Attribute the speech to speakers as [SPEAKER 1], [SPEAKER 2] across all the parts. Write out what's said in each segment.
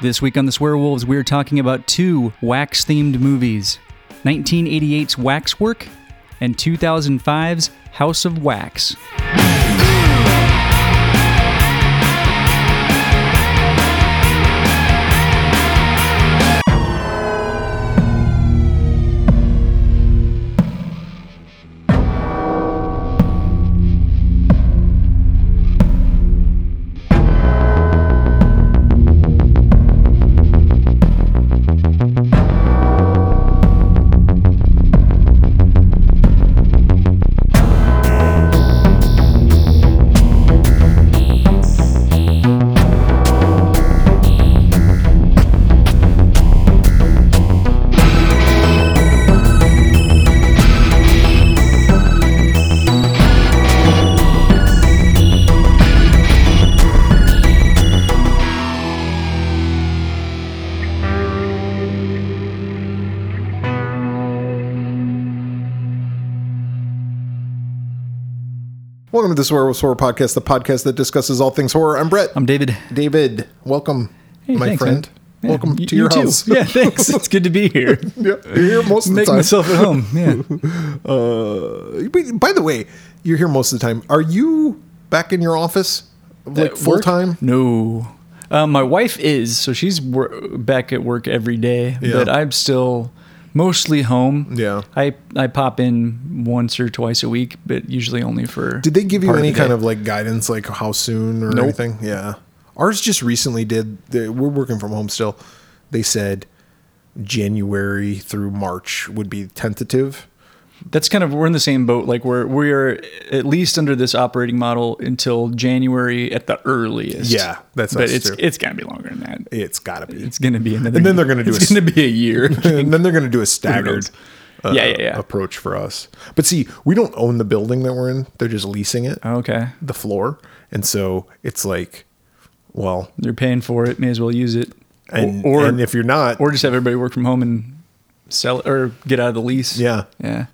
[SPEAKER 1] This week on The Swear Wolves, we're talking about two wax themed movies 1988's Waxwork and 2005's House of Wax.
[SPEAKER 2] Welcome to the Swear Horror Podcast, the podcast that discusses all things horror. I'm Brett.
[SPEAKER 1] I'm David.
[SPEAKER 2] David. Welcome,
[SPEAKER 1] Hey,
[SPEAKER 2] my
[SPEAKER 1] thanks,
[SPEAKER 2] friend.
[SPEAKER 1] man. Yeah,
[SPEAKER 2] Welcome
[SPEAKER 1] y-
[SPEAKER 2] to your
[SPEAKER 1] you too.
[SPEAKER 2] house.
[SPEAKER 1] Yeah, thanks. It's good to be here.
[SPEAKER 2] Yeah, you're here most of the
[SPEAKER 1] Make
[SPEAKER 2] time.
[SPEAKER 1] myself at home. Yeah.
[SPEAKER 2] Uh, but by the way, you're here most of the time. Are you back in your office, like
[SPEAKER 1] At
[SPEAKER 2] full
[SPEAKER 1] Uh, work?
[SPEAKER 2] time?
[SPEAKER 1] No. Uh, my wife is, so she's wor- back at work every day,
[SPEAKER 2] Yeah.
[SPEAKER 1] but I'm still mostly home.
[SPEAKER 2] Yeah.
[SPEAKER 1] I, I pop in once or twice a week, but usually only for.
[SPEAKER 2] Did they give you
[SPEAKER 1] part
[SPEAKER 2] any
[SPEAKER 1] the
[SPEAKER 2] kind
[SPEAKER 1] day.
[SPEAKER 2] of like guidance, like how soon or
[SPEAKER 1] Nope.
[SPEAKER 2] anything? Yeah. Ours just recently did. They, we're working from home still. They said January through March would be tentative.
[SPEAKER 1] That's kind of we're in the same boat. Like we're we are at least under this operating model until January at the earliest.
[SPEAKER 2] Yeah, that's
[SPEAKER 1] but
[SPEAKER 2] us
[SPEAKER 1] it's
[SPEAKER 2] too.
[SPEAKER 1] it's gonna be longer than that.
[SPEAKER 2] It's got to be.
[SPEAKER 1] It's gonna be another.
[SPEAKER 2] And then they're gonna do
[SPEAKER 1] It's
[SPEAKER 2] a Uh, s-
[SPEAKER 1] gonna be a year.
[SPEAKER 2] and then they're going to do a staggered
[SPEAKER 1] knows? Yeah, yeah, yeah.
[SPEAKER 2] approach for us. But see, we don't own the building that we're in. They're just leasing it,
[SPEAKER 1] okay,
[SPEAKER 2] the floor. And so it's like, well,
[SPEAKER 1] they're paying for it. May as well use it.
[SPEAKER 2] and,
[SPEAKER 1] or
[SPEAKER 2] and if you're not,
[SPEAKER 1] or just have everybody work from home and sell or get out of the lease.
[SPEAKER 2] yeah.
[SPEAKER 1] yeah.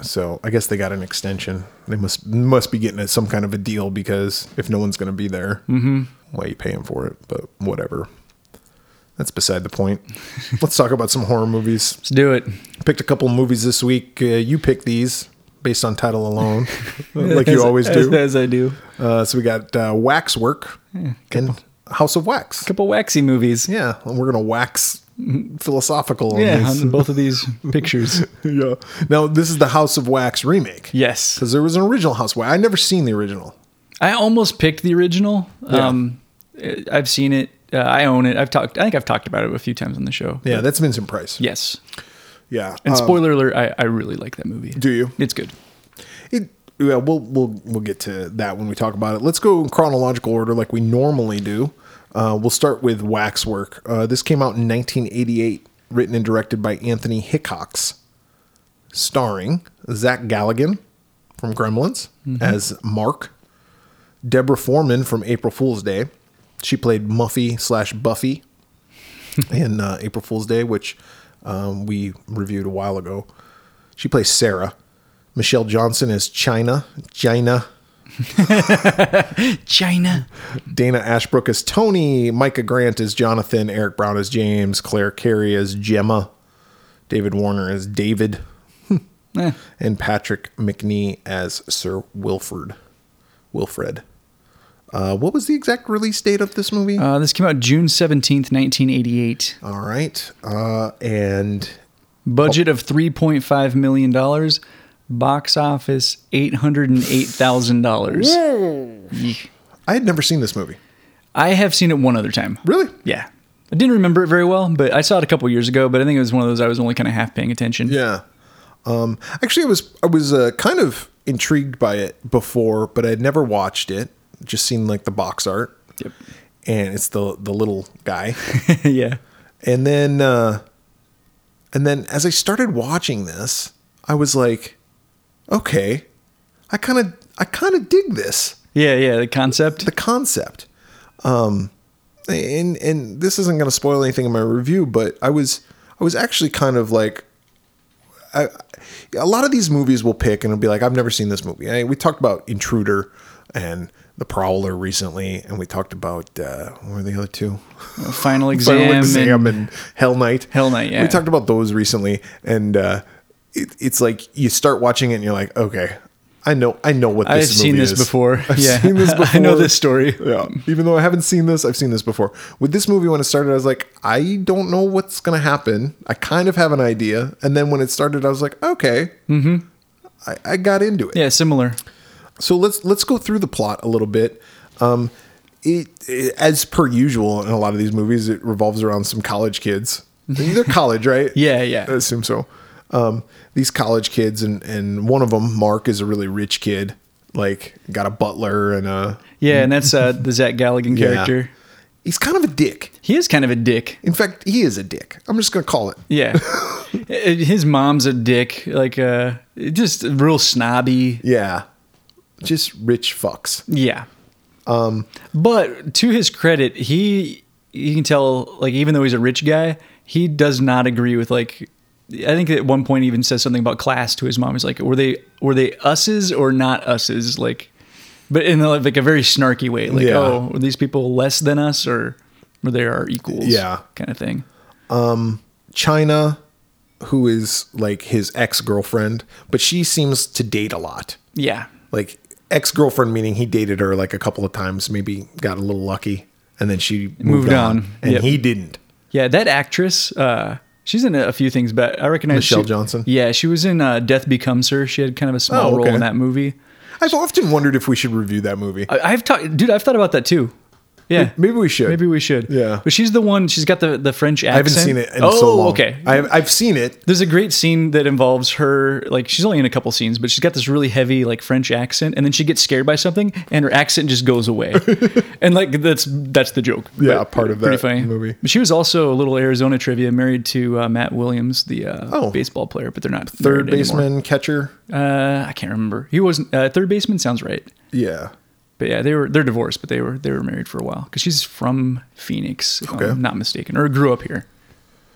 [SPEAKER 2] So I guess they got an extension. They must must be getting some kind of a deal because if no one's going to be there, mm-hmm. why are you paying for it? But whatever. That's beside the point. Let's talk about some horror movies.
[SPEAKER 1] Let's do it.
[SPEAKER 2] Picked a couple movies this week. Uh, you picked these based on title alone, like
[SPEAKER 1] As-
[SPEAKER 2] you always
[SPEAKER 1] as-
[SPEAKER 2] do.
[SPEAKER 1] As I do.
[SPEAKER 2] Uh, so we got uh, Waxwork and House of Wax.
[SPEAKER 1] couple waxy movies.
[SPEAKER 2] Yeah, and we're gonna wax philosophical. On
[SPEAKER 1] Yeah,
[SPEAKER 2] these.
[SPEAKER 1] on both of these pictures.
[SPEAKER 2] yeah. Now this is the House of Wax remake
[SPEAKER 1] Yes.
[SPEAKER 2] because there was an original House of Wax. I never seen the original.
[SPEAKER 1] I almost picked the original. Um, I- I've seen it. Uh, I own it. I've talked. I think I've talked about it a few times on the show.
[SPEAKER 2] Yeah, that's Vincent Price.
[SPEAKER 1] Yes.
[SPEAKER 2] yeah.
[SPEAKER 1] And
[SPEAKER 2] Um,
[SPEAKER 1] spoiler alert: I, I really like that movie.
[SPEAKER 2] do you?
[SPEAKER 1] It's good.
[SPEAKER 2] It, yeah, we'll we'll we'll get to that when we talk about it. Let's go in chronological order like we normally do. Uh, we'll start with Waxwork. Uh, this came out in 1988, written and directed by Anthony Hickox, starring Zach Galligan from Gremlins as Mark, Deborah Foreman from April Fool's Day. She played Muffy slash Buffy in uh, April Fool's Day, which um, we reviewed a while ago. She plays Sarah. Michelle Johnson is China. China.
[SPEAKER 1] China.
[SPEAKER 2] Dana Ashbrook is Tony. Micah Grant is Jonathan. Eric Brown is James. Claire Carey is Gemma. David Warner is David.
[SPEAKER 1] Eh,
[SPEAKER 2] And Patrick McNee as Sir Wilfred. Wilfred. Uh, what was the exact release date of this movie?
[SPEAKER 1] Uh, this came out June seventeenth, nineteen eighty-eight.
[SPEAKER 2] All right. Uh, and
[SPEAKER 1] Budget of three point five million dollars. Box office eight hundred and eight thousand dollars.
[SPEAKER 2] I had never seen this movie.
[SPEAKER 1] I have seen it one other time.
[SPEAKER 2] Really?
[SPEAKER 1] Yeah. I didn't remember it very well, but I saw it a couple years ago. But I think it was one of those I was only kind of half paying attention.
[SPEAKER 2] Yeah. Um, actually, I was I was uh, kind of intrigued by it before, but I'd never watched it. Just seen like the box art,
[SPEAKER 1] Yep.
[SPEAKER 2] and it's the the little guy.
[SPEAKER 1] yeah.
[SPEAKER 2] and then uh, and then as I started watching this, I was like, okay, I kind of I kind of dig this
[SPEAKER 1] Yeah. Yeah. The concept.
[SPEAKER 2] the concept. Um, and and this isn't going to spoil anything in my review, but I was I was actually kind of like, I, a lot of these movies will pick and it'll be like, I've never seen this movie. I, we talked about Intruder and The Prowler recently, and we talked about uh, what were the other two?
[SPEAKER 1] Final exam.
[SPEAKER 2] Final
[SPEAKER 1] and-
[SPEAKER 2] Exam and, Hell Knight.
[SPEAKER 1] Hell Knight, yeah.
[SPEAKER 2] We talked about those recently, and uh, it, it's like you start watching it and you're like, okay, I know, I know what this
[SPEAKER 1] I've
[SPEAKER 2] movie
[SPEAKER 1] seen this
[SPEAKER 2] is.
[SPEAKER 1] before.
[SPEAKER 2] I've
[SPEAKER 1] yeah.
[SPEAKER 2] seen this before.
[SPEAKER 1] I know this story.
[SPEAKER 2] Yeah, even though I haven't seen this, I've seen this before. With this movie, when it started, I was like, I don't know what's gonna happen. I kind of have an idea, and then when it started, I was like, okay, mm-hmm. I, I got into it.
[SPEAKER 1] Yeah, similar.
[SPEAKER 2] So let's let's go through the plot a little bit. Um, it, it- as per usual in a lot of these movies, it revolves around some college kids. They're college, right?
[SPEAKER 1] Yeah, yeah.
[SPEAKER 2] I assume so. Um, these college kids, and and one of them, Mark, is a really rich kid. Like, got a butler and a
[SPEAKER 1] Yeah, and that's uh, the Zach Galligan character.
[SPEAKER 2] He's kind of a dick.
[SPEAKER 1] He is kind of a dick.
[SPEAKER 2] In fact, he is a dick. I'm just gonna call it.
[SPEAKER 1] Yeah. Eh, His mom's a dick. Like, uh, just real snobby.
[SPEAKER 2] Yeah, just rich fucks.
[SPEAKER 1] Yeah. Um, but to his credit, he you can tell like even though he's a rich guy, he does not agree with like I think at one point he even says something about class to his mom. He's like, "Were they were they us's or not us's?" Like, but in like, like a very snarky way, like,
[SPEAKER 2] Yeah.
[SPEAKER 1] "Oh, were these people less than us or were they our equals?"
[SPEAKER 2] Yeah.
[SPEAKER 1] kind of thing.
[SPEAKER 2] China, who is like his ex girlfriend, but she seems to date a lot.
[SPEAKER 1] Yeah,
[SPEAKER 2] Like ex girlfriend, meaning he dated her like a couple of times, maybe got a little lucky, and then she moved,
[SPEAKER 1] Moved
[SPEAKER 2] on,
[SPEAKER 1] on.
[SPEAKER 2] and
[SPEAKER 1] Yep.
[SPEAKER 2] he didn't.
[SPEAKER 1] yeah. That actress, uh, she's in a few things, but I recognize
[SPEAKER 2] Michelle
[SPEAKER 1] she-
[SPEAKER 2] Johnson?
[SPEAKER 1] Yeah, she was in uh, Death Becomes Her. She had kind of a small
[SPEAKER 2] Oh,
[SPEAKER 1] role
[SPEAKER 2] okay.
[SPEAKER 1] in that movie.
[SPEAKER 2] I've often wondered if we should review that movie.
[SPEAKER 1] I, I've talked, dude. I've thought about that too. Yeah,
[SPEAKER 2] Maybe we should.
[SPEAKER 1] Maybe we should.
[SPEAKER 2] Yeah.
[SPEAKER 1] but she's the one. She's got the the French accent.
[SPEAKER 2] I haven't seen it in
[SPEAKER 1] oh,
[SPEAKER 2] so long.
[SPEAKER 1] okay.
[SPEAKER 2] I've, I've seen it.
[SPEAKER 1] There's a great scene that involves her. Like she's only in a couple scenes, but she's got this really heavy like French accent, and then she gets scared by something, and her accent just goes away. and like that's that's the joke.
[SPEAKER 2] Yeah,
[SPEAKER 1] But
[SPEAKER 2] part of
[SPEAKER 1] pretty
[SPEAKER 2] that
[SPEAKER 1] funny.
[SPEAKER 2] movie.
[SPEAKER 1] But she was also a little Arizona trivia, married to uh, Matt Williams, the uh,
[SPEAKER 2] Oh.
[SPEAKER 1] baseball player, but they're not
[SPEAKER 2] Third
[SPEAKER 1] married anymore.
[SPEAKER 2] baseman, catcher.
[SPEAKER 1] Uh, I can't remember. He wasn't uh, third baseman. Sounds right.
[SPEAKER 2] Yeah.
[SPEAKER 1] But yeah, they were they're divorced, but they were they were married for a while because she's from Phoenix, if
[SPEAKER 2] Okay.
[SPEAKER 1] I'm not mistaken, or grew up here.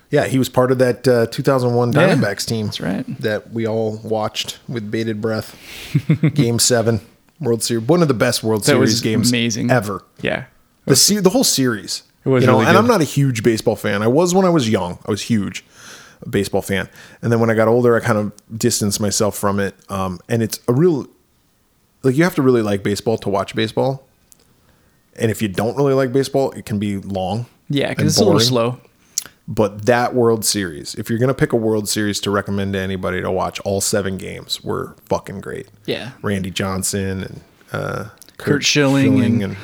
[SPEAKER 2] Yeah, he was part of that uh, 2001
[SPEAKER 1] Yeah.
[SPEAKER 2] Diamondbacks team.
[SPEAKER 1] That's right.
[SPEAKER 2] That we all watched with bated breath. Game seven, World Series, one of the best World
[SPEAKER 1] That
[SPEAKER 2] Series
[SPEAKER 1] was
[SPEAKER 2] games
[SPEAKER 1] amazing.
[SPEAKER 2] ever.
[SPEAKER 1] Yeah,
[SPEAKER 2] The se- the whole series.
[SPEAKER 1] It was
[SPEAKER 2] you know,
[SPEAKER 1] really
[SPEAKER 2] and
[SPEAKER 1] good.
[SPEAKER 2] I'm not a huge baseball fan. I was when I was young. I was huge baseball fan, and then when I got older, I kind of distanced myself from it. Um, and it's a real like you have to really like baseball to watch baseball. And if you don't really like baseball, it can be long.
[SPEAKER 1] yeah, because
[SPEAKER 2] and
[SPEAKER 1] it's a little
[SPEAKER 2] boring
[SPEAKER 1] slow.
[SPEAKER 2] but that World Series, if you're going to pick a World Series to recommend to anybody to watch, all seven games were fucking great.
[SPEAKER 1] Yeah.
[SPEAKER 2] Randy Johnson and uh, Kurt,
[SPEAKER 1] Schilling and-
[SPEAKER 2] and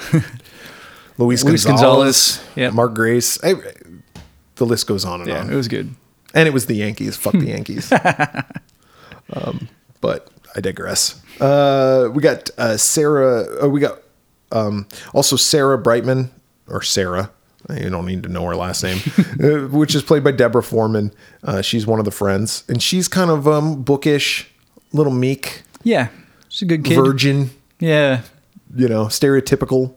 [SPEAKER 2] Luis,
[SPEAKER 1] Luis
[SPEAKER 2] Gonzalez,
[SPEAKER 1] Gonzalez. Yep.
[SPEAKER 2] Mark Grace. I, the list goes on and
[SPEAKER 1] Yeah,
[SPEAKER 2] on.
[SPEAKER 1] it was good.
[SPEAKER 2] and it was the Yankees. Fuck the Yankees. um, but I digress. Uh, we got uh, Sarah. Oh, we got um, also Sarah Brightman or Sarah. You don't need to know her last name, uh, which is played by Deborah Foreman. Uh, she's one of the friends, and she's kind of um, bookish, little meek,
[SPEAKER 1] Yeah, she's a good kid.
[SPEAKER 2] virgin
[SPEAKER 1] Yeah,
[SPEAKER 2] you know, stereotypical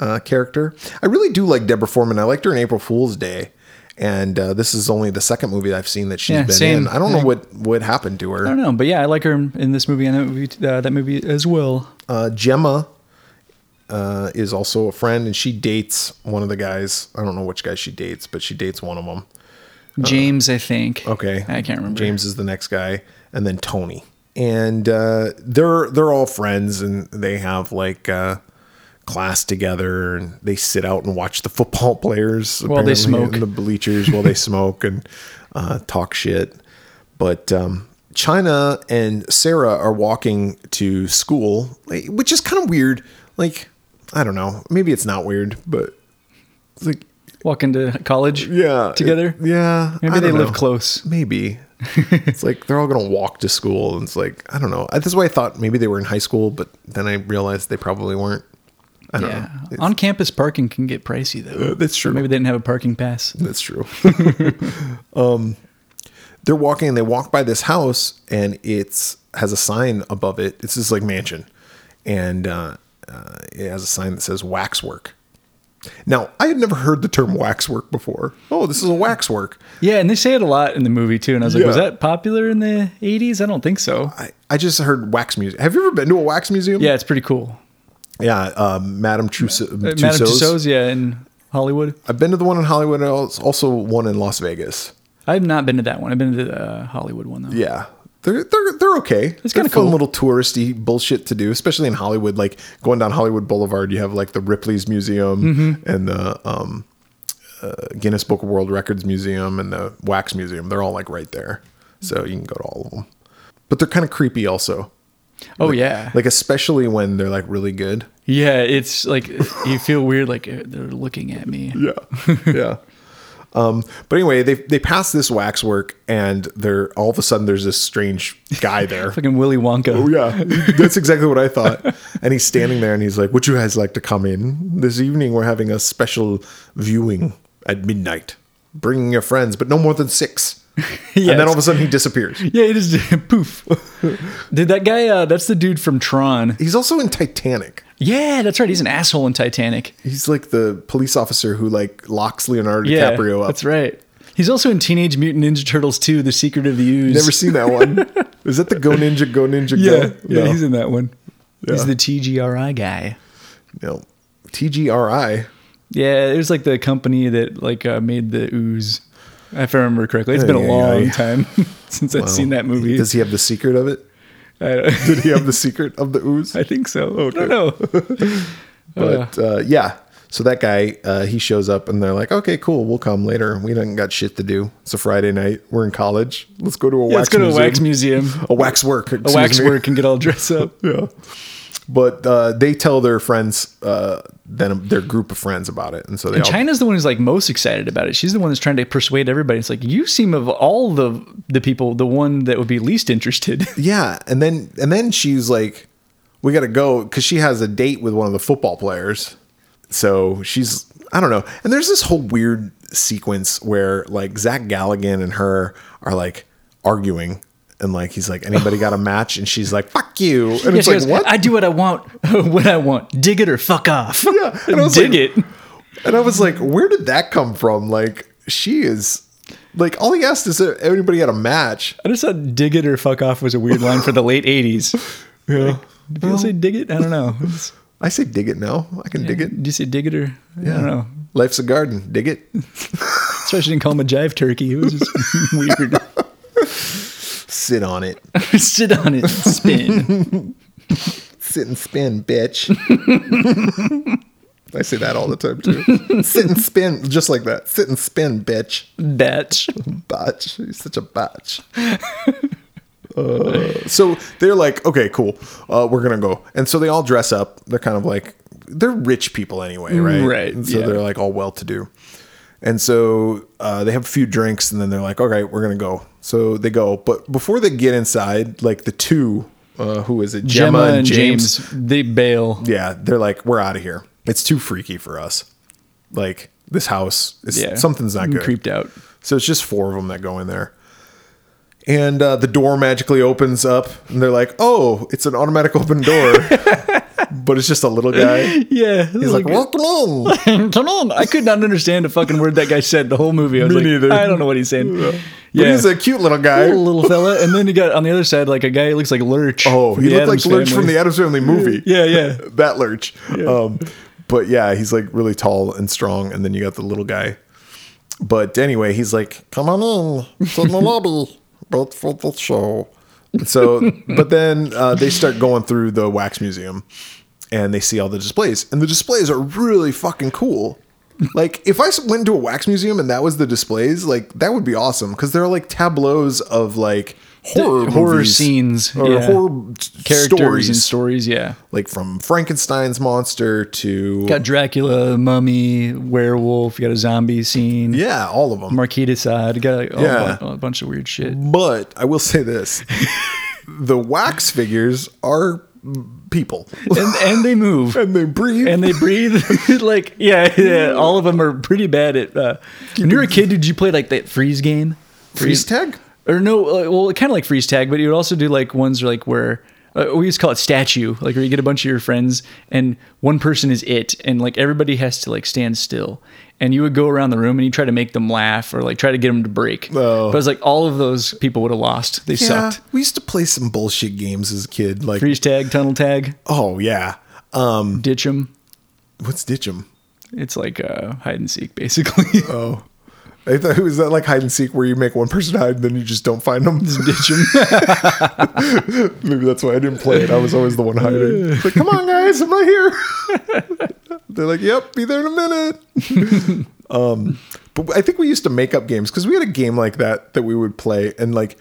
[SPEAKER 2] uh, character. I really do like Deborah Foreman. I liked her in April Fool's Day, and uh, this is only the second movie I've seen that she's
[SPEAKER 1] Yeah,
[SPEAKER 2] been
[SPEAKER 1] same.
[SPEAKER 2] in. I don't know what what happened to
[SPEAKER 1] I
[SPEAKER 2] her.
[SPEAKER 1] don't know, but yeah, I like her in in this movie and that movie, uh, that movie as well.
[SPEAKER 2] Uh, Gemma uh, is also a friend, and she dates one of the guys. I don't know which guy she dates, but she dates one of them.
[SPEAKER 1] James, I think.
[SPEAKER 2] Uh-huh. Okay,
[SPEAKER 1] I can't remember.
[SPEAKER 2] James is the next guy, and then Tony, and uh, they're they're all friends, and they have like. Uh, class together and they sit out and watch the football players
[SPEAKER 1] While they
[SPEAKER 2] apparently,
[SPEAKER 1] smoke.
[SPEAKER 2] in the bleachers while they smoke and uh, talk shit but um, china and sarah are walking to school like, which is kind of weird like i don't know maybe it's not weird but it's like
[SPEAKER 1] Walk into college.
[SPEAKER 2] yeah
[SPEAKER 1] together.
[SPEAKER 2] it- yeah
[SPEAKER 1] Maybe
[SPEAKER 2] I
[SPEAKER 1] they
[SPEAKER 2] don't
[SPEAKER 1] live
[SPEAKER 2] know.
[SPEAKER 1] close.
[SPEAKER 2] Maybe. it's like they're all going to walk to school. And it's like, I don't know. That's why I thought maybe they were in high school, but then I realized they probably weren't. I don't
[SPEAKER 1] Yeah,
[SPEAKER 2] know.
[SPEAKER 1] on campus parking can get pricey though.
[SPEAKER 2] Uh, that's true.
[SPEAKER 1] Maybe they didn't have a parking pass.
[SPEAKER 2] That's true. um, they're walking and they walk by this house and it's has a sign above it. It's this like mansion, and uh, uh, it has a sign that says waxwork. Now I had never heard the term waxwork before. Oh, this is a waxwork.
[SPEAKER 1] Yeah, and they say it a lot in the movie too. And I was like,
[SPEAKER 2] Yeah.
[SPEAKER 1] was that popular in the '80s? I don't think so.
[SPEAKER 2] I, I just heard wax music. Have you ever been to a wax museum?
[SPEAKER 1] Yeah, it's pretty cool.
[SPEAKER 2] Yeah, uh, Madame Trusso-
[SPEAKER 1] Uh,
[SPEAKER 2] Tussauds.
[SPEAKER 1] Madame Tussauds, yeah, in Hollywood.
[SPEAKER 2] I've been to the one in Hollywood. and als- Also, one in Las Vegas.
[SPEAKER 1] I've not been to that one. I've been to the uh, Hollywood one though.
[SPEAKER 2] Yeah. They're, they're, they're okay. It's
[SPEAKER 1] kinda
[SPEAKER 2] fun
[SPEAKER 1] cool.
[SPEAKER 2] little touristy bullshit to do, especially in Hollywood. Like going down Hollywood Boulevard, you have like the Ripley's Museum
[SPEAKER 1] Mm-hmm.
[SPEAKER 2] and the um, uh, Guinness Book of World Records Museum and the Wax Museum. They're all like right there. So you can go to all of them. But they're kind of creepy also.
[SPEAKER 1] Oh yeah.
[SPEAKER 2] Like, especially when they're like really good.
[SPEAKER 1] yeah, it's like you feel weird, like uh, they're looking at me.
[SPEAKER 2] Yeah. yeah. Um, but anyway, they they pass this waxwork and they're all of a sudden there's this strange guy there.
[SPEAKER 1] Fucking Willy Wonka.
[SPEAKER 2] Oh, yeah, that's exactly what I thought. And he's standing there and he's like, Would you guys like to come in? This evening we're having a special viewing at midnight. Bringing your friends, but no more than six. And then all of a sudden he disappears.
[SPEAKER 1] Yeah, it is poof. Did that guy? Uh, that's the dude from Tron.
[SPEAKER 2] He's also in Titanic.
[SPEAKER 1] Yeah, that's right. He's an asshole in Titanic.
[SPEAKER 2] He's like the police officer who like locks Leonardo
[SPEAKER 1] Yeah,
[SPEAKER 2] DiCaprio up.
[SPEAKER 1] that's right. He's also in Teenage Mutant Ninja Turtles 2, The Secret of the Ooze.
[SPEAKER 2] Never seen that one. Is that the Go Ninja Go Ninja
[SPEAKER 1] yeah,
[SPEAKER 2] Go?
[SPEAKER 1] yeah,
[SPEAKER 2] No.
[SPEAKER 1] he's in that one. He's
[SPEAKER 2] Yeah.
[SPEAKER 1] the TGRI guy.
[SPEAKER 2] no. TGRI.
[SPEAKER 1] Yeah, it was like the company that like uh, made the ooze. If I remember correctly, it's been
[SPEAKER 2] Ay,
[SPEAKER 1] a
[SPEAKER 2] ay,
[SPEAKER 1] long
[SPEAKER 2] ay.
[SPEAKER 1] time since I've seen that movie.
[SPEAKER 2] Does he have the secret of it?
[SPEAKER 1] I, don't,
[SPEAKER 2] Did he have the secret of the ooze?
[SPEAKER 1] I think so. I don't know.
[SPEAKER 2] But uh, yeah, so that guy uh, he shows up and they're like, okay, cool, we'll come later. We don't got shit to do. It's a Friday night. We're in college. Let's go to a wax.
[SPEAKER 1] Let's go to a
[SPEAKER 2] museum.
[SPEAKER 1] wax museum,
[SPEAKER 2] A wax work.
[SPEAKER 1] a wax work, and get all dressed up.
[SPEAKER 2] Yeah. But uh, they tell their friends, uh, then their group of friends about it, and so they all
[SPEAKER 1] China's the one who's like most excited about it. She's the one that's trying to persuade everybody. It's like you seem of all the the people, the one that would be least interested.
[SPEAKER 2] yeah and then and then she's like we gotta go because she has a date with one of the football players so she's i don't know and there's this whole weird sequence where like zach galligan and her are like arguing and like he's like anybody got a match and she's like fuck you and
[SPEAKER 1] Yeah,
[SPEAKER 2] it's
[SPEAKER 1] she
[SPEAKER 2] like
[SPEAKER 1] goes,
[SPEAKER 2] what
[SPEAKER 1] I do what I want when I want. Dig it or fuck off.
[SPEAKER 2] Yeah, and I was
[SPEAKER 1] dig
[SPEAKER 2] like-
[SPEAKER 1] it.
[SPEAKER 2] and i was like where did that come from like she is like all he asked is if anybody had a match
[SPEAKER 1] I just thought dig it or fuck off was a weird line for the late 80s.
[SPEAKER 2] yeah
[SPEAKER 1] Did people say dig it? I don't know. It's-
[SPEAKER 2] i say dig it now i can dig it
[SPEAKER 1] Did you say dig it or? I don't know.
[SPEAKER 2] life's a garden dig it
[SPEAKER 1] Especially didn't call him a jive turkey. It was just weird.
[SPEAKER 2] sit on it
[SPEAKER 1] Sit on it, spin.
[SPEAKER 2] Sit and spin, bitch. I say that all the time too. Sit and spin, just like that. Sit and spin, bitch.
[SPEAKER 1] Batch.
[SPEAKER 2] Botch. He's such a botch. Uh, so they're like, okay, cool. Uh, we're gonna go. And so they all dress up. They're kind of like they're rich people anyway, right?
[SPEAKER 1] Mm, Right,
[SPEAKER 2] And so
[SPEAKER 1] yeah.
[SPEAKER 2] they're like all well to do. And so uh, they have a few drinks, and then they're like, all right, we're gonna go. So they go, but before they get inside, like the two, uh, who is it,
[SPEAKER 1] Gemma, and James, they bail.
[SPEAKER 2] yeah, they're like, we're out of here. It's too freaky for us. Like this house, is,
[SPEAKER 1] Yeah.
[SPEAKER 2] something's not
[SPEAKER 1] I'm
[SPEAKER 2] good.
[SPEAKER 1] creeped out.
[SPEAKER 2] So it's just four of them that go in there, and uh, the door magically opens up, and they're like, oh, it's an automatic open door, but it's just a little guy.
[SPEAKER 1] Yeah.
[SPEAKER 2] He's like, welcome on.
[SPEAKER 1] Come on. I could not understand a fucking word that guy said the whole movie. I was
[SPEAKER 2] Me
[SPEAKER 1] like,
[SPEAKER 2] neither.
[SPEAKER 1] I don't know what he's saying. Yeah.
[SPEAKER 2] But he's a cute little guy.
[SPEAKER 1] a little fella. And then you got on the other side, like a guy who looks like Lurch.
[SPEAKER 2] Oh,
[SPEAKER 1] from
[SPEAKER 2] he
[SPEAKER 1] the
[SPEAKER 2] looked
[SPEAKER 1] Addams
[SPEAKER 2] like Lurch from
[SPEAKER 1] Family.
[SPEAKER 2] the Adams Family movie.
[SPEAKER 1] Yeah, yeah.
[SPEAKER 2] that Lurch. Um, but yeah, he's like really tall and strong, and then you got the little guy. But anyway, he's like, "Come on in, it's in the lobby, but for the show." So, but then uh, they start going through the wax museum, and they see all the displays, and the displays are really fucking cool. Like, if I s- went to a wax museum and that was the displays, like that would be awesome because there are like tableaus of like horror
[SPEAKER 1] horror
[SPEAKER 2] movies
[SPEAKER 1] scenes,
[SPEAKER 2] or
[SPEAKER 1] yeah.
[SPEAKER 2] horror
[SPEAKER 1] characters
[SPEAKER 2] stories
[SPEAKER 1] and stories. Yeah,
[SPEAKER 2] like from Frankenstein's monster to
[SPEAKER 1] got Dracula, mummy, werewolf. You got a zombie scene.
[SPEAKER 2] yeah, all of them.
[SPEAKER 1] Marquis de Sade. Got like, all-
[SPEAKER 2] Yeah.
[SPEAKER 1] all- a bunch of weird shit.
[SPEAKER 2] But I will say this: the wax figures are people,
[SPEAKER 1] And and they move.
[SPEAKER 2] and they breathe.
[SPEAKER 1] And they breathe like yeah, yeah. All of them are pretty bad at. Uh, when you were a kid, did you play like that freeze game?
[SPEAKER 2] freeze tag.
[SPEAKER 1] or no? uh, Well, kind of like freeze tag, but you would also do like ones like where uh, we used to call it statue, like where you get a bunch of your friends and one person is it, and like everybody has to like stand still, and you would go around the room and you try to make them laugh or like try to get them to break.
[SPEAKER 2] Oh.
[SPEAKER 1] But it's like all of those people would have lost. They
[SPEAKER 2] Yeah,
[SPEAKER 1] sucked.
[SPEAKER 2] we used to play some bullshit games as a kid. Like
[SPEAKER 1] Freeze tag, tunnel tag.
[SPEAKER 2] oh yeah,
[SPEAKER 1] Ditch 'em.
[SPEAKER 2] What's Ditchum?
[SPEAKER 1] It's like uh, hide and seek, basically.
[SPEAKER 2] Oh, I thought was that like hide and seek where you make one person hide and then you just don't find them.
[SPEAKER 1] Ditch 'em.
[SPEAKER 2] Maybe that's why I didn't play it. I was always the one hiding. It's like, come on, guys, I'm right here. They're like, yep, be there in a minute. um, but I think we used to make up games because we had a game like that that we would play, and like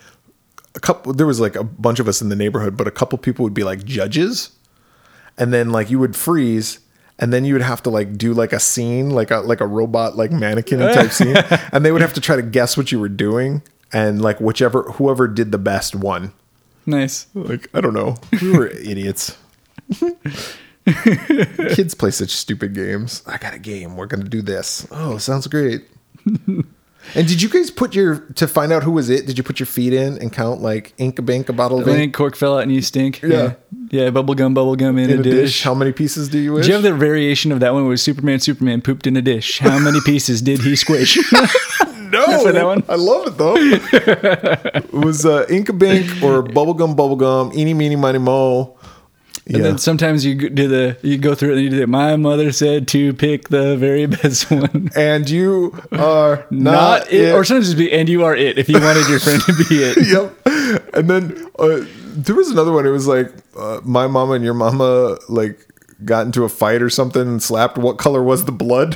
[SPEAKER 2] a couple, there was like a bunch of us in the neighborhood, but a couple people would be like judges, and then like you would freeze. And then you would have to like do like a scene, like a like a robot like mannequin type scene, and they would have to try to guess what you were doing, and like whichever whoever did the best won.
[SPEAKER 1] nice.
[SPEAKER 2] Like, I don't know. We were idiots. Kids play such stupid games. I got a game. We're going to do this. Oh, sounds great. and did you guys put your, to find out who was it, did you put your feet in and count like ink a bank, a bottle of
[SPEAKER 1] I
[SPEAKER 2] ink
[SPEAKER 1] think cork fell out and you stink.
[SPEAKER 2] Yeah.
[SPEAKER 1] Yeah, bubble gum, bubble gum in,
[SPEAKER 2] in
[SPEAKER 1] a dish.
[SPEAKER 2] How many pieces do you wish?
[SPEAKER 1] Did you have the variation of that one where it was Superman, Superman pooped in a dish? How many pieces did he squish?
[SPEAKER 2] no,
[SPEAKER 1] for that one?
[SPEAKER 2] I love it though. it was uh, ink a bank or bubblegum, bubblegum, eeny, meeny, miny, mo. Yeah.
[SPEAKER 1] And then sometimes you do the you go through it and you do the my mother said to pick the very best one.
[SPEAKER 2] and you are
[SPEAKER 1] Not,
[SPEAKER 2] not,
[SPEAKER 1] it, or sometimes just be and you are it if you wanted your friend to be it.
[SPEAKER 2] yep. And then uh, there was another one. It was like uh, my mama and your mama like got into a fight or something and slapped. What color was the blood?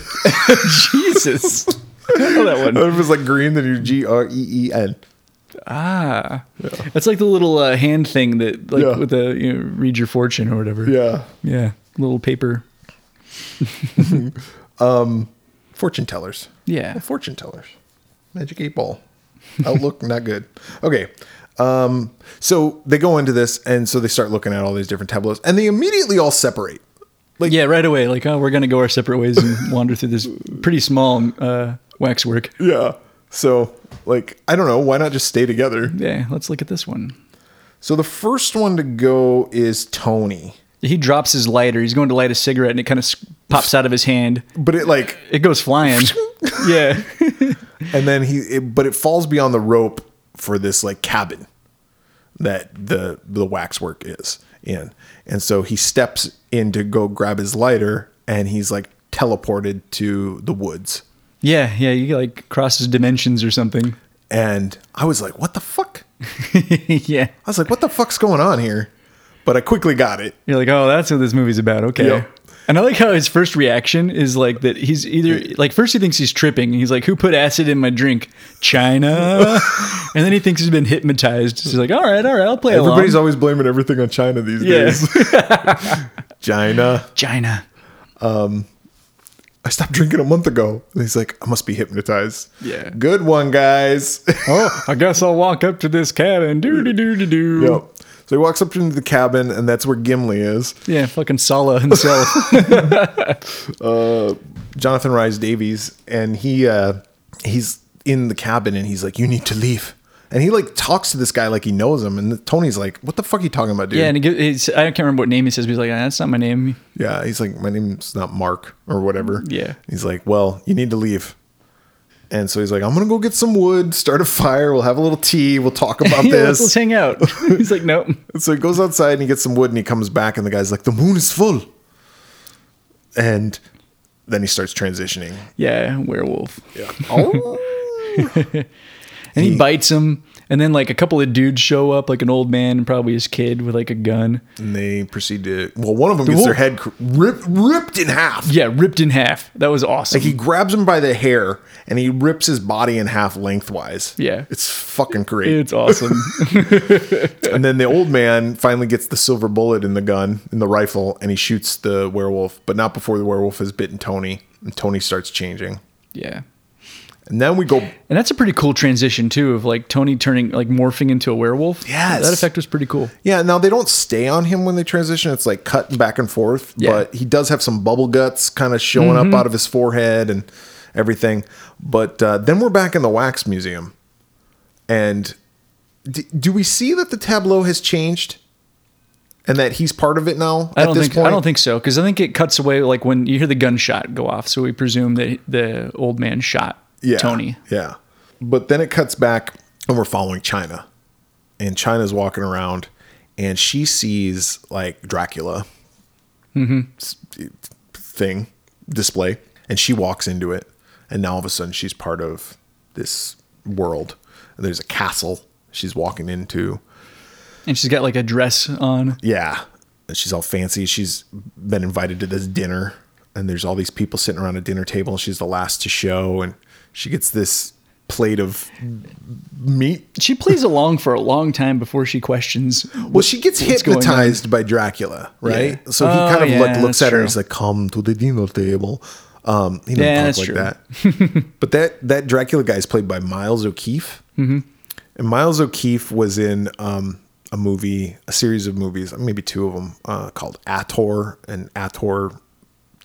[SPEAKER 1] Jesus. I know that
[SPEAKER 2] And
[SPEAKER 1] one.
[SPEAKER 2] if it was like green, then you G R E E N.
[SPEAKER 1] Ah. That's like the little uh, hand thing that like
[SPEAKER 2] Yeah.
[SPEAKER 1] with the you know, read your fortune or whatever.
[SPEAKER 2] Yeah.
[SPEAKER 1] Yeah. Little paper.
[SPEAKER 2] Fortune tellers.
[SPEAKER 1] Yeah.
[SPEAKER 2] Fortune tellers. Magic eight ball. Outlook not good. Okay. Um, so they go into this, and so they start looking at all these different tableaus, and they immediately all separate.
[SPEAKER 1] Yeah, right away. Like, oh, we're gonna go our separate ways and wander through this pretty small uh, waxwork.
[SPEAKER 2] Yeah. So, like, I don't know. Why not just stay together?
[SPEAKER 1] Yeah, let's look at this one.
[SPEAKER 2] So the first one to go is Tony.
[SPEAKER 1] He drops his lighter. He's going to light a cigarette, and it kind of pops out of his hand.
[SPEAKER 2] but it like
[SPEAKER 1] It goes flying. yeah,
[SPEAKER 2] and then he it, but it falls beyond the rope for this like cabin that the the waxwork is in and so he steps in to go grab his lighter and he's like teleported to the woods
[SPEAKER 1] yeah, yeah. You like crosses dimensions or something.
[SPEAKER 2] and i was like what the fuck i
[SPEAKER 1] yeah,
[SPEAKER 2] was like what the fuck's going on here but i quickly got it
[SPEAKER 1] you're like, oh, that's what this movie's about. Okay.
[SPEAKER 2] Yep.
[SPEAKER 1] And I like how his first reaction is like that he's either like first he thinks he's tripping. He's like, "Who put acid in my drink? China." and then he thinks he's been hypnotized. So he's like, "All right, all right, I'll play
[SPEAKER 2] everybody's
[SPEAKER 1] along."
[SPEAKER 2] always blaming everything on china these
[SPEAKER 1] Yeah.
[SPEAKER 2] days china
[SPEAKER 1] China.
[SPEAKER 2] i stopped drinking a month ago and he's like i must be hypnotized
[SPEAKER 1] Yeah.
[SPEAKER 2] good one guys
[SPEAKER 1] Oh, I guess I'll walk up to this cabin. Doo doo doo doo doo.
[SPEAKER 2] Yep. So he walks up into the cabin, and that's where Gimli is.
[SPEAKER 1] Yeah, fucking Sala himself.
[SPEAKER 2] Jonathan Rhys Davies, and he uh, he's in the cabin, and he's like, "You need to leave." And he like talks to this guy like he knows him, and Tony's like, "What the fuck are you talking about, dude?"
[SPEAKER 1] Yeah, and he gives, he's, I can't remember what name he says, but he's like, "Ah, that's not my name.
[SPEAKER 2] Yeah, he's like, my name's not Mark or whatever.
[SPEAKER 1] Yeah.
[SPEAKER 2] He's like, well, you need to leave. And so he's like, I'm gonna go get some wood, start a fire, we'll have a little tea, we'll talk about
[SPEAKER 1] Yeah, let's,
[SPEAKER 2] this.
[SPEAKER 1] let's hang out. he's like, nope.
[SPEAKER 2] So he goes outside and he gets some wood and he comes back and the guy's like, the moon is full. And then he starts transitioning.
[SPEAKER 1] Yeah, werewolf.
[SPEAKER 2] Yeah. Oh.
[SPEAKER 1] And he, bites him, and then like a couple of dudes show up, like an old man and probably his kid with like a gun.
[SPEAKER 2] and they proceed to, well, one of them gets
[SPEAKER 1] whole-
[SPEAKER 2] their head cr- rip, ripped in half.
[SPEAKER 1] Yeah, ripped in half. That was awesome.
[SPEAKER 2] Like he grabs him by the hair and he rips his body in half lengthwise.
[SPEAKER 1] Yeah.
[SPEAKER 2] It's fucking great.
[SPEAKER 1] it's awesome.
[SPEAKER 2] And then the old man finally gets the silver bullet in the gun, in the rifle, and he shoots the werewolf, but not before the werewolf has bitten Tony. And Tony starts changing.
[SPEAKER 1] yeah.
[SPEAKER 2] And then we go
[SPEAKER 1] And that's a pretty cool transition too, of like Tony turning like morphing into a werewolf.
[SPEAKER 2] Yes.
[SPEAKER 1] that effect was pretty cool.
[SPEAKER 2] Yeah, now they don't stay on him when they transition. It's like cut back and forth,
[SPEAKER 1] Yeah. Mm-hmm.
[SPEAKER 2] but he does have some bubble guts kind of showing up out of his forehead and everything. But uh, then we're back in the wax museum. And d- do we see that the tableau has changed and that he's part of it now
[SPEAKER 1] I
[SPEAKER 2] at
[SPEAKER 1] don't
[SPEAKER 2] this
[SPEAKER 1] think
[SPEAKER 2] point?
[SPEAKER 1] I don't think so because I think it cuts away like when you hear the gunshot go off, so we presume that the old man shot Tony.
[SPEAKER 2] Yeah. But then it cuts back and we're following China. And China's walking around and she sees like Dracula s- thing display, and she walks into it, and now all of a sudden she's part of this world. And there's a castle she's walking into.
[SPEAKER 1] And she's got like a dress on.
[SPEAKER 2] Yeah. And she's all fancy. She's been invited to this dinner, and there's all these people sitting around a dinner table, and she's the last to show, and she gets this plate of meat.
[SPEAKER 1] She plays along for a long time before she questions.
[SPEAKER 2] Well, she gets
[SPEAKER 1] going on?
[SPEAKER 2] hypnotized by Dracula, right?
[SPEAKER 1] Yeah.
[SPEAKER 2] So he
[SPEAKER 1] Oh,
[SPEAKER 2] kind of like
[SPEAKER 1] yeah,
[SPEAKER 2] looks
[SPEAKER 1] that's
[SPEAKER 2] at her
[SPEAKER 1] true.
[SPEAKER 2] and he's like, "Come to the dinner table." Um, he
[SPEAKER 1] Yeah,
[SPEAKER 2] doesn't
[SPEAKER 1] that's
[SPEAKER 2] talk like that. but that that Dracula guy is played by Miles O'Keefe, mm-hmm. and Miles O'Keefe was in um, a movie, a series of movies, maybe two of them, uh, called Ator and Ator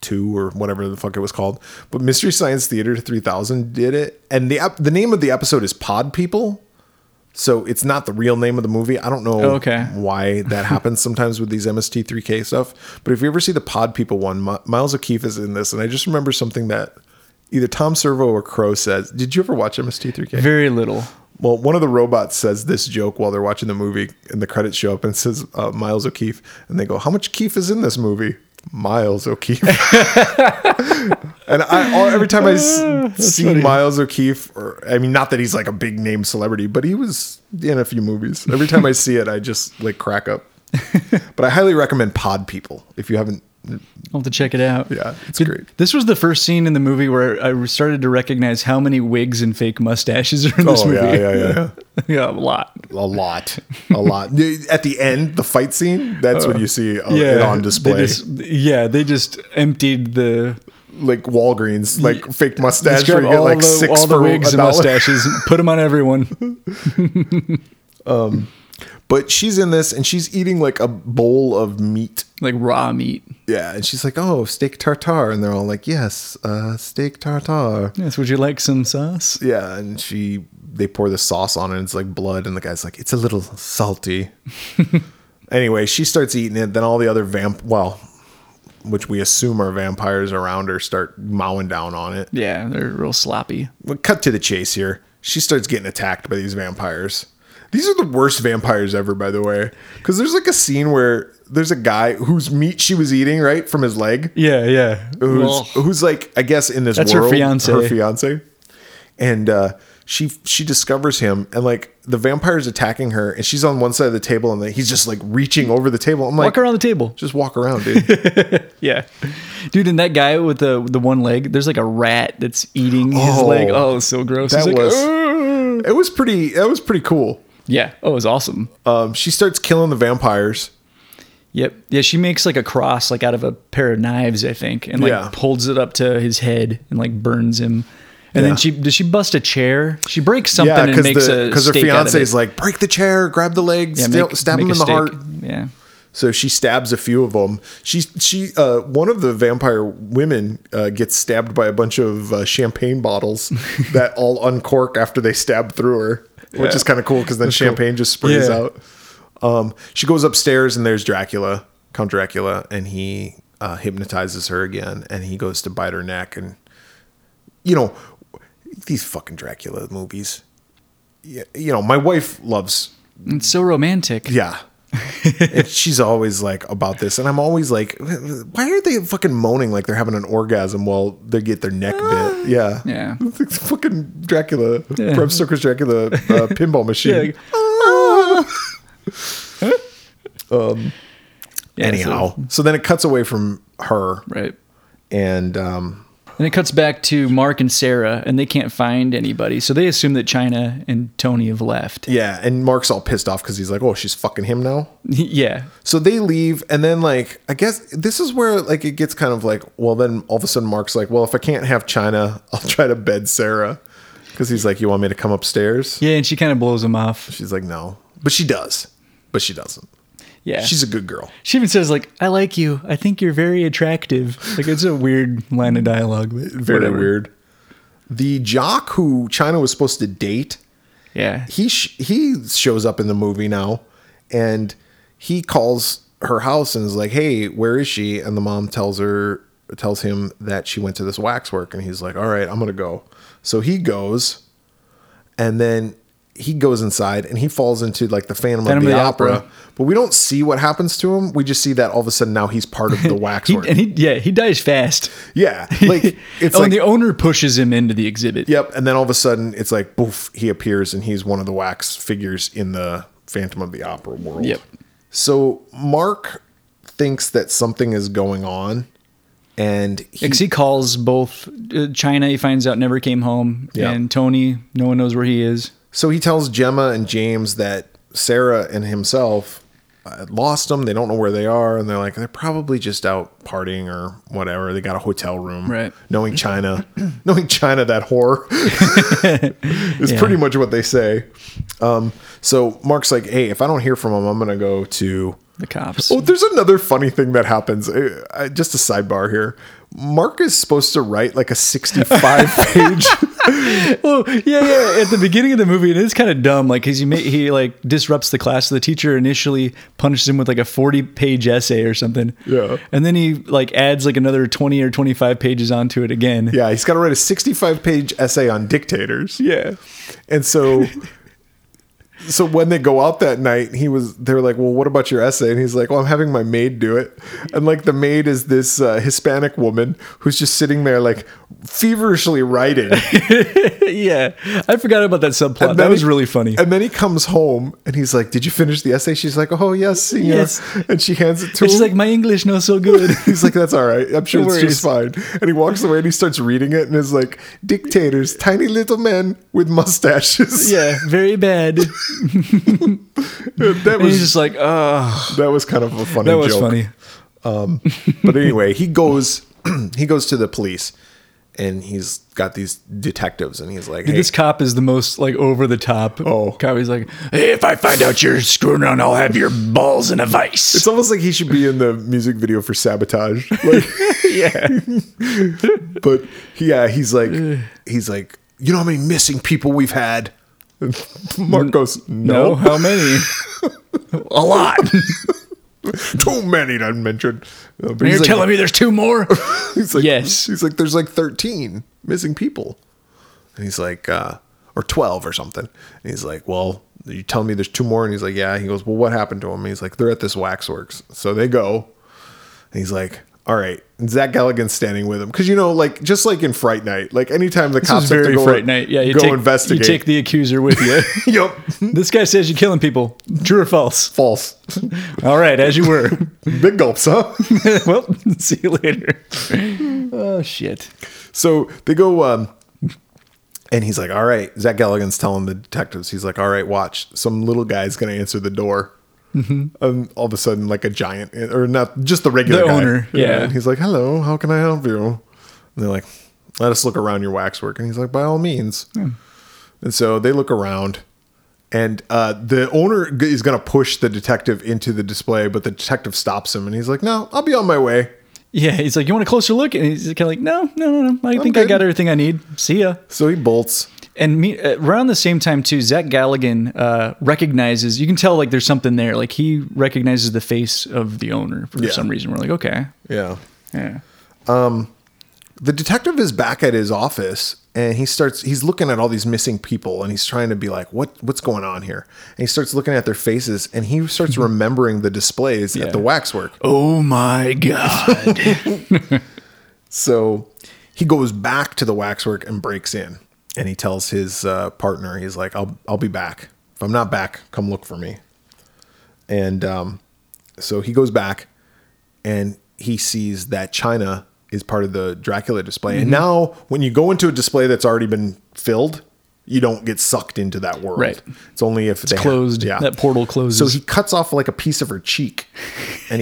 [SPEAKER 2] Two or whatever the fuck it was called. But Mystery Science Theater three thousand did it, and the ep- the name of the episode is Pod People. So it's not the real name of the movie. I don't know
[SPEAKER 1] Oh, Okay.
[SPEAKER 2] why that happens sometimes with these MST3K stuff. But if you ever see the Pod People one, Mi- Miles O'Keefe is in this, and I just remember something that either Tom Servo or Crow says. Did you ever watch MST3K?
[SPEAKER 1] Very little.
[SPEAKER 2] Well, one of the robots says this joke while they're watching the movie, and the credits show up and it says uh, Miles O'Keefe, and they go, "How much Keefe is in this movie?" Miles O'Keefe. and I, all, every time I s- see Miles O'Keefe, or I mean, not that he's like a big name celebrity, but he was in a few movies. Every time I see it, I just like crack up. but I highly recommend Pod People if you haven't.
[SPEAKER 1] I'll have to check it out.
[SPEAKER 2] Yeah, it's great.
[SPEAKER 1] This was the first scene in the movie where I started to recognize how many wigs and fake mustaches are in this movie.
[SPEAKER 2] Oh, yeah.
[SPEAKER 1] yeah, a lot.
[SPEAKER 2] a lot, a lot. At the end, the fight scene. That's when you see uh, it
[SPEAKER 1] Yeah,
[SPEAKER 2] on display.
[SPEAKER 1] They just, yeah, they just emptied the
[SPEAKER 2] like Walgreens, like fake mustache where
[SPEAKER 1] Describe
[SPEAKER 2] you get like six
[SPEAKER 1] all
[SPEAKER 2] for
[SPEAKER 1] the wigs
[SPEAKER 2] a
[SPEAKER 1] and
[SPEAKER 2] dollar.
[SPEAKER 1] mustaches. Put them on everyone.
[SPEAKER 2] But she's in this and she's eating like a bowl of meat.
[SPEAKER 1] Like raw meat.
[SPEAKER 2] Yeah, and she's like, "Oh, steak tartare," and they're all like, "Yes, uh, steak tartare."
[SPEAKER 1] Yes, would you like some sauce?
[SPEAKER 2] Yeah, and she they pour the sauce on it. and It's like blood, and the guy's like, "It's a little salty." anyway, she starts eating it. Then all the other vamp, well, which we assume are vampires around her, start mowing down on it.
[SPEAKER 1] Yeah, they're real sloppy.
[SPEAKER 2] Well, cut to the chase here. She starts getting attacked by these vampires. These are the worst vampires ever, by the way. Because there's like a scene where there's a guy whose meat she was eating, right, from his leg,
[SPEAKER 1] Yeah, yeah.
[SPEAKER 2] who's, who's like, I guess, in this
[SPEAKER 1] That's her
[SPEAKER 2] world,
[SPEAKER 1] fiancé.
[SPEAKER 2] her fiance. And uh, she she discovers him, and like the vampire's attacking her, and she's on one side of the table, and then he's just like reaching over the table. I'm like,
[SPEAKER 1] Walk around the table.
[SPEAKER 2] just walk around, dude.
[SPEAKER 1] Yeah, dude, and that guy with the the one leg. There's like a rat that's eating his
[SPEAKER 2] Oh,
[SPEAKER 1] leg. Oh, it's so gross.
[SPEAKER 2] that
[SPEAKER 1] He's like,
[SPEAKER 2] was-
[SPEAKER 1] "Ugh."
[SPEAKER 2] it was pretty. That was pretty cool.
[SPEAKER 1] yeah. Oh, it was awesome.
[SPEAKER 2] Um, she starts killing the vampires.
[SPEAKER 1] Yep. Yeah, she makes like a cross like out of a pair of knives, I think, and like
[SPEAKER 2] Yeah.
[SPEAKER 1] holds it up to his head and like burns him. And
[SPEAKER 2] Yeah.
[SPEAKER 1] then she does she bust a chair? She breaks something
[SPEAKER 2] Yeah,
[SPEAKER 1] and makes
[SPEAKER 2] the,
[SPEAKER 1] a
[SPEAKER 2] because her
[SPEAKER 1] stake out of
[SPEAKER 2] fiance
[SPEAKER 1] it.
[SPEAKER 2] is like, break the chair, grab the legs,
[SPEAKER 1] Yeah,
[SPEAKER 2] stab-
[SPEAKER 1] make-
[SPEAKER 2] stab
[SPEAKER 1] make
[SPEAKER 2] him
[SPEAKER 1] a
[SPEAKER 2] in the
[SPEAKER 1] stake.
[SPEAKER 2] heart.
[SPEAKER 1] Yeah.
[SPEAKER 2] So she stabs a few of them. She she uh, one of the vampire women uh, gets stabbed by a bunch of uh, champagne bottles that all uncork after they stab through her, which
[SPEAKER 1] Yeah.
[SPEAKER 2] is kind of cool because then champagne just sprays
[SPEAKER 1] Yeah.
[SPEAKER 2] out. Um, she goes upstairs and there's Dracula, Count Dracula, and he uh, hypnotizes her again, and he goes to bite her neck, and you know these fucking Dracula movies. Yeah, you know my wife loves
[SPEAKER 1] It's so romantic.
[SPEAKER 2] yeah. And she's always like about this, and I'm always like, why are they fucking moaning like they're having an orgasm while they get their neck bit? Yeah,
[SPEAKER 1] Ah. Yeah.
[SPEAKER 2] It's fucking Dracula,
[SPEAKER 1] Yeah.
[SPEAKER 2] Bram Stoker's Dracula uh, pinball machine.
[SPEAKER 1] Yeah, like, oh, Yeah, so-
[SPEAKER 2] Anyhow, so, then it cuts away from her,
[SPEAKER 1] right.
[SPEAKER 2] and um,
[SPEAKER 1] And it cuts back to Mark and Sarah, and they can't find anybody, so they assume that China and Tony have left.
[SPEAKER 2] yeah, and Mark's all pissed off because he's like, oh, she's fucking him now.
[SPEAKER 1] yeah.
[SPEAKER 2] So they leave, and then like I guess this is where like it gets kind of like well, then all of a sudden Mark's like, well, if I can't have China, I'll try to bed Sarah, because he's like, you want me to come upstairs?
[SPEAKER 1] Yeah, and she kind of blows him off.
[SPEAKER 2] She's like, no, but she does, but she doesn't.
[SPEAKER 1] Yeah.
[SPEAKER 2] She's a good girl.
[SPEAKER 1] She even says like, "I like you. I think you're very attractive." Like it's a weird line of dialogue. But
[SPEAKER 2] Very
[SPEAKER 1] whatever.
[SPEAKER 2] weird. The jock who China was supposed to date,
[SPEAKER 1] Yeah.
[SPEAKER 2] he sh- he shows up in the movie now, and he calls her house and is like, "Hey, where is she?" And the mom tells her tells him that she went to this waxwork, and he's like, "All right, I'm gonna go." So he goes, and then he goes inside and he falls into like the Phantom,
[SPEAKER 1] Phantom
[SPEAKER 2] of the, Opera. But we don't see what happens to him. We just see that all of a sudden now he's part of the
[SPEAKER 1] He,
[SPEAKER 2] waxwork.
[SPEAKER 1] and he, yeah, he dies fast.
[SPEAKER 2] yeah, like it's
[SPEAKER 1] oh,
[SPEAKER 2] like
[SPEAKER 1] and the owner pushes him into the exhibit.
[SPEAKER 2] Yep. And then all of a sudden, it's like, boof, he appears and he's one of the wax figures in the Phantom of the Opera world.
[SPEAKER 1] Yep.
[SPEAKER 2] So Mark thinks that something is going on. And he,
[SPEAKER 1] Because he calls both uh, China, he finds out never came home,
[SPEAKER 2] Yeah.
[SPEAKER 1] and Tony, no one knows where he is.
[SPEAKER 2] so he tells Gemma and James that Sarah and himself uh, lost them. They don't know where they are. And they're like, they're probably just out partying or whatever. They got a hotel room.
[SPEAKER 1] Right.
[SPEAKER 2] Knowing China, knowing China, that whore. is
[SPEAKER 1] Yeah.
[SPEAKER 2] pretty much what they say. Um, so Mark's like, hey, if I don't hear from him, I'm going to go to.
[SPEAKER 1] The cops.
[SPEAKER 2] Oh, there's another funny thing that happens. Uh, I- just a sidebar here. Mark is supposed to write like a 65 page.
[SPEAKER 1] Well, Oh, yeah, yeah. At the beginning of the movie, it is kind of dumb. Like, 'cause he ma- he like disrupts the class. So the teacher initially punishes him with like a forty-page essay or something.
[SPEAKER 2] Yeah.
[SPEAKER 1] And then he like adds like another twenty or twenty-five pages onto it again.
[SPEAKER 2] Yeah, he's got to write a 65 page essay on dictators.
[SPEAKER 1] Yeah.
[SPEAKER 2] And so so when they go out that night, he was they're like, "Well, what about your essay?" And he's like, "Well, I'm having my maid do it." And like the maid is this uh, Hispanic woman who's just sitting there like feverishly writing.
[SPEAKER 1] yeah. I forgot about that subplot.
[SPEAKER 2] And
[SPEAKER 1] That
[SPEAKER 2] then
[SPEAKER 1] was
[SPEAKER 2] he-
[SPEAKER 1] really funny.
[SPEAKER 2] And then he comes home and he's like, "Did you finish the essay?" She's like, "Oh, yes, senor."
[SPEAKER 1] Yes.
[SPEAKER 2] And she hands it to
[SPEAKER 1] It's
[SPEAKER 2] him.
[SPEAKER 1] like my English not so good.
[SPEAKER 2] He's like, that's all right. I'm sure
[SPEAKER 1] No
[SPEAKER 2] it's just fine. And he walks away and he starts reading it and is like, dictators, tiny little men with mustaches.
[SPEAKER 1] yeah. Very bad. And
[SPEAKER 2] that
[SPEAKER 1] he's
[SPEAKER 2] was
[SPEAKER 1] just like, oh,
[SPEAKER 2] that was kind of a funny
[SPEAKER 1] that was
[SPEAKER 2] joke.
[SPEAKER 1] funny.
[SPEAKER 2] But anyway, he goes he goes to the police and he's got these detectives and he's like, hey,
[SPEAKER 1] This cop is the most like over the top.
[SPEAKER 2] Oh.
[SPEAKER 1] cop! He's like, hey, if I find out you're screwing around, I'll have your balls in a vice.
[SPEAKER 2] it's almost like he should be in the music video for sabotage. Like
[SPEAKER 1] yeah.
[SPEAKER 2] but yeah, he's like he's like, you know how many missing people we've had? Mark goes,
[SPEAKER 1] No,
[SPEAKER 2] no.
[SPEAKER 1] how many? a lot.
[SPEAKER 2] Too many to mention. Uh, but
[SPEAKER 1] You're
[SPEAKER 2] he's like-
[SPEAKER 1] telling me there's two more?
[SPEAKER 2] He's like,
[SPEAKER 1] Yes.
[SPEAKER 2] He's like, there's like 13 missing people. And he's like, uh, or 12 or something. And he's like, well, you tell me there's two more. And he's like, yeah. He goes, well, what happened to him? And he's like, they're at this waxworks. So they go. And he's like, all right. And Zach Galligan's standing with him. Cause you know, like, just like in Fright Night, like anytime the cops
[SPEAKER 1] It's
[SPEAKER 2] have to
[SPEAKER 1] very
[SPEAKER 2] go,
[SPEAKER 1] Fright Night. Yeah, you
[SPEAKER 2] go
[SPEAKER 1] take,
[SPEAKER 2] investigate.
[SPEAKER 1] You take the accuser with you.
[SPEAKER 2] yep.
[SPEAKER 1] this guy says you're killing people. True or false?
[SPEAKER 2] False.
[SPEAKER 1] All right, as you were.
[SPEAKER 2] Big gulps, huh?
[SPEAKER 1] well, see you later. Oh shit.
[SPEAKER 2] So they go, um, and he's like, "All right." Zach Galligan's telling the detectives, "He's like, all right, watch. Some little guy's gonna answer the door." And all of a sudden, like a giant, or not just the regular
[SPEAKER 1] Mm-hmm. The
[SPEAKER 2] guy.
[SPEAKER 1] owner, yeah.
[SPEAKER 2] And he's like, "Hello, how can I help you?" And they're like, "Let us look around your waxwork." And he's like, "By all means."
[SPEAKER 1] Hmm.
[SPEAKER 2] And so they look around, and uh, the owner g- is gonna push the detective into the display, but the detective stops him, and he's like, "No, I'll be on my way."
[SPEAKER 1] Yeah, he's like, you want a closer look? And he's kind of like, no, no, no, no. I think I
[SPEAKER 2] good.
[SPEAKER 1] got everything I need. See ya.
[SPEAKER 2] So he bolts.
[SPEAKER 1] And me, uh, around the same time too, Zach Galligan uh, recognizes. You can tell like there's something there. Like he recognizes the face of the owner for
[SPEAKER 2] Yeah.
[SPEAKER 1] some reason. We're like, okay,
[SPEAKER 2] Yeah.
[SPEAKER 1] yeah,
[SPEAKER 2] the detective is back at his office and he starts he's looking at all these missing people and he's trying to be like what what's going on here and he starts looking at their faces and he starts remembering the displays
[SPEAKER 1] Yeah.
[SPEAKER 2] at the waxwork
[SPEAKER 1] Oh my god.
[SPEAKER 2] so he goes back to the waxwork and breaks in and he tells his uh, partner he's like I'll, I'll be back if i'm not back come look for me and um, so he goes back and he sees that china is part of the dracula display
[SPEAKER 1] Mm-hmm.
[SPEAKER 2] and now when you go into a display that's already been filled you don't get sucked into that world
[SPEAKER 1] Right.
[SPEAKER 2] it's only if it's
[SPEAKER 1] closed. That portal closes.
[SPEAKER 2] so he cuts off like a piece of her cheek and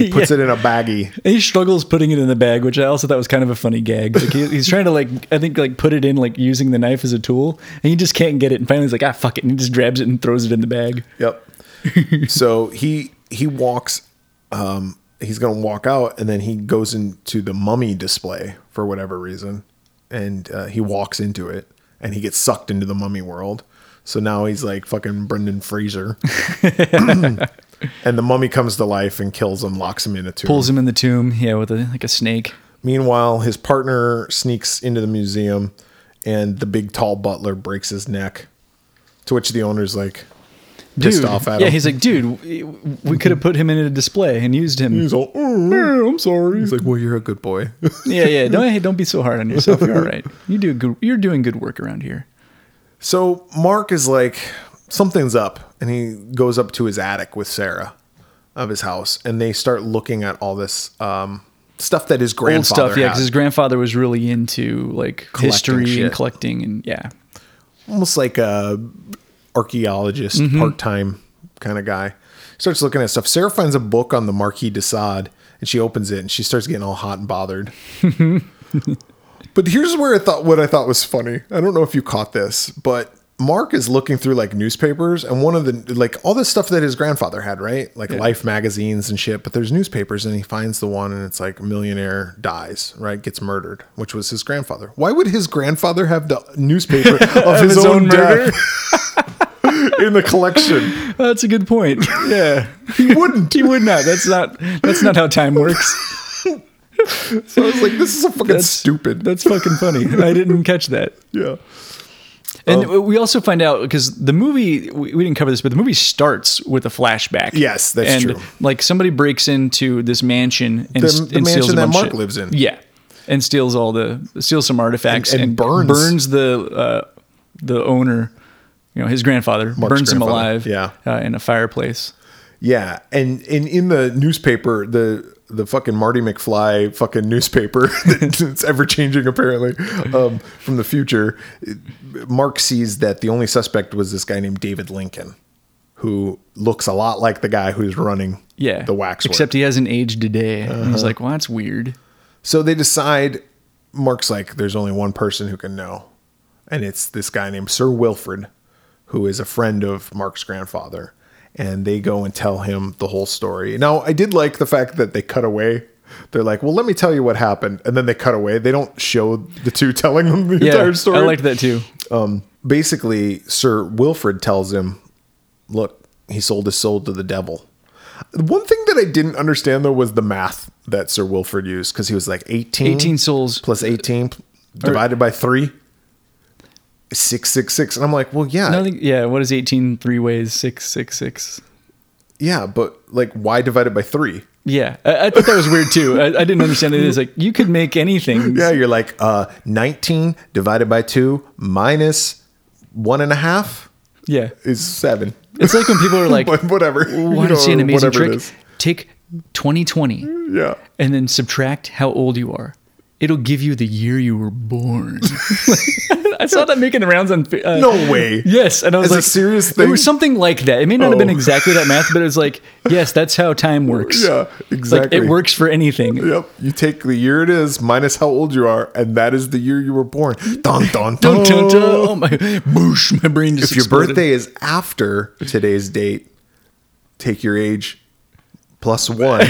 [SPEAKER 2] he puts
[SPEAKER 1] Yeah.
[SPEAKER 2] it in a baggie
[SPEAKER 1] And he struggles putting it in the bag, which I also thought was kind of a funny gag. Like he, he's trying to like I think like put it in like using the knife as a tool, and he just can't get it. And finally, he's like, ah, fuck it, and he just grabs it and throws it in the bag.
[SPEAKER 2] Yep. so he he walks. Um, he's gonna walk out, and then he goes into the mummy display for whatever reason, and uh, he walks into it, and he gets sucked into the mummy world. So now he's like fucking Brendan Fraser, and the mummy comes to life and kills him, locks him in a tomb.
[SPEAKER 1] Pulls him in the tomb, yeah, with a like a snake.
[SPEAKER 2] Meanwhile, his partner sneaks into the museum, and the big tall butler breaks his neck. To which the owner's like
[SPEAKER 1] dude,
[SPEAKER 2] pissed off at
[SPEAKER 1] yeah,
[SPEAKER 2] him.
[SPEAKER 1] he's like, dude, we, we could have put him in a display and used him.
[SPEAKER 2] He's all, "Oh, I'm sorry. He's like, well, you're a good boy.
[SPEAKER 1] yeah, yeah. Don't hey, don't be so hard on yourself. You're all right. You do good. You're doing good work around here.
[SPEAKER 2] So Mark is like, something's up, and he goes up to his attic with Sarah of his house, and they start looking at all this um, stuff that his grandfather
[SPEAKER 1] Old stuff, yeah.
[SPEAKER 2] had.
[SPEAKER 1] Because his grandfather was really into like history
[SPEAKER 2] shit.
[SPEAKER 1] and collecting, and yeah,
[SPEAKER 2] almost like a archaeologist, part-time kind of guy. Starts looking at stuff. Sarah finds a book on the Marquis de Sade, and she opens it, and she starts getting all hot and bothered. but here's where I thought what I thought was funny. I don't know if you caught this, but Mark is looking through like newspapers, and one of the like all the stuff that his grandfather had, right? Like Life magazines and shit. But there's newspapers, and he finds the one, and it's like millionaire dies, right? Gets murdered, which was his grandfather. Why would his grandfather have the newspaper of, his,
[SPEAKER 1] his
[SPEAKER 2] own,
[SPEAKER 1] own
[SPEAKER 2] murder in the collection?
[SPEAKER 1] that's a good point. Yeah,
[SPEAKER 2] He wouldn't.
[SPEAKER 1] he would not. That's not. That's not how time works.
[SPEAKER 2] So I was like, this is a fucking
[SPEAKER 1] That's
[SPEAKER 2] stupid.
[SPEAKER 1] That's fucking funny. I didn't catch that.
[SPEAKER 2] yeah.
[SPEAKER 1] And
[SPEAKER 2] Oh.
[SPEAKER 1] we also find out because the movie we, we didn't cover this, but the movie starts with a flashback.
[SPEAKER 2] Yes, that's
[SPEAKER 1] and,
[SPEAKER 2] true.
[SPEAKER 1] Like somebody breaks into this mansion and,
[SPEAKER 2] The-
[SPEAKER 1] s-
[SPEAKER 2] the
[SPEAKER 1] and steals
[SPEAKER 2] mansion
[SPEAKER 1] a
[SPEAKER 2] that
[SPEAKER 1] bunch
[SPEAKER 2] Mark
[SPEAKER 1] shit.
[SPEAKER 2] lives in.
[SPEAKER 1] Yeah, and steals all the steals some artifacts
[SPEAKER 2] And-
[SPEAKER 1] and,
[SPEAKER 2] and burns-
[SPEAKER 1] the uh, the owner, you know, his grandfather burns him
[SPEAKER 2] grandfather,
[SPEAKER 1] alive.
[SPEAKER 2] yeah.
[SPEAKER 1] uh, in a fireplace.
[SPEAKER 2] Yeah, and in in the newspaper, the the fucking Marty McFly fucking newspaper that's ever changing apparently um, from the future. it- Mark sees that the only suspect was this guy named David Lincoln, who looks a lot like the guy who's running
[SPEAKER 1] Yeah,
[SPEAKER 2] the wax. Uh-huh.
[SPEAKER 1] Except he hasn't aged a day. And he's like, well, that's weird.
[SPEAKER 2] So they decide. Mark's like, there's only one person who can know, and it's this guy named Sir Wilfred, who is a friend of Mark's grandfather. And they go and tell him the whole story. Now, I did like the fact that they cut away. They're like, well, let me tell you what happened, and then they cut away. They don't show the two telling them the
[SPEAKER 1] Yeah,
[SPEAKER 2] entire story Uh-huh.
[SPEAKER 1] I liked that too.
[SPEAKER 2] basically Sir Wilfred tells him, "Look, he sold his soul to the devil." The One thing that I didn't understand though was the math that Sir Wilfred used because he was like 18,
[SPEAKER 1] 18 souls.
[SPEAKER 2] plus 18 p- divided by 3 666 and I'm like, "Well, yeah.
[SPEAKER 1] Nothing, yeah, what is 18 three ways? Six, six, six.
[SPEAKER 2] yeah, but like why divided by 3?"
[SPEAKER 1] Yeah, I, I thought that was weird too. I, I didn't understand it. It's like you could make anything.
[SPEAKER 2] Yeah, you're like uh 19 divided by 2 minus one and a half
[SPEAKER 1] Yeah.
[SPEAKER 2] is 7.
[SPEAKER 1] It's like when people are like,
[SPEAKER 2] But whatever. You
[SPEAKER 1] want to
[SPEAKER 2] know,
[SPEAKER 1] see an amazing
[SPEAKER 2] whatever it
[SPEAKER 1] trick?
[SPEAKER 2] is.
[SPEAKER 1] Take 2020
[SPEAKER 2] Yeah.
[SPEAKER 1] and then subtract how old you are. It'll give you the year you were born. I saw that making the rounds on. Uh,
[SPEAKER 2] No way.
[SPEAKER 1] Yes, and I was
[SPEAKER 2] As a
[SPEAKER 1] like,
[SPEAKER 2] serious
[SPEAKER 1] It
[SPEAKER 2] thing?
[SPEAKER 1] was something like that. It may not have been
[SPEAKER 2] Oh.
[SPEAKER 1] exactly that math, but it was like, yes, that's how time works.
[SPEAKER 2] Yeah,
[SPEAKER 1] Like,
[SPEAKER 2] exactly.
[SPEAKER 1] it works for anything.
[SPEAKER 2] Yep. You take the year it is minus how old you are, and that is the year you were born. Dun dun dun.
[SPEAKER 1] Dun, dun, dun. Oh my, boosh, my brain just
[SPEAKER 2] If your
[SPEAKER 1] exploded.
[SPEAKER 2] birthday is after today's date, take your age plus one.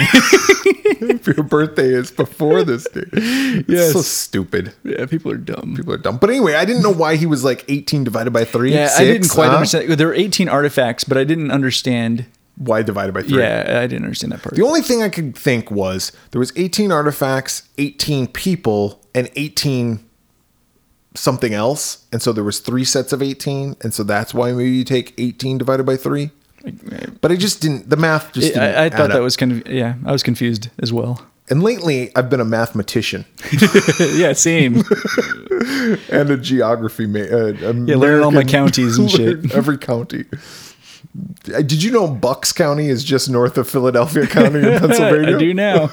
[SPEAKER 2] if your birthday is before this date, it's
[SPEAKER 1] Yes.
[SPEAKER 2] so stupid.
[SPEAKER 1] Yeah, people are dumb.
[SPEAKER 2] People are dumb. But anyway, I didn't know why he was like 18 divided by three.
[SPEAKER 1] Yeah, I
[SPEAKER 2] six,
[SPEAKER 1] didn't quite
[SPEAKER 2] huh?
[SPEAKER 1] understand. There were 18 artifacts, but I didn't understand.
[SPEAKER 2] Why divided by three?
[SPEAKER 1] Yeah, I didn't understand that part.
[SPEAKER 2] The only thing I could think was there was 18 artifacts, 18 people, and 18 something else. And so there was three sets of 18, and so that's why maybe you take 18 divided by 3. But I just didn't the math just didn't
[SPEAKER 1] I, I thought
[SPEAKER 2] add
[SPEAKER 1] that
[SPEAKER 2] up.
[SPEAKER 1] was kind of yeah. I was confused as well.
[SPEAKER 2] And lately I've been a mathematician
[SPEAKER 1] yeah, same.
[SPEAKER 2] and a geography ma- uh,
[SPEAKER 1] Yeah, learn all my counties and shit.
[SPEAKER 2] Every county. Uh, Did you know Bucks County is just north of Philadelphia County in Pennsylvania?
[SPEAKER 1] I do now.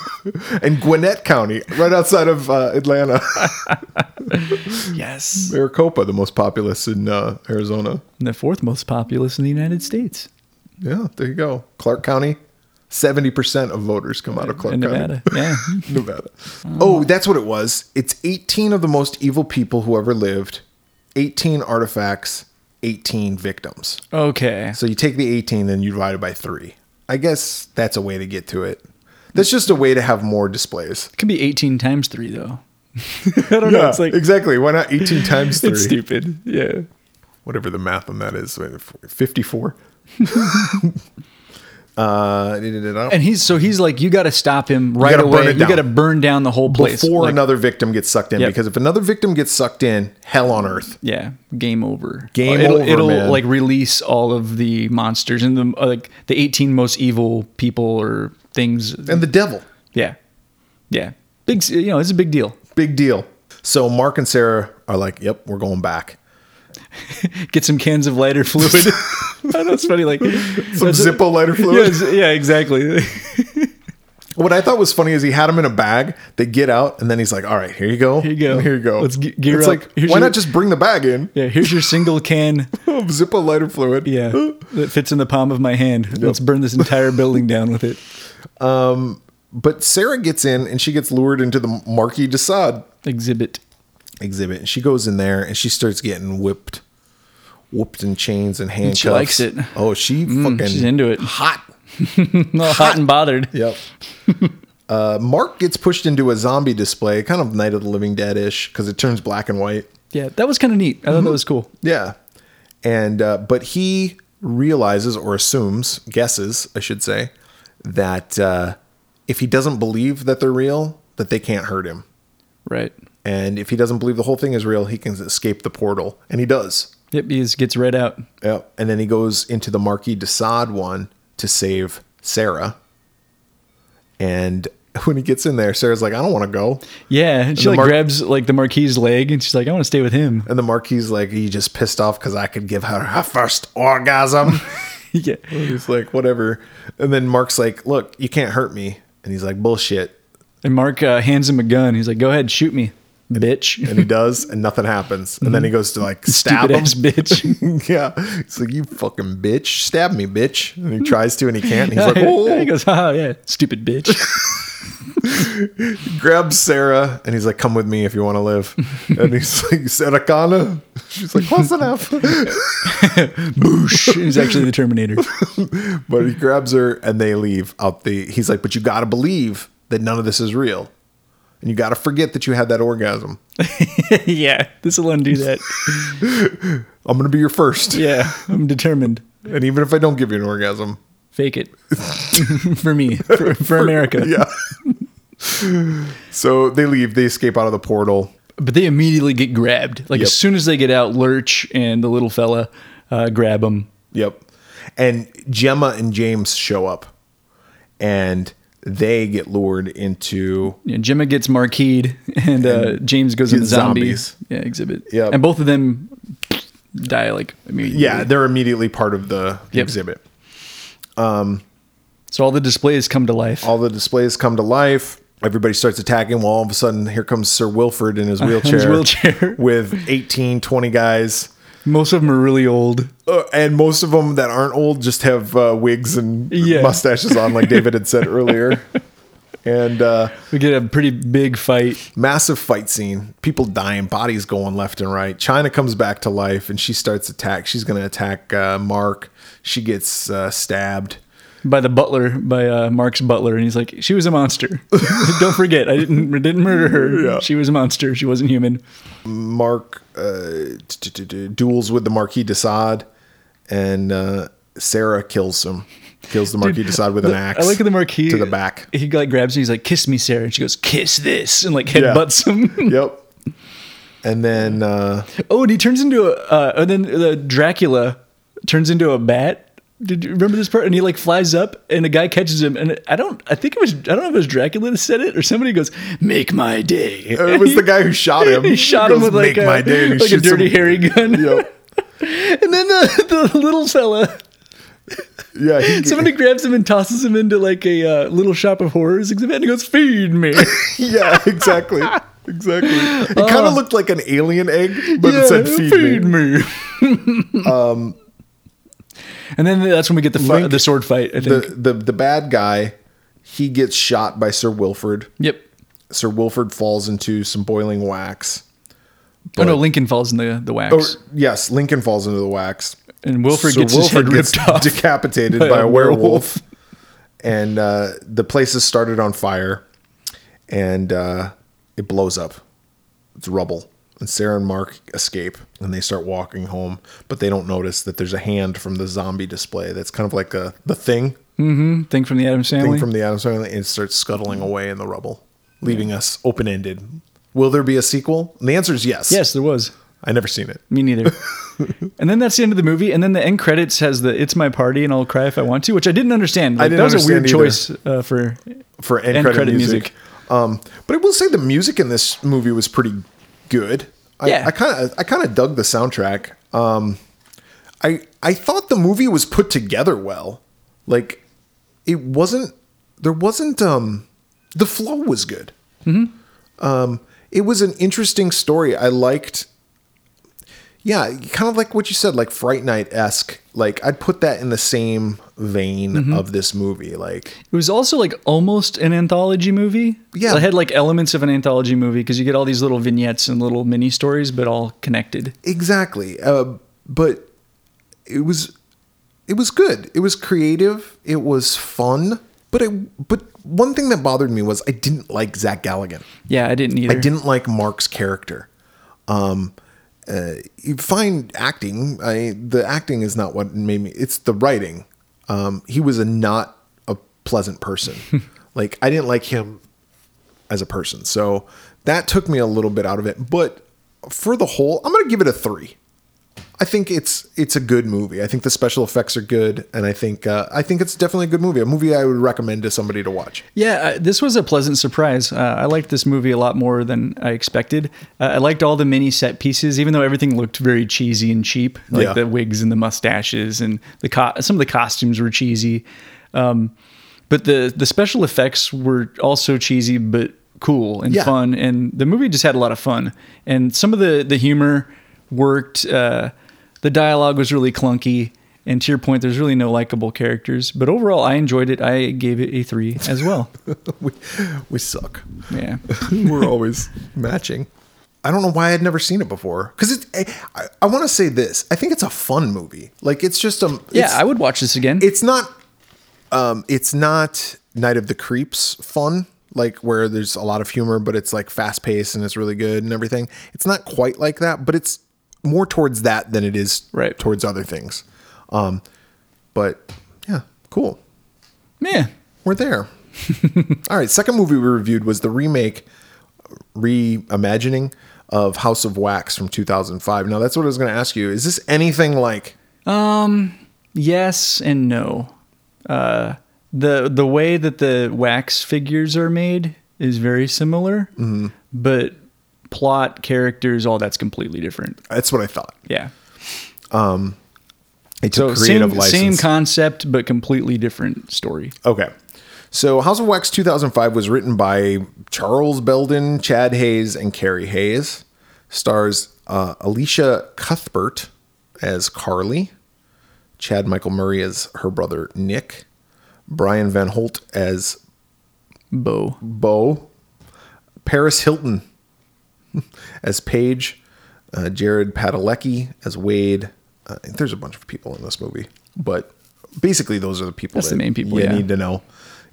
[SPEAKER 2] And Gwinnett County, right outside of uh, Atlanta.
[SPEAKER 1] yes,
[SPEAKER 2] Maricopa, the most populous in uh, Arizona.
[SPEAKER 1] and the fourth most populous in the United States,
[SPEAKER 2] Yeah, there you go. Clark County, 70% of voters come out of Clark
[SPEAKER 1] in
[SPEAKER 2] County.
[SPEAKER 1] Nevada. Yeah,
[SPEAKER 2] Nevada. Oh, that's what it was. It's 18 of the most evil people who ever lived, 18 artifacts, 18 victims.
[SPEAKER 1] okay.
[SPEAKER 2] So you take the 18 and you divide it by three. I guess that's a way to get to it. That's just a way to have more displays.
[SPEAKER 1] It could be 18 times three though. I don't know. It's like
[SPEAKER 2] exactly. Why not 18 times three?
[SPEAKER 1] it's stupid. Yeah.
[SPEAKER 2] whatever the math on that is, 54. Uh, da-da-da-da.
[SPEAKER 1] And he's so he's like, you got to stop him right
[SPEAKER 2] gotta burn
[SPEAKER 1] away.
[SPEAKER 2] it
[SPEAKER 1] You
[SPEAKER 2] down.
[SPEAKER 1] got to burn down the whole place
[SPEAKER 2] before
[SPEAKER 1] Like,
[SPEAKER 2] another victim gets sucked in,
[SPEAKER 1] Yep.
[SPEAKER 2] because if another victim gets sucked in, hell on earth.
[SPEAKER 1] Yeah, game over.
[SPEAKER 2] Game
[SPEAKER 1] it'll,
[SPEAKER 2] over,
[SPEAKER 1] It'll
[SPEAKER 2] man.
[SPEAKER 1] like release all of the monsters and the uh, like the eighteen most evil people or things.
[SPEAKER 2] And the devil,
[SPEAKER 1] Yeah, yeah. Big, s- you know, it's a big deal.
[SPEAKER 2] big deal. So Mark and Sarah are like, "Yep, we're going back."
[SPEAKER 1] Get some cans of lighter fluid. That's funny. Like
[SPEAKER 2] Some
[SPEAKER 1] that's a-
[SPEAKER 2] Zippo lighter
[SPEAKER 1] Yeah,
[SPEAKER 2] fluid.
[SPEAKER 1] it's- yeah, exactly.
[SPEAKER 2] What I thought was funny is he had them in a bag. They get out, and then he's like, "All right, here you go. Here
[SPEAKER 1] you go.
[SPEAKER 2] Here you go.
[SPEAKER 1] Let's ge- gear
[SPEAKER 2] it's
[SPEAKER 1] up.
[SPEAKER 2] like,
[SPEAKER 1] Here's
[SPEAKER 2] why
[SPEAKER 1] your- Oh,
[SPEAKER 2] not just bring the bag in
[SPEAKER 1] Yeah, here's your single can.
[SPEAKER 2] of Zippo lighter fluid?
[SPEAKER 1] Yeah, that fits in the palm of my hand. Let's burn this entire building down with it.
[SPEAKER 2] But Sarah gets in, and she gets lured into the Marquis de Sade
[SPEAKER 1] Exhibit.
[SPEAKER 2] exhibit. And she goes in there, and she starts getting whipped, whooped in chains and handcuffs.
[SPEAKER 1] she likes it. Mm,
[SPEAKER 2] Oh, she fucking
[SPEAKER 1] She's into it.
[SPEAKER 2] hot.
[SPEAKER 1] Not hot and bothered.
[SPEAKER 2] Yep. uh, Mark gets pushed into a zombie display, kind of Night of the Living Dead ish, because it turns black and white.
[SPEAKER 1] Yeah, that was kind of neat. I
[SPEAKER 2] Mm-hmm.
[SPEAKER 1] thought that was cool.
[SPEAKER 2] Yeah. And, uh, but he realizes or assumes, guesses, I should say, that uh, if he doesn't believe that they're real, that they can't hurt him.
[SPEAKER 1] Right.
[SPEAKER 2] And if he doesn't believe the whole thing is real, he can escape the portal. And he does.
[SPEAKER 1] Yep, he just gets read out.
[SPEAKER 2] Yep. And then he goes into the Marquis de Sade one to save Sarah. And when he gets in there, Sarah's like, I don't want to go.
[SPEAKER 1] Yeah, and she
[SPEAKER 2] the
[SPEAKER 1] like
[SPEAKER 2] Mar-
[SPEAKER 1] grabs like the marquis's leg and she's like, I want to stay with him.
[SPEAKER 2] And the Marquis like, he just pissed off because I could give her her first orgasm.
[SPEAKER 1] yeah.
[SPEAKER 2] he's like, whatever. And then Mark's like, look, you can't hurt me. And he's like, bullshit.
[SPEAKER 1] And Mark uh, hands him a gun. He's like, Go ahead, shoot me, bitch.
[SPEAKER 2] And he does, and nothing happens. And then he goes to like stab
[SPEAKER 1] Stupid
[SPEAKER 2] him.
[SPEAKER 1] ass bitch.
[SPEAKER 2] yeah. He's like, you fucking bitch. Stab me, bitch. And he tries to, and he can't. And he's like,
[SPEAKER 1] he
[SPEAKER 2] oh.
[SPEAKER 1] goes, haha, yeah, stupid bitch.
[SPEAKER 2] grabs Sarah and he's like, "Come with me if you want to live." And he's like, "Saracana." She's like, "Close enough."
[SPEAKER 1] Boosh. He's actually the Terminator.
[SPEAKER 2] but he grabs her and they leave out the. He's like, "But you got to believe that none of this is real, and you got to forget that you had that orgasm.
[SPEAKER 1] yeah, this will undo that.
[SPEAKER 2] I'm gonna be your first,
[SPEAKER 1] Yeah, I'm determined.
[SPEAKER 2] and even if I don't give you an orgasm,
[SPEAKER 1] Fake it. for me, for, for America.
[SPEAKER 2] yeah." so they leave. They escape out of the portal.
[SPEAKER 1] But they immediately get grabbed. Like
[SPEAKER 2] Yep.
[SPEAKER 1] as soon as they get out, Lurch and the little fella uh, grab him.
[SPEAKER 2] Yep. And Gemma and James show up, and they get lured into
[SPEAKER 1] Yeah, Gemma gets marqueed and uh, James goes in the
[SPEAKER 2] gets
[SPEAKER 1] zombies.
[SPEAKER 2] zombies.
[SPEAKER 1] Yeah, exhibit.
[SPEAKER 2] Yep.
[SPEAKER 1] And both of them die like immediately.
[SPEAKER 2] Yeah, they're immediately part of the
[SPEAKER 1] Yep.
[SPEAKER 2] exhibit.
[SPEAKER 1] So all the displays come to life.
[SPEAKER 2] All the displays come to life. Everybody starts attacking. Well, all of a sudden, here comes Sir Wilfred in his wheelchair,
[SPEAKER 1] wheelchair.
[SPEAKER 2] with 18, 20 guys.
[SPEAKER 1] Most of them are really old.
[SPEAKER 2] Uh, and most of them that aren't old just have uh, wigs and
[SPEAKER 1] Yeah.
[SPEAKER 2] mustaches on, like David had said earlier. And uh,
[SPEAKER 1] We get a pretty big fight.
[SPEAKER 2] massive fight scene. People dying, bodies going left and right. China comes back to life, and she starts attack. She's going to attack uh, Mark. She gets uh, stabbed.
[SPEAKER 1] By the butler, by uh, Mark's butler, and he's like, "She was a monster. Don't forget, I didn't didn't murder her.
[SPEAKER 2] Yeah.
[SPEAKER 1] She was a monster. She wasn't human."
[SPEAKER 2] Mark uh, t- t- t- duels with the Marquis de Sade, and uh, Sarah kills him. Kills the Marquis de Sade with an axe.
[SPEAKER 1] I look at the marquee
[SPEAKER 2] to the back.
[SPEAKER 1] He like grabs her. He's like, "Kiss me, Sarah," and she goes, "Kiss this," and like headbutts him.
[SPEAKER 2] Yep. And then uh,
[SPEAKER 1] oh, and he turns into a. Uh, and then the Dracula turns into a bat. Did you remember this part? And he like flies up, and a guy catches him. And I don't. I think it was. I don't know if it was Dracula that said it or somebody goes, "Make my day."
[SPEAKER 2] it was the guy who shot him.
[SPEAKER 1] he shot him
[SPEAKER 2] goes,
[SPEAKER 1] with like,
[SPEAKER 2] "Make
[SPEAKER 1] a,
[SPEAKER 2] my day," and he
[SPEAKER 1] like a
[SPEAKER 2] shoots
[SPEAKER 1] dirty
[SPEAKER 2] him.
[SPEAKER 1] hairy gun.
[SPEAKER 2] Yep.
[SPEAKER 1] and then the, the little fella,
[SPEAKER 2] Yeah. He,
[SPEAKER 1] somebody grabs him and tosses him into like a uh, little shop of horrors exhibit, and he goes, "Feed me."
[SPEAKER 2] yeah. Exactly. Exactly. It kind of looked like an alien egg, but it said feed, me.
[SPEAKER 1] Uh, me. Um, and then that's when we get the fi-
[SPEAKER 2] Link-
[SPEAKER 1] the sword fight. I think.
[SPEAKER 2] The, the the bad guy, he gets shot by Sir Wilfred.
[SPEAKER 1] yep.
[SPEAKER 2] Sir Wilfred falls into some boiling wax.
[SPEAKER 1] Oh no, Lincoln falls in the the
[SPEAKER 2] Or,
[SPEAKER 1] wax,
[SPEAKER 2] Oh, yes, Lincoln falls into the wax.
[SPEAKER 1] and Wilfred
[SPEAKER 2] Sir
[SPEAKER 1] gets
[SPEAKER 2] Wilfred
[SPEAKER 1] his
[SPEAKER 2] gets
[SPEAKER 1] head ripped off.
[SPEAKER 2] decapitated by, a werewolf, and uh, the place is started on fire, and uh, it blows up. It's rubble, and Sarah and Mark escape, and they start walking home, but they don't notice that there's a hand from the zombie display. That's kind of like a the thing
[SPEAKER 1] Thing from the Adams
[SPEAKER 2] thing
[SPEAKER 1] family.
[SPEAKER 2] from the Adams family and it starts
[SPEAKER 1] Hmm.
[SPEAKER 2] scuttling away in the rubble, leaving us open ended. Will there be a sequel? And the answer is yes.
[SPEAKER 1] yes, there was.
[SPEAKER 2] I never seen it.
[SPEAKER 1] Me neither. and then that's the end of the movie, and then the end credits has the "It's my party and I'll cry if I want to," which I didn't understand. Like,
[SPEAKER 2] didn't
[SPEAKER 1] that was a
[SPEAKER 2] understand
[SPEAKER 1] weird
[SPEAKER 2] either.
[SPEAKER 1] choice uh, for.
[SPEAKER 2] for end,
[SPEAKER 1] End
[SPEAKER 2] credit,
[SPEAKER 1] credit
[SPEAKER 2] music.
[SPEAKER 1] music.
[SPEAKER 2] Um, but I will say the music in this movie was pretty good. I,
[SPEAKER 1] Yeah.
[SPEAKER 2] I kind of I kind of dug the soundtrack. Um, I I thought the movie was put together well. Like it wasn't there wasn't um the flow was good. Um, it was an interesting story. I liked. Yeah, kind of like what you said, like Fright Night esque. Like I'd put that in the same vein of this movie. Like
[SPEAKER 1] It was also like almost an anthology movie.
[SPEAKER 2] Yeah.
[SPEAKER 1] it had like elements of an anthology movie because you get all these little vignettes and little mini stories, but all connected.
[SPEAKER 2] exactly uh, but it was it was good it was creative it was fun but it but one thing that bothered me was i didn't like zach galligan
[SPEAKER 1] Yeah, I didn't either.
[SPEAKER 2] i didn't like mark's character um uh, you find acting i the acting is not what made me it's the writing um he was a not a pleasant person like i didn't like him as a person so that took me a little bit out of it but for the whole i'm gonna give it a three I think it's it's a good movie. I think the special effects are good, and I think uh, I think it's definitely a good movie. A movie I would recommend to somebody to watch.
[SPEAKER 1] Yeah, I, this was a pleasant surprise. Uh, I liked this movie a lot more than I expected. Uh, I liked all the mini set pieces, even though everything looked very cheesy and cheap, like
[SPEAKER 2] Yeah.
[SPEAKER 1] the wigs and the mustaches, and the co- some of the costumes were cheesy. Um, but the the special effects were also cheesy, but cool and
[SPEAKER 2] Yeah.
[SPEAKER 1] fun. And the movie just had a lot of fun. And some of the the humor worked. Uh, the dialogue was really clunky. And to your point, there's really no likable characters. But overall, I enjoyed it. I gave it a three as well.
[SPEAKER 2] we we suck.
[SPEAKER 1] Yeah.
[SPEAKER 2] We're always matching. I don't know why I'd never seen it before. Because it, I, I want to say this. I think it's a fun movie. Like it's just a
[SPEAKER 1] Yeah,
[SPEAKER 2] it's-
[SPEAKER 1] I would watch this again.
[SPEAKER 2] it's not um it's not night of the creeps fun like where there's a lot of humor but it's like fast paced and it's really good and everything it's not quite like that but it's more towards that than it is
[SPEAKER 1] Right.
[SPEAKER 2] towards other things um but yeah cool
[SPEAKER 1] yeah.
[SPEAKER 2] we're there all right second movie we reviewed was the remake reimagining of house of wax from 2005 now that's what i was going to ask you is this anything like
[SPEAKER 1] Yes and no. Uh, the the way that the wax figures are made is very similar,
[SPEAKER 2] Mm-hmm.
[SPEAKER 1] but plot, characters, all that's completely different.
[SPEAKER 2] that's what i thought
[SPEAKER 1] Yeah.
[SPEAKER 2] it
[SPEAKER 1] So
[SPEAKER 2] took creative
[SPEAKER 1] same,
[SPEAKER 2] license
[SPEAKER 1] same concept, but completely different story.
[SPEAKER 2] Okay. So House of Wax 2005 was written by Charles Belden, Chad Hayes, and Carrie Hayes. Stars uh, Alicia Cuthbert as Carly, Chad Michael Murray as her brother Nick, Brian Van Holt as
[SPEAKER 1] Bo.
[SPEAKER 2] Bo, Paris Hilton as Paige, uh, Jared Padalecki as Wade. Uh, there's a bunch of people in this movie, but basically those are the people
[SPEAKER 1] That's the main people,
[SPEAKER 2] you
[SPEAKER 1] yeah.
[SPEAKER 2] need to know.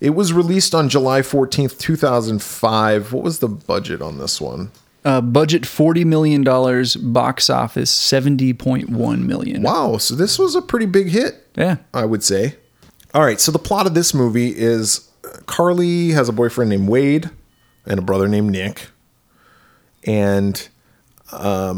[SPEAKER 2] It was released on July 14th, 2005. What was the budget on this one?
[SPEAKER 1] Uh, budget forty million dollars, box office seventy point one million.
[SPEAKER 2] Wow, so this was a pretty big hit.
[SPEAKER 1] Yeah.
[SPEAKER 2] I would say. All right, so the plot of this movie is Carly has a boyfriend named Wade and a brother named Nick. And um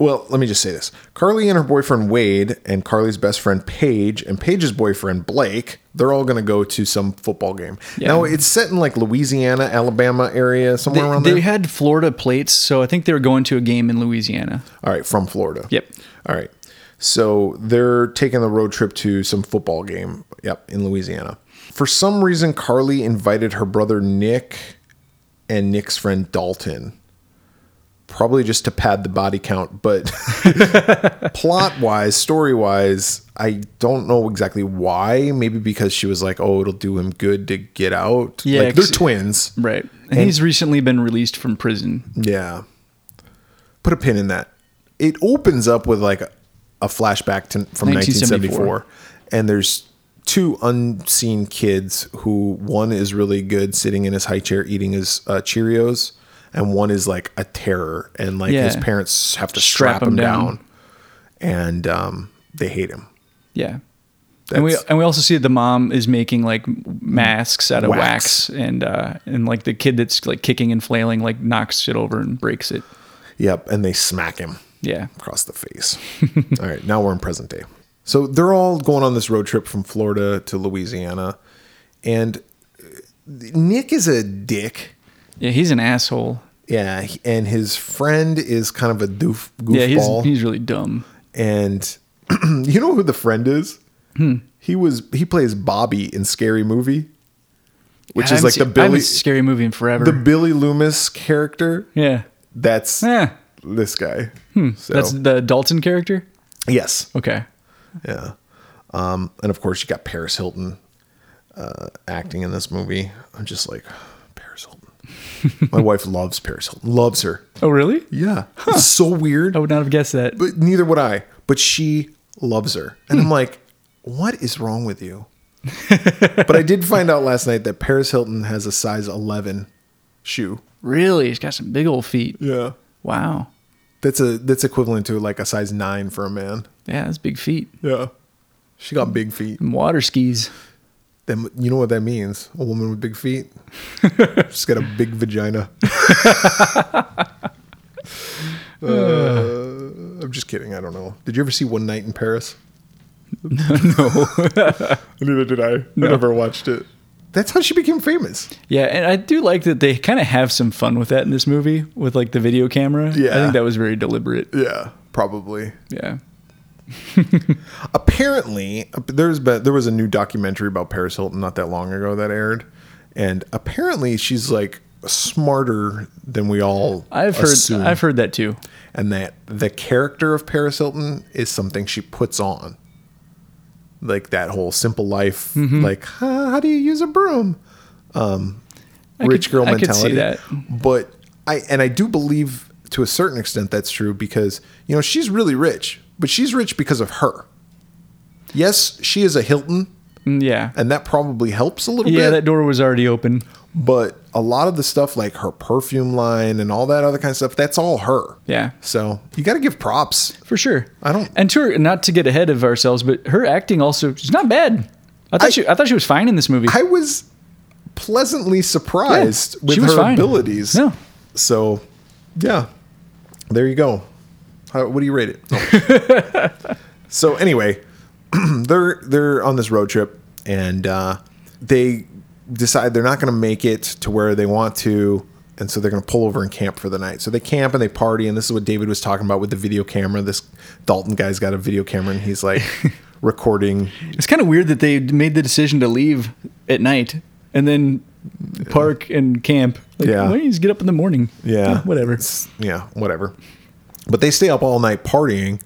[SPEAKER 2] well, let me just say this. Carly and her boyfriend Wade and Carly's best friend Paige and Paige's boyfriend Blake, they're all going to go to some football game.
[SPEAKER 1] Yeah.
[SPEAKER 2] Now, it's set in like Louisiana, Alabama area, somewhere
[SPEAKER 1] They,
[SPEAKER 2] around
[SPEAKER 1] they
[SPEAKER 2] there.
[SPEAKER 1] had Florida plates, so I think they were going to a game in Louisiana.
[SPEAKER 2] all right, from Florida.
[SPEAKER 1] Yep.
[SPEAKER 2] All right. So they're taking the road trip to some football game. Yep, in Louisiana. For some reason, Carly invited her brother Nick and Nick's friend Dalton, probably just to pad the body count. But plot wise, story wise, I don't know exactly why. Maybe because she was like, "Oh, it'll do him good to get out."
[SPEAKER 1] Yeah,
[SPEAKER 2] like, they're
[SPEAKER 1] 'cause-
[SPEAKER 2] twins.
[SPEAKER 1] Right. and he's recently been released from prison.
[SPEAKER 2] Yeah. Put a pin in that. It opens up with like a, a flashback to, from 1974.
[SPEAKER 1] 1974.
[SPEAKER 2] And there's two unseen kids who one is really good sitting in his high chair eating his uh, Cheerios, and one is like a terror. And like his
[SPEAKER 1] Yeah.
[SPEAKER 2] parents have to strap,
[SPEAKER 1] Strap
[SPEAKER 2] him
[SPEAKER 1] him
[SPEAKER 2] down.
[SPEAKER 1] down.
[SPEAKER 2] And um, they hate him.
[SPEAKER 1] Yeah. and we
[SPEAKER 2] That's-
[SPEAKER 1] and we also see that the mom is making like masks out of wax,
[SPEAKER 2] Wax.
[SPEAKER 1] and uh, and like the kid that's like kicking and flailing like knocks it over and breaks it.
[SPEAKER 2] Yep, and they smack him
[SPEAKER 1] Yeah,
[SPEAKER 2] across the face. all right, now we're in present day. So they're all going on this road trip from Florida to Louisiana, and uh, Nick is a dick.
[SPEAKER 1] yeah, he's an asshole.
[SPEAKER 2] Yeah, he- and his friend is kind of a doof goofball.
[SPEAKER 1] Yeah, he's he's really dumb.
[SPEAKER 2] and you know who the friend is?
[SPEAKER 1] Hmm.
[SPEAKER 2] He was he plays Bobby in Scary Movie,
[SPEAKER 1] I
[SPEAKER 2] which is
[SPEAKER 1] haven't
[SPEAKER 2] like the
[SPEAKER 1] seen- I haven't
[SPEAKER 2] Billy
[SPEAKER 1] seen scary movie in forever.
[SPEAKER 2] the Billy Loomis character.
[SPEAKER 1] yeah,
[SPEAKER 2] That's
[SPEAKER 1] yeah,
[SPEAKER 2] this guy. So,
[SPEAKER 1] Eh. Hmm, that's the Dalton character.
[SPEAKER 2] yes,
[SPEAKER 1] Okay,
[SPEAKER 2] yeah, um, and of course you got Paris Hilton uh, acting in this movie. I'm just like Paris Hilton. My wife loves Paris Hilton. Loves her.
[SPEAKER 1] oh really?
[SPEAKER 2] Yeah, it's so weird.
[SPEAKER 1] I would not have guessed that.
[SPEAKER 2] but neither would I. But she loves her. And I'm like, what is wrong with you? but I did find out last night that Paris Hilton has a size 11 shoe.
[SPEAKER 1] Really, he's got some big old feet.
[SPEAKER 2] Yeah.
[SPEAKER 1] Wow,
[SPEAKER 2] That's a that's equivalent to like a size 9 for a man.
[SPEAKER 1] yeah, that's big feet.
[SPEAKER 2] Yeah. She got big feet.
[SPEAKER 1] And water skis.
[SPEAKER 2] Then you know what that means? A woman with big feet. She's got a big vagina. Uh, I'm just kidding. I don't know. Did you ever see One Night in Paris?
[SPEAKER 1] no.
[SPEAKER 2] Neither did I. I never watched it. That's how she became famous.
[SPEAKER 1] Yeah, and I do like that they kind of have some fun with that in this movie with like the video camera.
[SPEAKER 2] Yeah.
[SPEAKER 1] I think that was very deliberate.
[SPEAKER 2] Yeah, probably.
[SPEAKER 1] Yeah.
[SPEAKER 2] Apparently, there's been there was a new documentary about Paris Hilton not that long ago that aired, and apparently she's like smarter than we all.
[SPEAKER 1] I've heard
[SPEAKER 2] assume.
[SPEAKER 1] I've heard that too.
[SPEAKER 2] and that the character of Paris Hilton is something she puts on. Like that whole simple life,
[SPEAKER 1] Mm-hmm.
[SPEAKER 2] like "Huh, how do you use a broom? Um,
[SPEAKER 1] could-
[SPEAKER 2] rich girl
[SPEAKER 1] I could see
[SPEAKER 2] mentality.
[SPEAKER 1] that.
[SPEAKER 2] But I and I do believe to a certain extent that's true because you know she's really rich, but she's rich because of her. Yes, she is a Hilton,
[SPEAKER 1] Mm, Yeah.
[SPEAKER 2] and that probably helps a little
[SPEAKER 1] Yeah,
[SPEAKER 2] bit.
[SPEAKER 1] that door was already open.
[SPEAKER 2] but a lot of the stuff like her perfume line and all that other kind of stuff, that's all her.
[SPEAKER 1] Yeah.
[SPEAKER 2] So you got to give props.
[SPEAKER 1] For sure.
[SPEAKER 2] I don't-
[SPEAKER 1] And to her, not to get ahead of ourselves, but her acting also she's not bad. I thought
[SPEAKER 2] I-
[SPEAKER 1] she I thought she was fine in this movie.
[SPEAKER 2] I was pleasantly surprised
[SPEAKER 1] Yeah,
[SPEAKER 2] with
[SPEAKER 1] she was
[SPEAKER 2] her
[SPEAKER 1] fine.
[SPEAKER 2] abilities.
[SPEAKER 1] No.
[SPEAKER 2] So, yeah, there you go. How, what do you rate it? No. so anyway, they're they're on this road trip and uh, they decide they're not going to make it to where they want to. And so they're going to pull over and camp for the night. So they camp and they party, and this is what David was talking about with the video camera. This Dalton guy's got a video camera, and he's like recording
[SPEAKER 1] it's kind of weird that they made the decision to leave at night and then park and camp. Like,
[SPEAKER 2] Yeah.
[SPEAKER 1] Why don't you just get up in the morning?
[SPEAKER 2] Yeah.
[SPEAKER 1] whatever.
[SPEAKER 2] It's- yeah, whatever. But they stay up all night partying,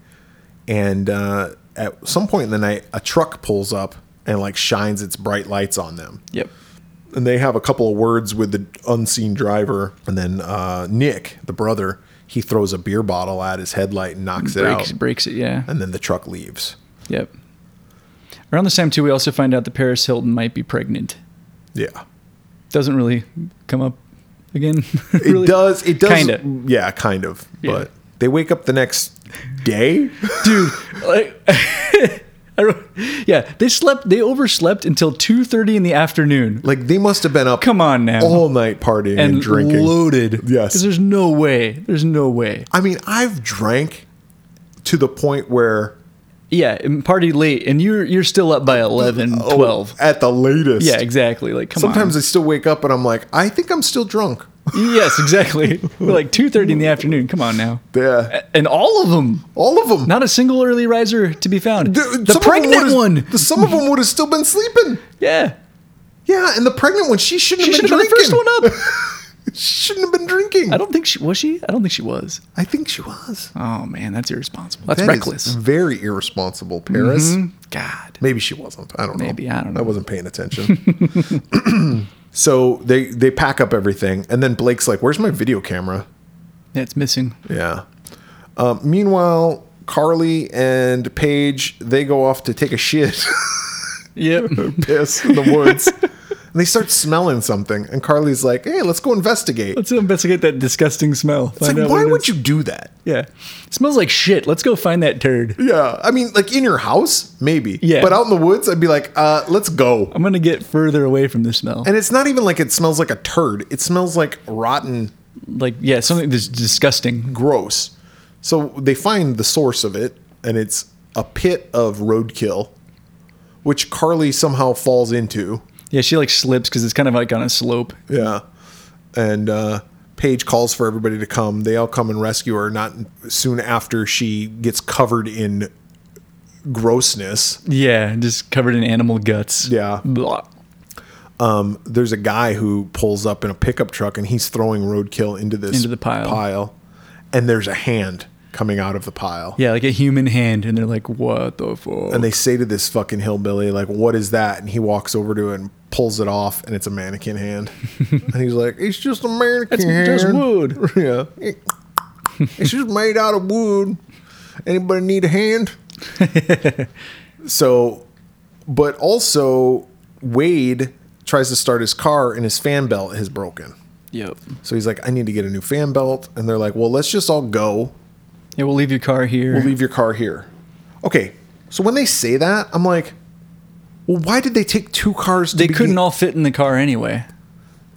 [SPEAKER 2] and uh, at some point in the night, a truck pulls up and like shines its bright lights on them.
[SPEAKER 1] Yep.
[SPEAKER 2] And they have a couple of words with the unseen driver, and then uh, Nick, the brother, he throws a beer bottle at his headlight and knocks it
[SPEAKER 1] Breaks
[SPEAKER 2] out,
[SPEAKER 1] breaks it, yeah.
[SPEAKER 2] and then the truck leaves.
[SPEAKER 1] Yep. Around this time too, we also find out that Paris Hilton might be pregnant.
[SPEAKER 2] Yeah.
[SPEAKER 1] Doesn't really come up again.
[SPEAKER 2] It
[SPEAKER 1] really.
[SPEAKER 2] does. It does.
[SPEAKER 1] Kinda.
[SPEAKER 2] Yeah, kind of.
[SPEAKER 1] Yeah.
[SPEAKER 2] But they wake up the next day.
[SPEAKER 1] dude. Like, I wrote- yeah, they slept. They overslept until two thirty in the afternoon.
[SPEAKER 2] like they must have been up
[SPEAKER 1] Come on now,
[SPEAKER 2] all night partying and,
[SPEAKER 1] and
[SPEAKER 2] drinking.
[SPEAKER 1] loaded.
[SPEAKER 2] Oh, Yes.
[SPEAKER 1] because there's no way. There's no way.
[SPEAKER 2] I mean, I've drank to the point where
[SPEAKER 1] Yeah, and party late, and you're you're still up by 11,
[SPEAKER 2] oh,
[SPEAKER 1] 12.
[SPEAKER 2] at the latest.
[SPEAKER 1] Yeah, exactly. Like come
[SPEAKER 2] Sometimes
[SPEAKER 1] on.
[SPEAKER 2] I still wake up and I'm like, I think I'm still drunk.
[SPEAKER 1] yes, exactly. We're like two thirty in the afternoon. Come on now.
[SPEAKER 2] Yeah,
[SPEAKER 1] A- And all of them.
[SPEAKER 2] all of them.
[SPEAKER 1] Not a single early riser to be found.
[SPEAKER 2] Dude,
[SPEAKER 1] the
[SPEAKER 2] some of 'em
[SPEAKER 1] pregnant
[SPEAKER 2] would've-
[SPEAKER 1] one.
[SPEAKER 2] the- Some of them would have still been sleeping.
[SPEAKER 1] Yeah.
[SPEAKER 2] Yeah, and the pregnant one, she shouldn't
[SPEAKER 1] She
[SPEAKER 2] have
[SPEAKER 1] should
[SPEAKER 2] been
[SPEAKER 1] have been the
[SPEAKER 2] drinking.
[SPEAKER 1] first one up.
[SPEAKER 2] She shouldn't have been drinking.
[SPEAKER 1] I
[SPEAKER 2] I,
[SPEAKER 1] don't think she was she? I don't think she was.
[SPEAKER 2] think she was.
[SPEAKER 1] Oh man, that's irresponsible. That's
[SPEAKER 2] That is Mm-hmm.
[SPEAKER 1] reckless.
[SPEAKER 2] very irresponsible, Paris.
[SPEAKER 1] God.
[SPEAKER 2] Maybe she wasn't. I don't know.
[SPEAKER 1] Maybe, I don't know.
[SPEAKER 2] I wasn't paying attention. so they they pack up everything, and then Blake's like, "Where's my video camera?"
[SPEAKER 1] That's missing.
[SPEAKER 2] Yeah. Um, meanwhile, Carly and Paige they go off to take a shit,
[SPEAKER 1] Yep.
[SPEAKER 2] piss in the woods. And they start smelling something, and Carly's like, "Hey, let's go investigate."
[SPEAKER 1] Let's investigate that disgusting smell.
[SPEAKER 2] It's like, why would you do that?
[SPEAKER 1] Yeah. smells like shit. Let's go find that turd.
[SPEAKER 2] Yeah, I mean, like in your house, maybe.
[SPEAKER 1] Yeah.
[SPEAKER 2] But out in the woods, I'd be like, uh, "Let's go."
[SPEAKER 1] I'm going to get further away from this smell.
[SPEAKER 2] And it's not even like it smells like a turd. It smells like rotten,
[SPEAKER 1] like, yeah, something that's disgusting.
[SPEAKER 2] gross. So they find the source of it, and it's a pit of roadkill, which Carly somehow falls into.
[SPEAKER 1] Yeah, she like slips because it's kind of like on a slope.
[SPEAKER 2] Yeah. And uh, Paige calls for everybody to come. They all come and rescue her not soon after she gets covered in grossness.
[SPEAKER 1] Yeah, just covered in animal guts.
[SPEAKER 2] Yeah.
[SPEAKER 1] Blah.
[SPEAKER 2] There's a guy who pulls up in a pickup truck and he's throwing roadkill into this
[SPEAKER 1] Into the pile.
[SPEAKER 2] And there's a hand coming out of the pile.
[SPEAKER 1] Yeah, like a human hand. And they're like, what the fuck?
[SPEAKER 2] And they say to this fucking hillbilly, like, what is that? And he walks over to it and pulls it off, and it's a mannequin hand. and he's like, it's just a mannequin hand.
[SPEAKER 1] It's just wood.
[SPEAKER 2] Yeah. It's just made out of wood. Anybody need a hand? so, but also, Wade tries to start his car and his fan belt has broken.
[SPEAKER 1] Yep.
[SPEAKER 2] So he's like, I need to get a new fan belt. And they're like, well, let's just all go.
[SPEAKER 1] Yeah, we'll leave your car here.
[SPEAKER 2] We'll leave your car here. Okay. So when they say that, I'm like, well, why did they take two cars? To
[SPEAKER 1] they
[SPEAKER 2] begin-
[SPEAKER 1] couldn't all fit in the car anyway.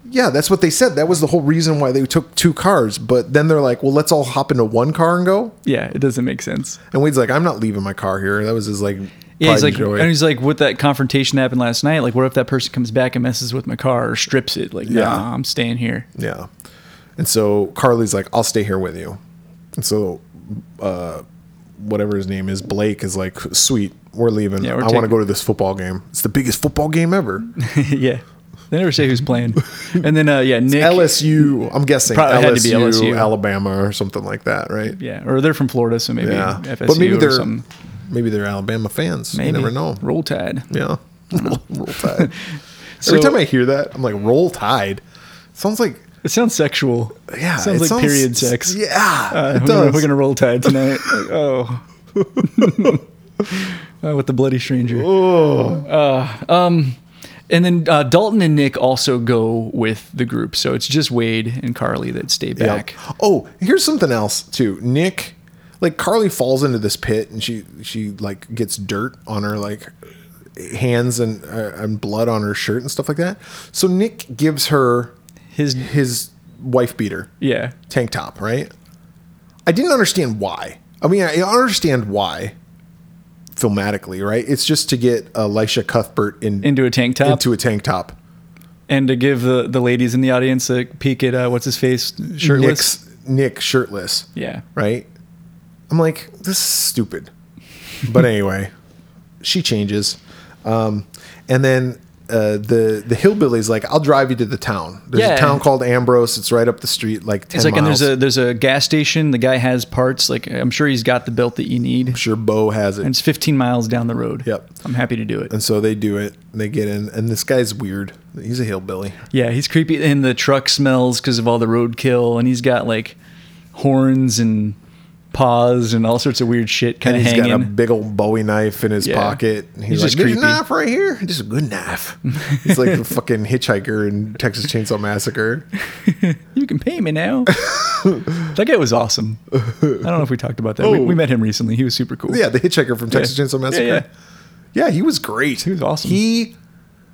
[SPEAKER 2] Yeah, that's what they said. That was the whole reason why they took two cars. But then they're like, well, let's all hop into one car and go.
[SPEAKER 1] Yeah, it doesn't make sense.
[SPEAKER 2] And Wade's like, I'm not leaving my car here. That was his like,
[SPEAKER 1] Yeah, he's
[SPEAKER 2] pride
[SPEAKER 1] like,
[SPEAKER 2] and joy.
[SPEAKER 1] and he's like, with that confrontation that happened last night, like, what if that person comes back and messes with my car or strips it? Like, yeah,
[SPEAKER 2] Yeah.
[SPEAKER 1] I'm staying here.
[SPEAKER 2] yeah. And so Carly's like, I'll stay here with you. And so, uh, whatever his name is, Blake is like, sweet, we're leaving.
[SPEAKER 1] Yeah, we're
[SPEAKER 2] I want to
[SPEAKER 1] taking-
[SPEAKER 2] go to this football game. It's the biggest football game ever.
[SPEAKER 1] yeah, they never say who's playing. And then, uh, yeah, Nick.
[SPEAKER 2] LSU, I'm guessing
[SPEAKER 1] Probably had to be
[SPEAKER 2] LSU,
[SPEAKER 1] LSU.
[SPEAKER 2] Alabama or something like that, right?
[SPEAKER 1] Yeah, or they're from Florida, so maybe
[SPEAKER 2] Yeah.
[SPEAKER 1] FSU
[SPEAKER 2] but maybe
[SPEAKER 1] or
[SPEAKER 2] they're
[SPEAKER 1] something.
[SPEAKER 2] maybe they're Alabama fans. You never know.
[SPEAKER 1] Roll Tide.
[SPEAKER 2] Yeah. Roll Tide.
[SPEAKER 1] So-
[SPEAKER 2] Every time I hear that, I'm like, Roll Tide. Sounds like
[SPEAKER 1] It sounds sexual.
[SPEAKER 2] yeah,
[SPEAKER 1] sounds
[SPEAKER 2] it
[SPEAKER 1] like period sex.
[SPEAKER 2] Yeah,
[SPEAKER 1] Uh,
[SPEAKER 2] it
[SPEAKER 1] we're, gonna,
[SPEAKER 2] does.
[SPEAKER 1] we're gonna roll tide tonight. Like, oh, Uh, with the bloody stranger. Oh, um, and then uh, Dalton and Nick also go with the group, so it's just Wade and Carly that stay
[SPEAKER 2] Yep.
[SPEAKER 1] back.
[SPEAKER 2] Oh, here's something else too. Nick, like Carly falls into this pit and she she like gets dirt on her like hands and uh, and blood on her shirt and stuff like that. So Nick gives her
[SPEAKER 1] His
[SPEAKER 2] his wife beater
[SPEAKER 1] yeah,
[SPEAKER 2] tank top, right? I didn't understand why. I mean, I understand why filmatically, right? It's just to get Elisha Cuthbert in,
[SPEAKER 1] into a tank top,
[SPEAKER 2] into a tank top.
[SPEAKER 1] and to give the, the ladies in the audience a peek at uh, what's his face shirtless.
[SPEAKER 2] Nick's, Nick shirtless.
[SPEAKER 1] Yeah,
[SPEAKER 2] right? I'm like, this is stupid. But anyway, she changes, um, and then uh, the the hillbilly's like, I'll drive you to the town. There's
[SPEAKER 1] Yeah.
[SPEAKER 2] a town called Ambrose. It's right up the street, like ten
[SPEAKER 1] it's like and
[SPEAKER 2] miles.
[SPEAKER 1] there's a there's a gas station. The guy has parts. Like I'm sure he's got the belt that you need.
[SPEAKER 2] I'm sure Bo has it.
[SPEAKER 1] And it's 15 miles down the road.
[SPEAKER 2] Yep.
[SPEAKER 1] I'm happy to do it.
[SPEAKER 2] And so they do it. They get in, and this guy's weird. He's a hillbilly.
[SPEAKER 1] Yeah, he's creepy, and the truck smells because of all the roadkill, and he's got like horns and paws and all sorts of weird shit kind
[SPEAKER 2] And
[SPEAKER 1] of
[SPEAKER 2] he's
[SPEAKER 1] hanging.
[SPEAKER 2] got a big old Bowie knife in his
[SPEAKER 1] Yeah.
[SPEAKER 2] pocket. And
[SPEAKER 1] He's
[SPEAKER 2] he's, like,
[SPEAKER 1] just
[SPEAKER 2] "There's
[SPEAKER 1] creepy.
[SPEAKER 2] a knife right here. This is a good knife. He's like the fucking hitchhiker in Texas Chainsaw Massacre.
[SPEAKER 1] you can pay me now. that guy was awesome. I don't know if we talked about that. We,
[SPEAKER 2] Oh.
[SPEAKER 1] we met him recently. He was super cool.
[SPEAKER 2] Yeah, the hitchhiker from Texas
[SPEAKER 1] Yeah.
[SPEAKER 2] Chainsaw
[SPEAKER 1] Yeah,
[SPEAKER 2] Massacre.
[SPEAKER 1] yeah.
[SPEAKER 2] Yeah, he was great. He
[SPEAKER 1] was awesome.
[SPEAKER 2] He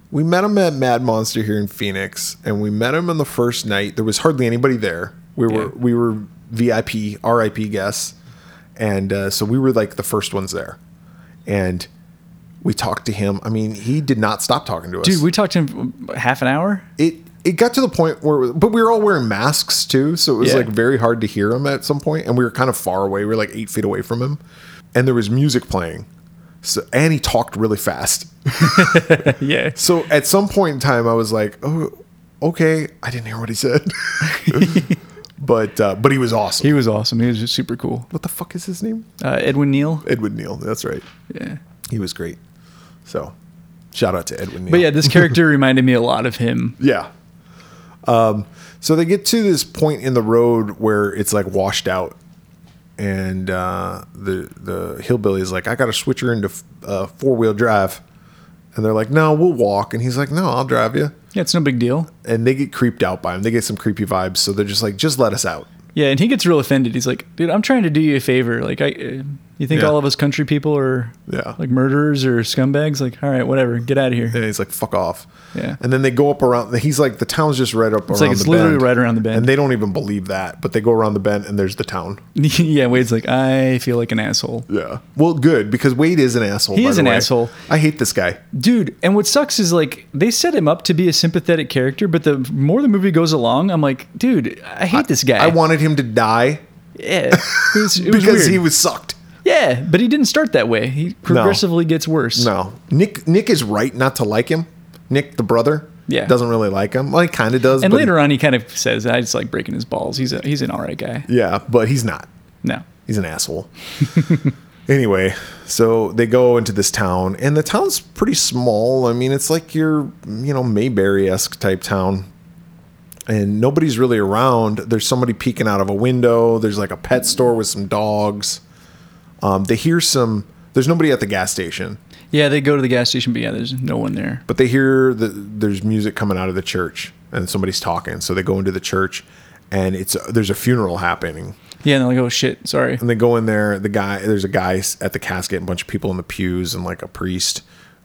[SPEAKER 2] we met him at Mad Monster here in Phoenix, and we met him on the first night. There was hardly anybody there. We were
[SPEAKER 1] Yeah.
[SPEAKER 2] we were VIP, RIP guests, and uh, so we were like the first ones there. And we talked to him. I mean, he did not stop talking to us.
[SPEAKER 1] Dude, we talked to him for half an hour.
[SPEAKER 2] it it got to the point where, but we were all wearing masks too, so it was
[SPEAKER 1] Yeah.
[SPEAKER 2] like very hard to hear him at some point, and we were kind of far away. We were like eight feet away from him, and there was music playing. So and he talked really fast.
[SPEAKER 1] yeah.
[SPEAKER 2] So at some point in time, I was like, "Oh, okay." I didn't hear what he said, but uh, but he was awesome.
[SPEAKER 1] He was awesome. He was just super cool.
[SPEAKER 2] what the fuck is his name?
[SPEAKER 1] Uh, Edwin Neal.
[SPEAKER 2] Edwin Neal. That's right.
[SPEAKER 1] Yeah.
[SPEAKER 2] He was great. So shout out to Edwin Neal.
[SPEAKER 1] But yeah, this character reminded me a lot of him.
[SPEAKER 2] yeah. Um, so they get to this point in the road where it's like washed out, and uh, the the hillbilly is like, "I got to switch her into f- uh, four wheel drive," and they're like, "No, we'll walk," and he's like, "No, I'll drive you."
[SPEAKER 1] Yeah, it's no big deal.
[SPEAKER 2] and they get creeped out by him. They get some creepy vibes, so they're just like, just let us out.
[SPEAKER 1] Yeah, and he gets real offended. He's like, "Dude, I'm trying to do you a favor. Like, I, uh, you think
[SPEAKER 2] Yeah.
[SPEAKER 1] all of us country people are
[SPEAKER 2] Yeah.
[SPEAKER 1] like murderers or scumbags? Like, all right, whatever, get out of here."
[SPEAKER 2] And he's like, fuck off.
[SPEAKER 1] Yeah.
[SPEAKER 2] And then they go up around. He's like, the town's just right up around
[SPEAKER 1] like it's
[SPEAKER 2] the
[SPEAKER 1] literally
[SPEAKER 2] bend.
[SPEAKER 1] right around the bend.
[SPEAKER 2] And they don't even believe that, but they go around the bend and there's the town.
[SPEAKER 1] yeah, Wade's like, I feel like an asshole,
[SPEAKER 2] Yeah. Well, good, because Wade is an asshole.
[SPEAKER 1] He
[SPEAKER 2] by
[SPEAKER 1] is
[SPEAKER 2] the
[SPEAKER 1] an
[SPEAKER 2] way.
[SPEAKER 1] asshole.
[SPEAKER 2] I hate this guy.
[SPEAKER 1] dude. And what sucks is like they set him up to be a sympathetic character, but the more the movie goes along, I'm like, dude, I hate this guy.
[SPEAKER 2] I wanted him to die
[SPEAKER 1] yeah, it was, it was
[SPEAKER 2] because
[SPEAKER 1] weird.
[SPEAKER 2] he was sucked.
[SPEAKER 1] yeah, but he didn't start that way. He progressively gets worse.
[SPEAKER 2] No. Nick Nick is right not to like him. Nick, the brother,
[SPEAKER 1] Yeah.
[SPEAKER 2] doesn't really like him. Well, he kind of does.
[SPEAKER 1] And
[SPEAKER 2] but
[SPEAKER 1] later on, he kind of says, "I just like breaking his balls. He's a, he's an alright guy."
[SPEAKER 2] Yeah, but he's not.
[SPEAKER 1] No.
[SPEAKER 2] He's an asshole. anyway, so they go into this town, and the town's pretty small. I mean, it's like your, you know, Mayberry esque type town. And nobody's really around. There's somebody peeking out of a window. There's like a pet store with some dogs. Um, they hear some. There's nobody at the gas station,
[SPEAKER 1] Yeah, they go to the gas station, but yeah, there's no one there.
[SPEAKER 2] but they hear the there's music coming out of the church, and somebody's talking. So they go into the church, and it's there's a funeral happening.
[SPEAKER 1] Yeah, and they're like, oh shit, sorry.
[SPEAKER 2] and they go in there. The guy, there's a guy s- at the casket, and a bunch of people in the pews, and like a priest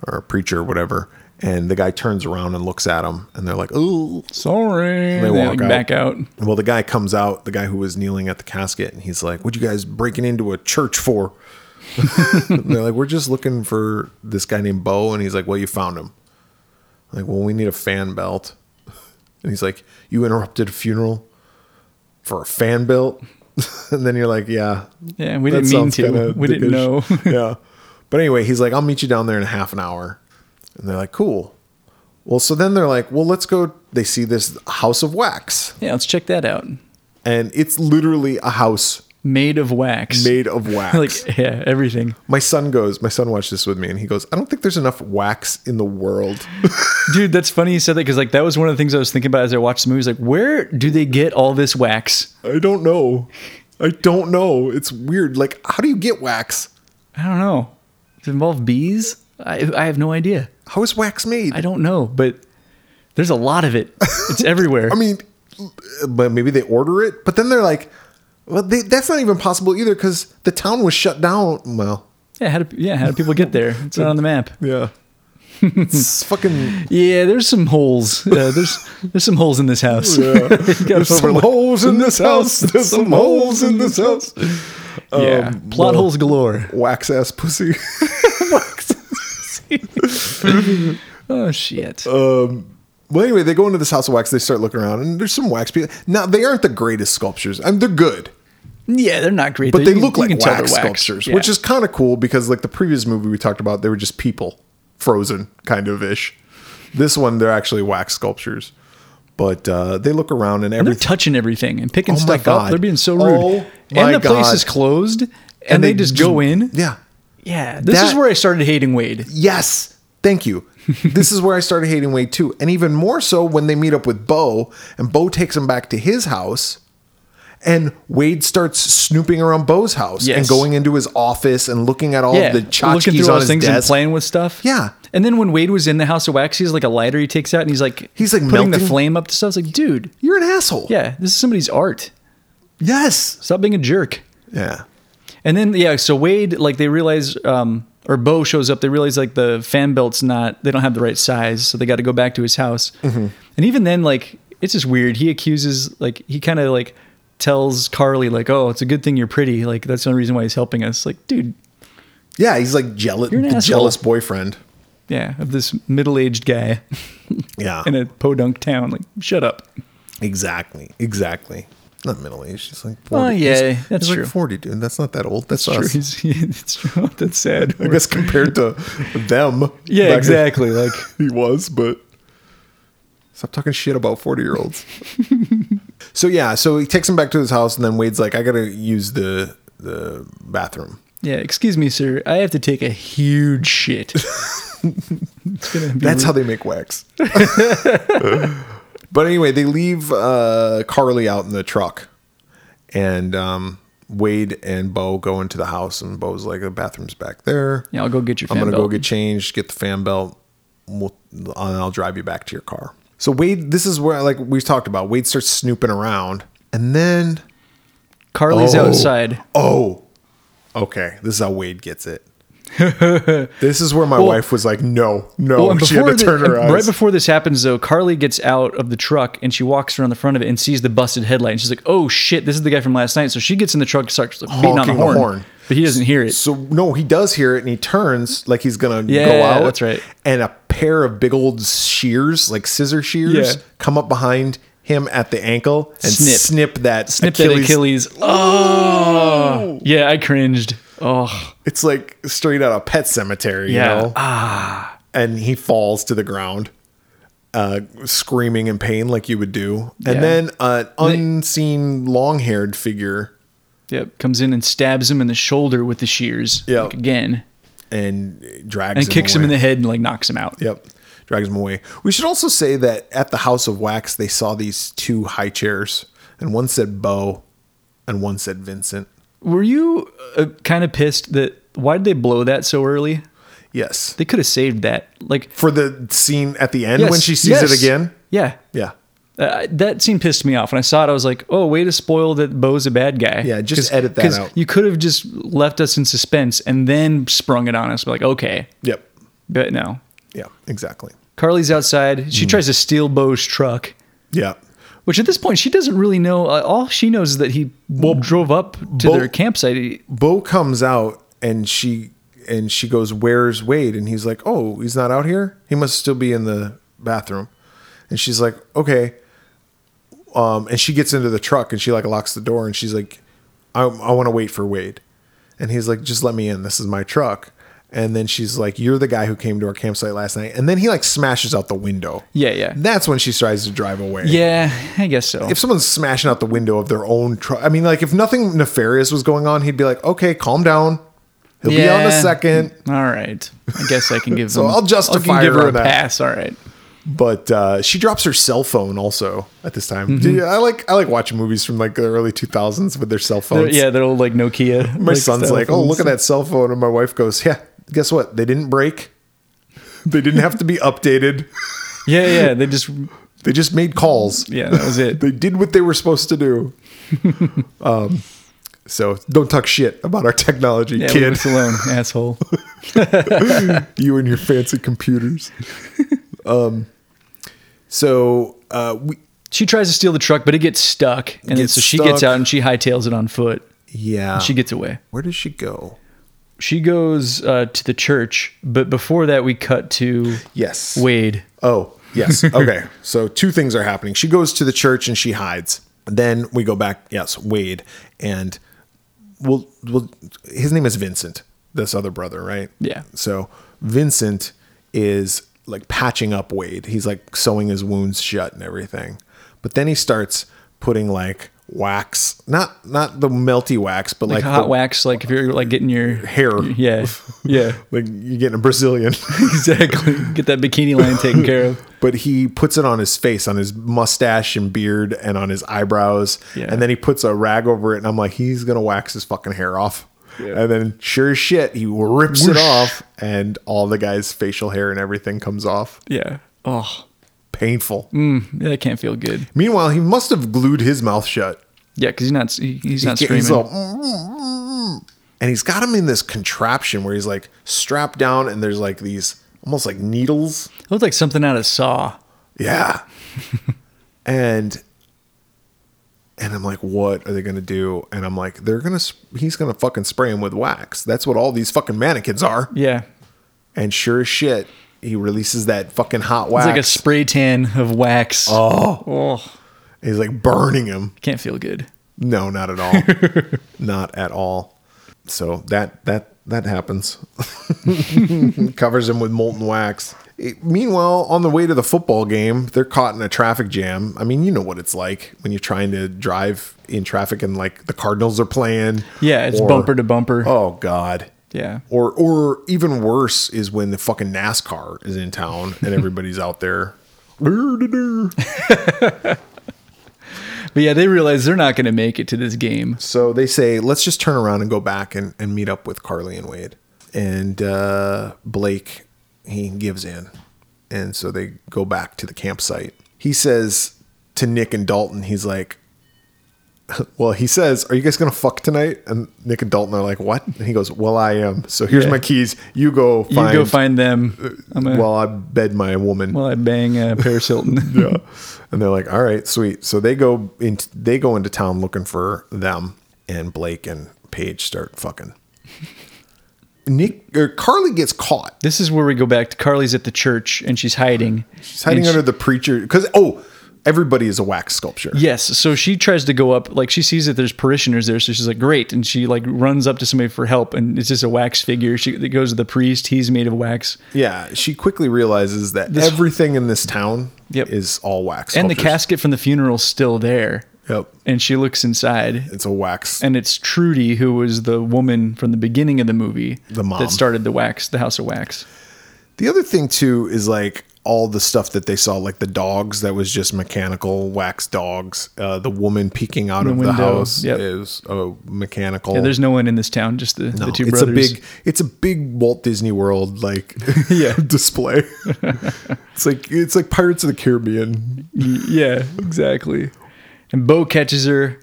[SPEAKER 2] or a preacher or whatever. And the guy turns around and looks at him, and they're like, "Ooh."
[SPEAKER 1] Sorry. They,
[SPEAKER 2] walk
[SPEAKER 1] like,
[SPEAKER 2] out.
[SPEAKER 1] back out.
[SPEAKER 2] Well, the guy comes out, the guy who was kneeling at the casket, and he's like, "What you guys breaking into a church for?" And they're like, "We're just looking for this guy named Bo," and he's like, "Well, you found him." I'm like, well, we need a fan belt, and he's like, "You interrupted a funeral for a fan belt," and then you're like, "Yeah,
[SPEAKER 1] Yeah, we
[SPEAKER 2] that
[SPEAKER 1] didn't mean
[SPEAKER 2] sounds kinda
[SPEAKER 1] to. We didn't know.
[SPEAKER 2] dickish. yeah. But anyway, he's like, I'll meet you down there in half an hour. And they're like, cool. Well, so then they're like, well, let's go. They see this house of wax,
[SPEAKER 1] yeah, let's check that out.
[SPEAKER 2] and it's literally a house
[SPEAKER 1] Made of wax.
[SPEAKER 2] made of wax.
[SPEAKER 1] like yeah, everything.
[SPEAKER 2] my son goes, my son watched this with me, and he goes, I don't think there's enough wax in the world.
[SPEAKER 1] Dude, that's funny you said that because like that was one of the things I was thinking about as I watched the movies. Like, where do they get all this wax?
[SPEAKER 2] I don't know. I don't know. It's weird. Like, how do you get wax?
[SPEAKER 1] I don't know. Does it involve bees? I I have no idea.
[SPEAKER 2] How is wax made?
[SPEAKER 1] I don't know, but there's a lot of it. It's everywhere.
[SPEAKER 2] I mean, but maybe they order it, but then they're like, well, they, that's not even possible either because the town was shut down. Well,
[SPEAKER 1] yeah, how do yeah, how do people get there? It's not on the map.
[SPEAKER 2] yeah. it's fucking
[SPEAKER 1] Yeah, there's some holes. Uh, there's there's some holes in this house.
[SPEAKER 2] Yeah.
[SPEAKER 1] Gotta fill
[SPEAKER 2] some
[SPEAKER 1] the-
[SPEAKER 2] holes in this house. There's some holes in this house.
[SPEAKER 1] yeah,
[SPEAKER 2] Um,
[SPEAKER 1] plot
[SPEAKER 2] well,
[SPEAKER 1] holes galore.
[SPEAKER 2] Wax ass pussy.
[SPEAKER 1] Oh shit.
[SPEAKER 2] well, anyway, they go into this house of wax. They start looking around, and there's some wax people. Now they aren't the greatest sculptures. I mean, they're good,
[SPEAKER 1] yeah, they're not great,
[SPEAKER 2] but
[SPEAKER 1] though.
[SPEAKER 2] they
[SPEAKER 1] You can-
[SPEAKER 2] look
[SPEAKER 1] you
[SPEAKER 2] like
[SPEAKER 1] can tell
[SPEAKER 2] wax,
[SPEAKER 1] they're
[SPEAKER 2] sculptures,
[SPEAKER 1] Yeah.
[SPEAKER 2] which is kind of cool because, like the previous movie we talked about, they were just people, frozen kind of ish. This one, they're actually wax sculptures, but uh, they look around and
[SPEAKER 1] they're
[SPEAKER 2] everything.
[SPEAKER 1] touching everything and picking
[SPEAKER 2] Oh my
[SPEAKER 1] stuff up.
[SPEAKER 2] God.
[SPEAKER 1] They're being so rude.
[SPEAKER 2] Oh my
[SPEAKER 1] and the place
[SPEAKER 2] God.
[SPEAKER 1] is closed, and, they, just go in.
[SPEAKER 2] Yeah.
[SPEAKER 1] Yeah, this is
[SPEAKER 2] That-
[SPEAKER 1] where I started hating Wade.
[SPEAKER 2] Yes. Thank you. this is where I started hating Wade too, and even more so when they meet up with Bo, and Bo takes him back to his house, and Wade starts snooping around Bo's house
[SPEAKER 1] Yes.
[SPEAKER 2] and going into his office and looking at all
[SPEAKER 1] Yeah,
[SPEAKER 2] of the
[SPEAKER 1] looking through
[SPEAKER 2] tchotchkes
[SPEAKER 1] all
[SPEAKER 2] on
[SPEAKER 1] those
[SPEAKER 2] his
[SPEAKER 1] things and
[SPEAKER 2] desk.
[SPEAKER 1] playing with stuff.
[SPEAKER 2] Yeah.
[SPEAKER 1] and then when Wade was in the House of Wax, he's like a lighter. He takes out and he's like
[SPEAKER 2] He's, like,
[SPEAKER 1] putting the
[SPEAKER 2] melting.
[SPEAKER 1] flame up to stuff. It's like, dude,
[SPEAKER 2] You're an asshole.
[SPEAKER 1] yeah, this is somebody's art.
[SPEAKER 2] Yes.
[SPEAKER 1] Stop being a jerk.
[SPEAKER 2] Yeah.
[SPEAKER 1] And then yeah, so Wade like they realize um or Bo shows up. They realize like the fan belt's not they don't have the right size, so they got to go back to his house.
[SPEAKER 2] Mm-hmm.
[SPEAKER 1] And even then, like it's just weird. He accuses like he kind of like tells Carly like, "Oh, it's a good thing you're pretty. Like that's the only reason why he's helping us." Like, dude,
[SPEAKER 2] Yeah. He's like jealous,
[SPEAKER 1] You're an
[SPEAKER 2] the
[SPEAKER 1] asshole.
[SPEAKER 2] jealous boyfriend.
[SPEAKER 1] yeah, of this middle aged guy
[SPEAKER 2] Yeah.
[SPEAKER 1] in a podunk town. Like, shut up.
[SPEAKER 2] Exactly. Exactly. Not middle aged. She's like
[SPEAKER 1] Oh,
[SPEAKER 2] 40.
[SPEAKER 1] yeah,
[SPEAKER 2] He's-
[SPEAKER 1] that's
[SPEAKER 2] he's
[SPEAKER 1] true.
[SPEAKER 2] like 40, dude. That's not that old. That's,
[SPEAKER 1] Sure,
[SPEAKER 2] us.
[SPEAKER 1] he's, it's true. That's sad.
[SPEAKER 2] I guess compared to them.
[SPEAKER 1] yeah,
[SPEAKER 2] back then.
[SPEAKER 1] exactly. Like,
[SPEAKER 2] he was, but stop talking shit about 40 year olds. so yeah, so he takes him back to his house and then Wade's like, I gotta use the the bathroom.
[SPEAKER 1] yeah, excuse me, sir. I have to take a huge shit. it's gonna be
[SPEAKER 2] That's how they make wax. but anyway, they leave uh, Carly out in the truck, and um, Wade and Bo go into the house, and Bo's like, "The bathroom's back there.
[SPEAKER 1] Yeah, I'll go get your
[SPEAKER 2] I'm
[SPEAKER 1] fan
[SPEAKER 2] gonna
[SPEAKER 1] belt.
[SPEAKER 2] go get changed, get the fan belt, and we'll, and I'll drive you back to your car." So Wade, this is where like we talked about. Wade starts snooping around, and then
[SPEAKER 1] Carly's
[SPEAKER 2] Oh.
[SPEAKER 1] outside.
[SPEAKER 2] oh, okay, this is how Wade gets it. this is where my wife was like, no, no,
[SPEAKER 1] Well, and
[SPEAKER 2] Oh, she had to
[SPEAKER 1] before
[SPEAKER 2] turn
[SPEAKER 1] the-
[SPEAKER 2] her eyes.
[SPEAKER 1] Right before this happens, though, Carly gets out of the truck and she walks around the front of it and sees the busted headlight. And she's like, "Oh shit, this is the guy from last night." So she gets in the truck, and starts like, beating on the
[SPEAKER 2] Honking the
[SPEAKER 1] horn,
[SPEAKER 2] horn.
[SPEAKER 1] but he doesn't hear it.
[SPEAKER 2] so no, he does hear it, and he turns like he's gonna go
[SPEAKER 1] Yeah,
[SPEAKER 2] out.
[SPEAKER 1] that's right.
[SPEAKER 2] And a pair of big old shears, like scissor shears,
[SPEAKER 1] Yeah.
[SPEAKER 2] come up behind him at the ankle and snip,
[SPEAKER 1] Snip.
[SPEAKER 2] that
[SPEAKER 1] Snip that Achilles. Oh, yeah, I cringed. Oh,
[SPEAKER 2] It's like straight out of Pet Cemetery,
[SPEAKER 1] Yeah.
[SPEAKER 2] you know? Ah. And he falls to the ground, uh, screaming in pain like you would do. And
[SPEAKER 1] Yeah.
[SPEAKER 2] then an unseen long haired figure,
[SPEAKER 1] yep. Comes in and stabs him in the shoulder with the shears.
[SPEAKER 2] Yeah.
[SPEAKER 1] like, again,
[SPEAKER 2] and drags
[SPEAKER 1] and kicks him in
[SPEAKER 2] away.
[SPEAKER 1] the head and like knocks him out.
[SPEAKER 2] Yep. Drags him away. We should also say that at the House of Wax, they saw these two high chairs, and one said Bo, and one said Vincent.
[SPEAKER 1] Were you uh, kind of pissed that why did they blow that so early?
[SPEAKER 2] Yes.
[SPEAKER 1] They could have saved that. Like
[SPEAKER 2] For the scene at the end when
[SPEAKER 1] Yes,
[SPEAKER 2] she sees
[SPEAKER 1] yes.
[SPEAKER 2] it again.
[SPEAKER 1] Yeah.
[SPEAKER 2] Yeah.
[SPEAKER 1] Uh, that scene pissed me off. When I saw it, I was like, "Oh, way to spoil that Bo's a bad guy."
[SPEAKER 2] Yeah, just edit that out.
[SPEAKER 1] You could have just left us in suspense and then sprung it on us. Like, okay,
[SPEAKER 2] Yep.
[SPEAKER 1] but no.
[SPEAKER 2] Yeah. Exactly.
[SPEAKER 1] Carly's outside.
[SPEAKER 2] Mm.
[SPEAKER 1] She tries to steal Bo's truck,
[SPEAKER 2] Yeah.
[SPEAKER 1] which at this point she doesn't really know. Uh, all she knows is that he drove up to
[SPEAKER 2] Bo-
[SPEAKER 1] their campsite.
[SPEAKER 2] Bo comes out and she and she goes, "Where's Wade?" And he's like, "Oh, he's not out here. He must still be in the bathroom." And she's like, "Okay." Um, and she gets into the truck and she like locks the door and she's like, "I I want to wait for Wade." And he's like, "Just let me in. This is my truck." And then she's like, "You're the guy who came to our campsite last night." And then he like smashes out the window.
[SPEAKER 1] Yeah, yeah,
[SPEAKER 2] That's when she tries to drive away
[SPEAKER 1] yeah. I guess so.
[SPEAKER 2] if someone's smashing out the window of their own truck, I mean, like if nothing nefarious was going on, he'd be like, "Okay, calm down. He'll be out in a
[SPEAKER 1] Yeah.
[SPEAKER 2] second.
[SPEAKER 1] All right. I guess I can give.
[SPEAKER 2] So
[SPEAKER 1] them-
[SPEAKER 2] I'll justify
[SPEAKER 1] I can give
[SPEAKER 2] her
[SPEAKER 1] her a
[SPEAKER 2] on that.
[SPEAKER 1] pass. All right.
[SPEAKER 2] But uh, she drops her cell phone also at this time.
[SPEAKER 1] Mm-hmm.
[SPEAKER 2] Dude, I like I like watching movies from like the early two thousands with their cell
[SPEAKER 1] They're-
[SPEAKER 2] phones.
[SPEAKER 1] yeah, that old like Nokia.
[SPEAKER 2] my son's like, "Oh, look at that cell phone," and my wife goes, "Yeah, guess what? They didn't break. They didn't have to be updated.
[SPEAKER 1] Yeah, yeah. They just
[SPEAKER 2] They just made calls.
[SPEAKER 1] yeah. That was it.
[SPEAKER 2] They did what they were supposed to do." um, so don't talk shit about our technology,
[SPEAKER 1] Yeah, leave
[SPEAKER 2] kid.
[SPEAKER 1] us alone, asshole.
[SPEAKER 2] you and your fancy computers. um, so uh, we
[SPEAKER 1] She tries to steal the truck, but it gets stuck, and then
[SPEAKER 2] Gets
[SPEAKER 1] so she gets
[SPEAKER 2] stuck. Oh.
[SPEAKER 1] out and she hightails it on foot.
[SPEAKER 2] yeah,
[SPEAKER 1] She gets away.
[SPEAKER 2] where does she go?
[SPEAKER 1] She goes uh, to the church, but before that, we cut to
[SPEAKER 2] Yes.
[SPEAKER 1] Wade.
[SPEAKER 2] Oh yes. Okay. so two things are happening. She goes to the church and she hides. Then we go back. Yes, Wade and we'll we'll his name is Vincent. This other brother, right?
[SPEAKER 1] Yeah.
[SPEAKER 2] So Vincent is like patching up Wade. He's like sewing his wounds shut and everything. But then he starts putting like wax, not not the melty wax, but like,
[SPEAKER 1] Like hot
[SPEAKER 2] the-
[SPEAKER 1] wax, like if you're like getting your
[SPEAKER 2] Hair.
[SPEAKER 1] Yeah, yeah,
[SPEAKER 2] Like you're getting a Brazilian.
[SPEAKER 1] exactly. Get that bikini line taken care of.
[SPEAKER 2] but he puts it on his face, on his mustache and beard, and on his eyebrows.
[SPEAKER 1] Yeah.
[SPEAKER 2] And then he puts a rag over it, and I'm like, he's gonna wax his fucking hair off. And then, sure as shit, he rips it
[SPEAKER 1] Whoosh.
[SPEAKER 2] off, and all the guy's facial hair and everything comes off.
[SPEAKER 1] Yeah. Oh,
[SPEAKER 2] Painful.
[SPEAKER 1] that can't feel good.
[SPEAKER 2] Meanwhile, he must have glued his mouth shut.
[SPEAKER 1] Yeah, because he's not he, he's not
[SPEAKER 2] He's
[SPEAKER 1] screaming.
[SPEAKER 2] all, "Mm, mm, mm." and he's got him in this contraption where he's like strapped down, and there's like these almost like needles
[SPEAKER 1] Looked like something out of Saw.
[SPEAKER 2] Yeah. and and I'm like, what are they gonna do? And I'm like, they're gonna sp- he's gonna fucking spray him with wax. That's what all these fucking mannequins are.
[SPEAKER 1] Yeah,
[SPEAKER 2] And sure as shit, he releases that fucking hot wax.
[SPEAKER 1] it's like a spray tan of wax.
[SPEAKER 2] oh,
[SPEAKER 1] oh,
[SPEAKER 2] he's like burning him.
[SPEAKER 1] can't feel good.
[SPEAKER 2] No, not at all. not at all. So that that that happens. Covers him with molten wax. It- meanwhile, on the way to the football game, they're caught in a traffic jam. I mean, you know what it's like when you're trying to drive in traffic and like the Cardinals are playing.
[SPEAKER 1] Yeah, it's
[SPEAKER 2] or-
[SPEAKER 1] bumper to bumper.
[SPEAKER 2] Oh god.
[SPEAKER 1] Yeah.
[SPEAKER 2] Or or even worse is when the fucking NASCAR is in town and everybody's out there.
[SPEAKER 1] But yeah, they realize they're not going to make it to this game.
[SPEAKER 2] So they say, let's just turn around and go back and, and meet up with Carly and Wade. And uh, Blake, he gives in. And so they go back to the campsite. he says to Nick and Dalton, he's like, well, he says, "Are you guys gonna fuck tonight?" And Nick and Dalton are like, "What?" And he goes, "Well, I am. So here's
[SPEAKER 1] Yeah.
[SPEAKER 2] my keys. You go
[SPEAKER 1] You
[SPEAKER 2] find. Uh,
[SPEAKER 1] go find them. I'm a,
[SPEAKER 2] While I bed my woman.
[SPEAKER 1] while I bang uh, Paris Hilton.
[SPEAKER 2] yeah. And they're like, "All right, sweet." So they go in. They go into town looking for them, and Blake and Paige start fucking. Nick or Carly gets caught.
[SPEAKER 1] This is where we go back to Carly's at the church and she's hiding.
[SPEAKER 2] She's hiding
[SPEAKER 1] And she-
[SPEAKER 2] under the preacher because oh, everybody is a wax sculpture.
[SPEAKER 1] Yes, so she tries to go up, like she sees that there's parishioners there, so she's like, "Great!" and she like runs up to somebody for help, and it's just a wax figure. She it goes to the priest; he's made of wax,
[SPEAKER 2] Yeah, she quickly realizes that everything in this town
[SPEAKER 1] Yep.
[SPEAKER 2] is all wax.
[SPEAKER 1] and the
[SPEAKER 2] sculptures.
[SPEAKER 1] casket from the funeral's still there.
[SPEAKER 2] Yep,
[SPEAKER 1] And she looks inside,
[SPEAKER 2] it's a wax.
[SPEAKER 1] and it's Trudy, who was the woman from the beginning of the movie,
[SPEAKER 2] The mom.
[SPEAKER 1] that started the wax, the House of Wax.
[SPEAKER 2] the other thing too is like all the stuff that they saw, like the dogs that was just mechanical wax dogs. Uh, the woman peeking out of the
[SPEAKER 1] window,
[SPEAKER 2] house
[SPEAKER 1] yep.
[SPEAKER 2] is a mechanical.
[SPEAKER 1] Yeah, there's no one in this town, just the, the two
[SPEAKER 2] it's
[SPEAKER 1] brothers.
[SPEAKER 2] a big, it's a big Walt Disney World like display. it's like it's like Pirates of the Caribbean.
[SPEAKER 1] yeah, exactly. And Bo catches her,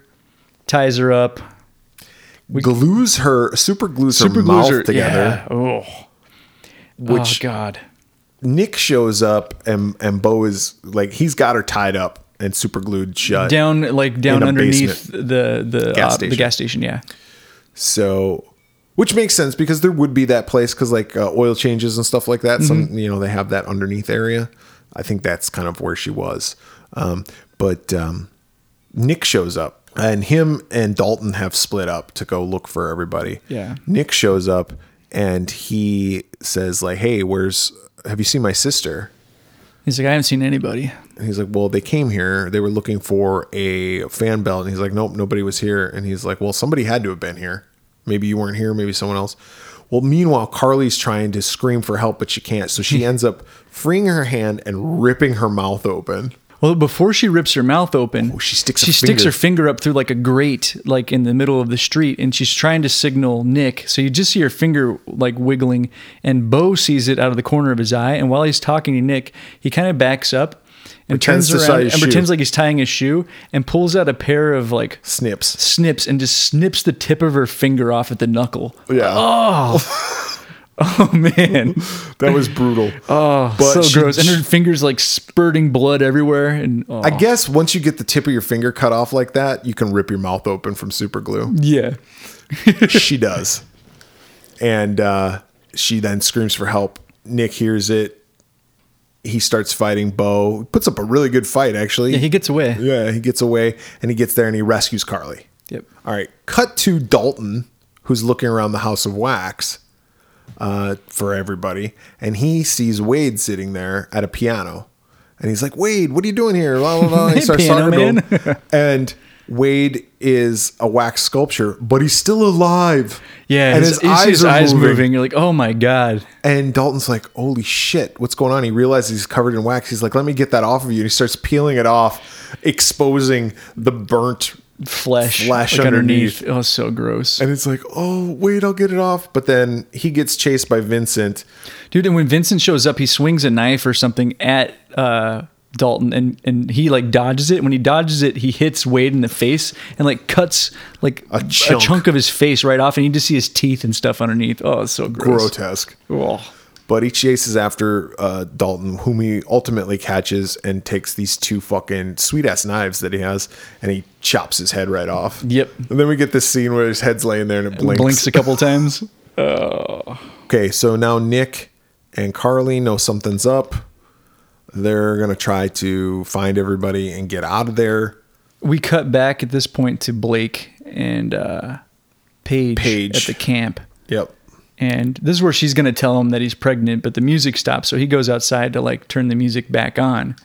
[SPEAKER 1] ties her up,
[SPEAKER 2] glues her, super glues her
[SPEAKER 1] Superglues
[SPEAKER 2] mouth
[SPEAKER 1] her-
[SPEAKER 2] together.
[SPEAKER 1] yeah, Oh, oh
[SPEAKER 2] Which-
[SPEAKER 1] God.
[SPEAKER 2] Nick shows up and and Bo is like he's got her tied up and super glued shut.
[SPEAKER 1] down like down
[SPEAKER 2] a
[SPEAKER 1] underneath the the
[SPEAKER 2] Gas
[SPEAKER 1] gas
[SPEAKER 2] station.
[SPEAKER 1] the gas station. Yeah,
[SPEAKER 2] So which makes sense because there would be that place cuz like uh, oil changes and stuff like that some you know they have that underneath area. I think that's kind of where she was. Um but um Nick shows up and him and Dalton have split up to go look for everybody.
[SPEAKER 1] Yeah.
[SPEAKER 2] Nick shows up and he says like, "Hey, where's have you seen my sister?"
[SPEAKER 1] he's like, I haven't seen anybody.
[SPEAKER 2] And he's like, well, they came here. They were looking for a fan belt. And he's like, nope, nobody was here. And he's like, well, somebody had to have been here. Maybe you weren't here. Maybe someone else. Well, meanwhile, Carly's trying to scream for help, but she can't. So she ends up freeing her hand and ripping her mouth open.
[SPEAKER 1] Well, before she rips her mouth open,
[SPEAKER 2] she sticks
[SPEAKER 1] she
[SPEAKER 2] a
[SPEAKER 1] sticks
[SPEAKER 2] finger.
[SPEAKER 1] her finger up through like a grate, like in the middle of the street, and she's trying to signal Nick. So you just see her finger like wiggling, and Bo sees it out of the corner of his eye. And while he's talking to Nick, he kind of backs up and
[SPEAKER 2] Pretends
[SPEAKER 1] turns
[SPEAKER 2] to tie
[SPEAKER 1] around
[SPEAKER 2] his
[SPEAKER 1] and
[SPEAKER 2] shoe.
[SPEAKER 1] pretends like he's tying his shoe, and pulls out a pair of like
[SPEAKER 2] Snips.
[SPEAKER 1] snips and just snips the tip of her finger off at the knuckle.
[SPEAKER 2] Yeah.
[SPEAKER 1] Oh man.
[SPEAKER 2] That was brutal.
[SPEAKER 1] Oh,
[SPEAKER 2] But
[SPEAKER 1] so
[SPEAKER 2] she-
[SPEAKER 1] gross. And her fingers like spurting blood everywhere. And oh,
[SPEAKER 2] I guess once you get the tip of your finger cut off like that, you can rip your mouth open from super glue.
[SPEAKER 1] yeah.
[SPEAKER 2] she does. And uh, she then screams for help. Nick hears it. He starts fighting Bo. Puts up a really good fight, actually.
[SPEAKER 1] yeah. He gets away.
[SPEAKER 2] Yeah, he gets away and he gets there and he rescues Carly.
[SPEAKER 1] Yep.
[SPEAKER 2] All right. Cut to Dalton, who's looking around the House of Wax uh, for everybody, and he sees Wade sitting there at a piano, and he's like, "Wade, what are you doing here?" Blah blah blah. and he
[SPEAKER 1] Hey,
[SPEAKER 2] starts
[SPEAKER 1] piano
[SPEAKER 2] talking to
[SPEAKER 1] man.
[SPEAKER 2] him. and Wade is a wax sculpture, but he's still alive.
[SPEAKER 1] Yeah.
[SPEAKER 2] and
[SPEAKER 1] his,
[SPEAKER 2] his,
[SPEAKER 1] you see
[SPEAKER 2] eyes
[SPEAKER 1] his
[SPEAKER 2] are
[SPEAKER 1] eyes
[SPEAKER 2] moving.
[SPEAKER 1] moving. You're like, oh my God.
[SPEAKER 2] And Dalton's like, "Holy shit, what's going on?" He realizes he's covered in wax. He's like, "Let me get that off of you." And he starts peeling it off, exposing the burnt
[SPEAKER 1] Flesh.
[SPEAKER 2] Flesh
[SPEAKER 1] like,
[SPEAKER 2] underneath.
[SPEAKER 1] Oh, so gross.
[SPEAKER 2] And it's like, oh, wait, I'll get it off. But then he gets chased by Vincent.
[SPEAKER 1] Dude, and when Vincent shows up, he swings a knife or something at uh, Dalton, and and he like dodges it. When he dodges it, he hits Wade in the face and like cuts like a
[SPEAKER 2] chunk.
[SPEAKER 1] of his face right off, and you just see his teeth and stuff underneath. Oh, it's so gross.
[SPEAKER 2] Grotesque.
[SPEAKER 1] Oh.
[SPEAKER 2] But he chases after uh, Dalton, whom he ultimately catches and takes these two fucking sweet ass knives that he has and he chops his head right off.
[SPEAKER 1] Yep.
[SPEAKER 2] And then we get this scene where his head's laying there and it blinks.
[SPEAKER 1] Blinks. a couple times.
[SPEAKER 2] Okay, so now Nick and Carly know something's up. They're going to try to find everybody and get out of there.
[SPEAKER 1] We cut back at this point to Blake and uh, Paige,
[SPEAKER 2] Paige.
[SPEAKER 1] at the camp.
[SPEAKER 2] Yep.
[SPEAKER 1] And this is where she's going to tell him that he's pregnant, but the music stops. So he goes outside to like turn the music back on.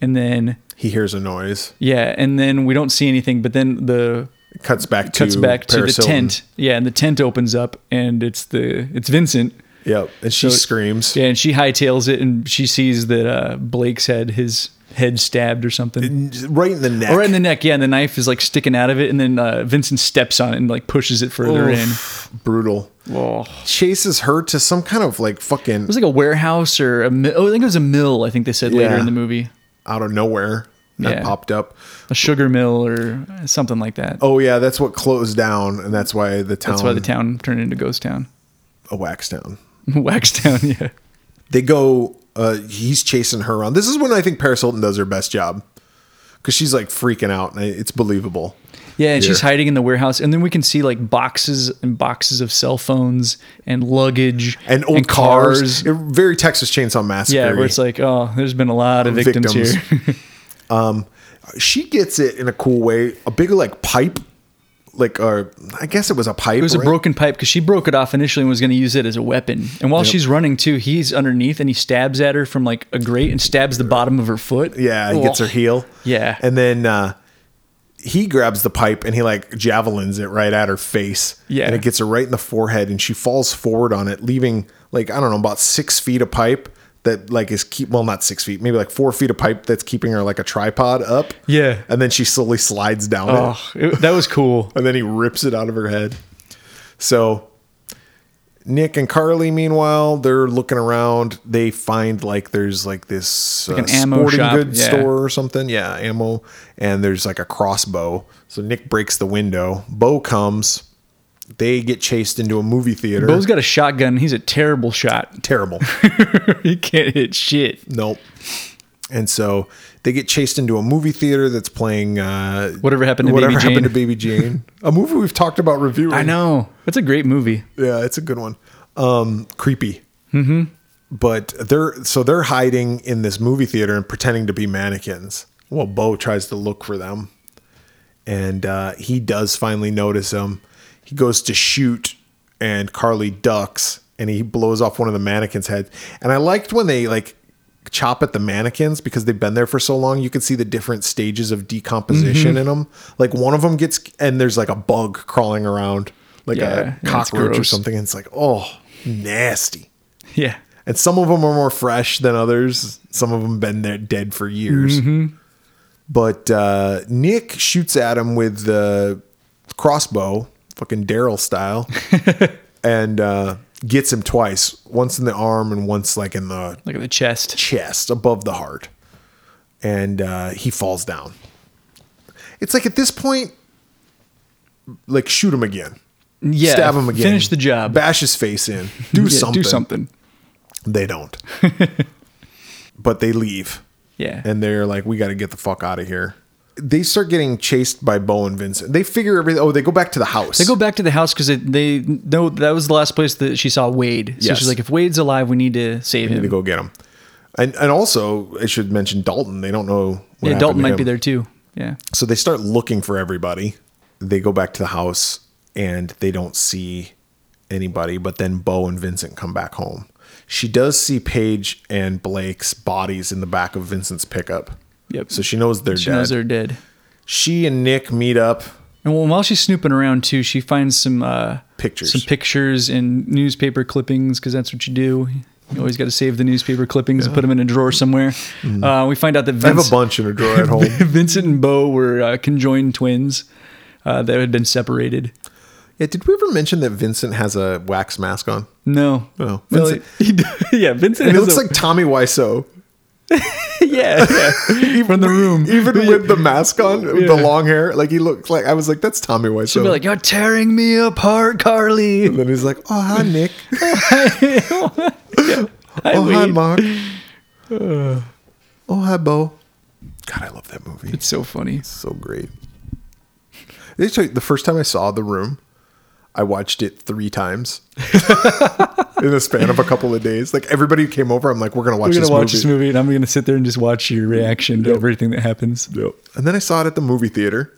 [SPEAKER 1] And then
[SPEAKER 2] He hears a noise.
[SPEAKER 1] Yeah, and then we don't see anything, but then the
[SPEAKER 2] Cuts back to
[SPEAKER 1] cuts back to
[SPEAKER 2] Paris
[SPEAKER 1] the
[SPEAKER 2] Hilton.
[SPEAKER 1] tent. Yeah, and the tent opens up, and it's the it's Vincent.
[SPEAKER 2] Yep. And she
[SPEAKER 1] So-
[SPEAKER 2] screams.
[SPEAKER 1] Yeah, and she hightails it, and she sees that uh, Blake's had his head stabbed or something,
[SPEAKER 2] right in the neck.
[SPEAKER 1] or in the neck. Yeah, and the knife is like sticking out of it, and then uh, Vincent steps on it and like pushes it further
[SPEAKER 2] Oof, Brutal.
[SPEAKER 1] in. Oh.
[SPEAKER 2] Chases her to some kind of like
[SPEAKER 1] It
[SPEAKER 2] fucking
[SPEAKER 1] was like a warehouse or a mi- oh, I think it was a mill. I think they said later
[SPEAKER 2] Yeah.
[SPEAKER 1] in the movie.
[SPEAKER 2] out of nowhere that
[SPEAKER 1] Yeah.
[SPEAKER 2] popped up.
[SPEAKER 1] a sugar mill or something like that.
[SPEAKER 2] Oh yeah, that's what closed down, and that's why the town
[SPEAKER 1] That's why the town turned into Ghost Town,
[SPEAKER 2] a wax town.
[SPEAKER 1] Wax Town. Yeah,
[SPEAKER 2] They go. Uh, he's chasing her around. This is when I think Paris Hilton does her best job because she's like freaking out, and it's believable.
[SPEAKER 1] yeah. And she's
[SPEAKER 2] Here.
[SPEAKER 1] hiding in the warehouse, and then we can see like boxes and boxes of cell phones and luggage
[SPEAKER 2] And old cars, It- very Texas Chainsaw Massacre.
[SPEAKER 1] Yeah, where it's like, oh, there's been a lot of victims,
[SPEAKER 2] Victims.
[SPEAKER 1] here.
[SPEAKER 2] she gets it in a cool way. A big like pipe, like or I guess it was a pipe.
[SPEAKER 1] It was a broken pipe because she broke it off initially and was going to use it as a weapon. And while she's running too, he's underneath and he stabs at her from like a grate and stabs the bottom of her foot.
[SPEAKER 2] Yeah, he gets her
[SPEAKER 1] Ugh.
[SPEAKER 2] heel.
[SPEAKER 1] Yeah.
[SPEAKER 2] and then uh, he grabs the pipe and he like javelins it right at her face.
[SPEAKER 1] Yeah.
[SPEAKER 2] and it gets her right in the forehead, and she falls forward on it, leaving like I don't know about six feet of pipe that like is keep well not six feet maybe like four feet of pipe that's keeping her like a tripod up.
[SPEAKER 1] Yeah.
[SPEAKER 2] and then she slowly slides down it
[SPEAKER 1] Oh, it- that was cool.
[SPEAKER 2] and then he rips it out of her head. So Nick and Carly, meanwhile, they're looking around. They find like there's like this uh,
[SPEAKER 1] an ammo
[SPEAKER 2] sporting
[SPEAKER 1] shop,
[SPEAKER 2] goods
[SPEAKER 1] yeah.
[SPEAKER 2] store or something. Yeah, ammo. And there's like a crossbow. So Nick breaks the window. Bo comes. They get chased into a movie theater.
[SPEAKER 1] Bo's got a shotgun. He's a terrible shot.
[SPEAKER 2] Terrible.
[SPEAKER 1] he can't hit shit.
[SPEAKER 2] nope. And so they get chased into a movie theater that's playing uh,
[SPEAKER 1] Whatever happened to
[SPEAKER 2] whatever
[SPEAKER 1] Baby
[SPEAKER 2] happened
[SPEAKER 1] Jane.
[SPEAKER 2] to Baby Jane, a movie we've talked about reviewing.
[SPEAKER 1] I know. That's a great movie.
[SPEAKER 2] Yeah, it's a good one. Um, creepy. Mm-hmm. But they're so they're hiding in this movie theater and pretending to be mannequins. Well, Bo tries to look for them, and uh, he does finally notice them. He goes to shoot, and Carly ducks, and he blows off one of the mannequins' heads. And I liked when they like chop at the mannequins because they've been there for so long. You can see the different stages of decomposition
[SPEAKER 1] Mm-hmm.
[SPEAKER 2] in them. Like one of them gets, and there's like a bug crawling around, like
[SPEAKER 1] Yeah, yeah,
[SPEAKER 2] a
[SPEAKER 1] it's
[SPEAKER 2] cockroach or
[SPEAKER 1] gross.
[SPEAKER 2] something. And it's like, oh, nasty.
[SPEAKER 1] Yeah.
[SPEAKER 2] And some of them are more fresh than others. Some of them been there dead for years.
[SPEAKER 1] Mm-hmm.
[SPEAKER 2] But uh, Nick shoots at him with the crossbow, fucking Daryl style, and uh, gets him twice. Once in the arm and once like in the
[SPEAKER 1] Look at the chest.
[SPEAKER 2] chest above the heart and uh, he falls down it's like at this point like shoot him again
[SPEAKER 1] Yeah.
[SPEAKER 2] stab him again
[SPEAKER 1] Finish the job.
[SPEAKER 2] bash his face in do
[SPEAKER 1] Yeah,
[SPEAKER 2] something
[SPEAKER 1] Do something.
[SPEAKER 2] they don't but they leave
[SPEAKER 1] Yeah.
[SPEAKER 2] and they're like we got to get the fuck out of here they start getting chased by bo and vincent they figure everything oh they go back to the house
[SPEAKER 1] They go back to the house because they, they know that was the last place that she saw Wade. So
[SPEAKER 2] Yes.
[SPEAKER 1] she's like, if Wade's alive, we need to save him.
[SPEAKER 2] to go get him and, and also i should mention dalton they don't know what
[SPEAKER 1] yeah,
[SPEAKER 2] happened
[SPEAKER 1] Dalton
[SPEAKER 2] to
[SPEAKER 1] might
[SPEAKER 2] him.
[SPEAKER 1] be there too. Yeah.
[SPEAKER 2] So they start looking for everybody. They go back to the house and they don't see anybody, but then Bo and Vincent come back home. She does see Paige and Blake's bodies in the back of Vincent's pickup.
[SPEAKER 1] Yep.
[SPEAKER 2] So she knows they're
[SPEAKER 1] She
[SPEAKER 2] dead.
[SPEAKER 1] knows they're dead.
[SPEAKER 2] she and Nick meet up.
[SPEAKER 1] And well, while she's snooping around too, she finds some uh,
[SPEAKER 2] Pictures.
[SPEAKER 1] some pictures and newspaper clippings because that's what you do. You always got to save the newspaper clippings and put them in a drawer somewhere. Uh, we find out that
[SPEAKER 2] Mm-hmm. I have a
[SPEAKER 1] Vince-
[SPEAKER 2] bunch in a drawer at home.
[SPEAKER 1] Vincent and Bo were uh, conjoined twins uh, that had been separated.
[SPEAKER 2] yeah, did we ever mention that Vincent has a wax mask on?
[SPEAKER 1] No,
[SPEAKER 2] Oh,
[SPEAKER 1] Really? He d- yeah, Vincent.
[SPEAKER 2] And he
[SPEAKER 1] has
[SPEAKER 2] looks
[SPEAKER 1] a-
[SPEAKER 2] like Tommy Wiseau.
[SPEAKER 1] yeah, yeah. from the room.
[SPEAKER 2] Even with the mask on,
[SPEAKER 1] Yeah.
[SPEAKER 2] the long hair, like he looked like I was like, that's Tommy Wiseau.
[SPEAKER 1] She'll be like, "You're tearing me apart, Carly."
[SPEAKER 2] and then he's like, oh hi Nick.
[SPEAKER 1] I
[SPEAKER 2] oh, hi,
[SPEAKER 1] wait.
[SPEAKER 2] Mark. oh, hi, Bo. God, I love that movie. It's
[SPEAKER 1] It's so funny.
[SPEAKER 2] so great. They took- the first time I saw The Room, I watched it three times in the span of a couple of days. Like everybody who came over, I'm like, we're gonna watch,
[SPEAKER 1] We're
[SPEAKER 2] this,
[SPEAKER 1] gonna watch
[SPEAKER 2] movie.
[SPEAKER 1] this movie, and I'm gonna sit there and just watch your reaction to everything that happens.
[SPEAKER 2] And then I saw it at the movie theater.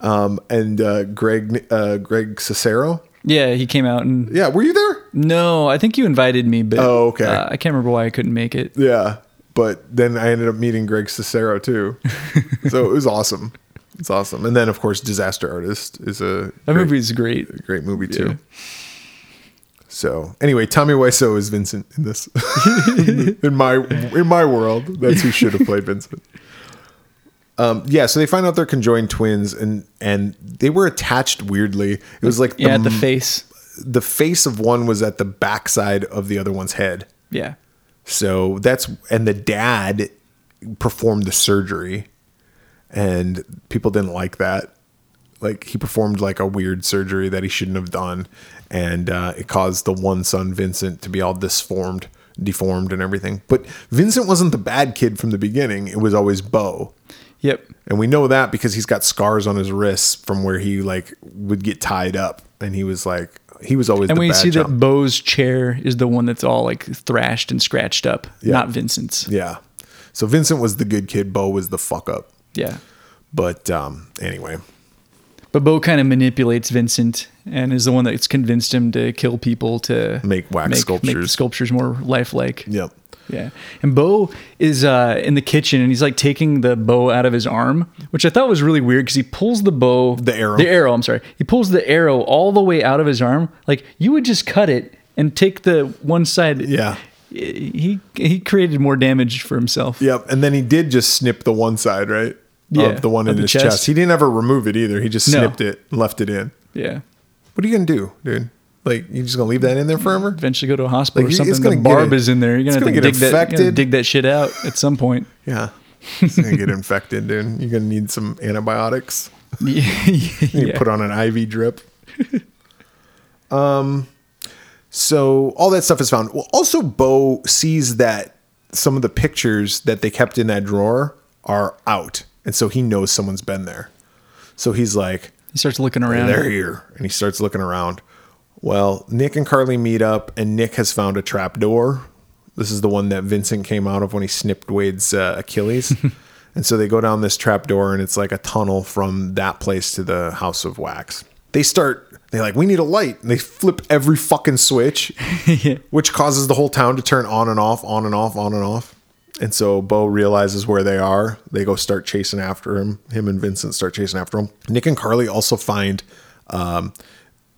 [SPEAKER 2] um, and uh, Greg uh, Greg Cicero.
[SPEAKER 1] Yeah, he came out and
[SPEAKER 2] Yeah, were you there?
[SPEAKER 1] no, I think you invited me, but
[SPEAKER 2] Oh, okay.
[SPEAKER 1] uh, I can't remember why I couldn't make it.
[SPEAKER 2] Yeah. But then I ended up meeting Greg Cicero too. so it was awesome. It's awesome. And then of course Disaster Artist is a
[SPEAKER 1] That
[SPEAKER 2] great,
[SPEAKER 1] movie's great.
[SPEAKER 2] great movie too. So anyway, Tommy Wiseau is Vincent in this. in my in my world, that's who should have played Vincent. Um, yeah, so they find out they're conjoined twins, and and they were attached weirdly. It was like
[SPEAKER 1] Yeah, at the
[SPEAKER 2] the,
[SPEAKER 1] face.
[SPEAKER 2] the face of one was at the backside of the other one's head.
[SPEAKER 1] Yeah,
[SPEAKER 2] So that's and the dad performed the surgery, and people didn't like that. Like he performed like a weird surgery that he shouldn't have done, and uh, it caused the one son Vincent to be all disformed, deformed, and everything. But Vincent wasn't the bad kid from the beginning. It was always Bo.
[SPEAKER 1] Yep.
[SPEAKER 2] And we know that because he's got scars on his wrists from where he like would get tied up, and he was like he was always.
[SPEAKER 1] And
[SPEAKER 2] the
[SPEAKER 1] we
[SPEAKER 2] bad
[SPEAKER 1] see
[SPEAKER 2] chump.
[SPEAKER 1] that Bo's chair is the one that's all like thrashed and scratched up, not Vincent's.
[SPEAKER 2] Yeah. So Vincent was the good kid, Bo was the fuck up.
[SPEAKER 1] Yeah.
[SPEAKER 2] But um, anyway,
[SPEAKER 1] But Bo kind of manipulates Vincent and is the one that's convinced him to kill people to
[SPEAKER 2] Make wax sculptures.
[SPEAKER 1] sculptures more lifelike.
[SPEAKER 2] yep.
[SPEAKER 1] Yeah. And Bo is uh, in the kitchen and he's like taking the bow out of his arm, which I thought was really weird because he pulls the bow.
[SPEAKER 2] The arrow.
[SPEAKER 1] The arrow, I'm sorry. He pulls the arrow all the way out of his arm. Like you would just cut it and take the one side.
[SPEAKER 2] Yeah.
[SPEAKER 1] He he created more damage for himself.
[SPEAKER 2] Yep. And then he did just snip the one side, right?
[SPEAKER 1] Yeah,
[SPEAKER 2] Of the one
[SPEAKER 1] of
[SPEAKER 2] in
[SPEAKER 1] the
[SPEAKER 2] his
[SPEAKER 1] chest.
[SPEAKER 2] chest. He didn't ever remove it either. He just
[SPEAKER 1] No.
[SPEAKER 2] snipped it and left it in.
[SPEAKER 1] Yeah.
[SPEAKER 2] What are you going to do, dude? Like, you just going to leave that in there forever?
[SPEAKER 1] Eventually go to a hospital
[SPEAKER 2] Like,
[SPEAKER 1] or
[SPEAKER 2] you- it's
[SPEAKER 1] something. The
[SPEAKER 2] gonna get
[SPEAKER 1] barb
[SPEAKER 2] it-
[SPEAKER 1] is in there. You're
[SPEAKER 2] it's
[SPEAKER 1] gonna, have to
[SPEAKER 2] gonna
[SPEAKER 1] dig
[SPEAKER 2] get
[SPEAKER 1] that, you're gonna
[SPEAKER 2] infected.
[SPEAKER 1] dig that shit out at some point.
[SPEAKER 2] Yeah. It's going to get infected, dude. You're going to need some antibiotics.
[SPEAKER 1] yeah.
[SPEAKER 2] You put on an IV drip. um, so all that stuff is found. Well, also Bo sees that some of the pictures that they kept in that drawer are out, and so he knows someone's been there. So he's like,
[SPEAKER 1] He starts looking around.
[SPEAKER 2] "They're here," and he starts looking around. Well, Nick and Carly meet up, and Nick has found a trap door. This is the one that Vincent came out of when he snipped Wade's uh, Achilles. and so they go down this trap door, and it's like a tunnel from that place to the House of Wax. They start, they're like, we need a light. And they flip every fucking switch, which causes the whole town to turn on and off, on and off, on and off. And so Bo realizes where they are. They go start chasing after him. Him and Vincent start chasing after him. Nick and Carly also find um,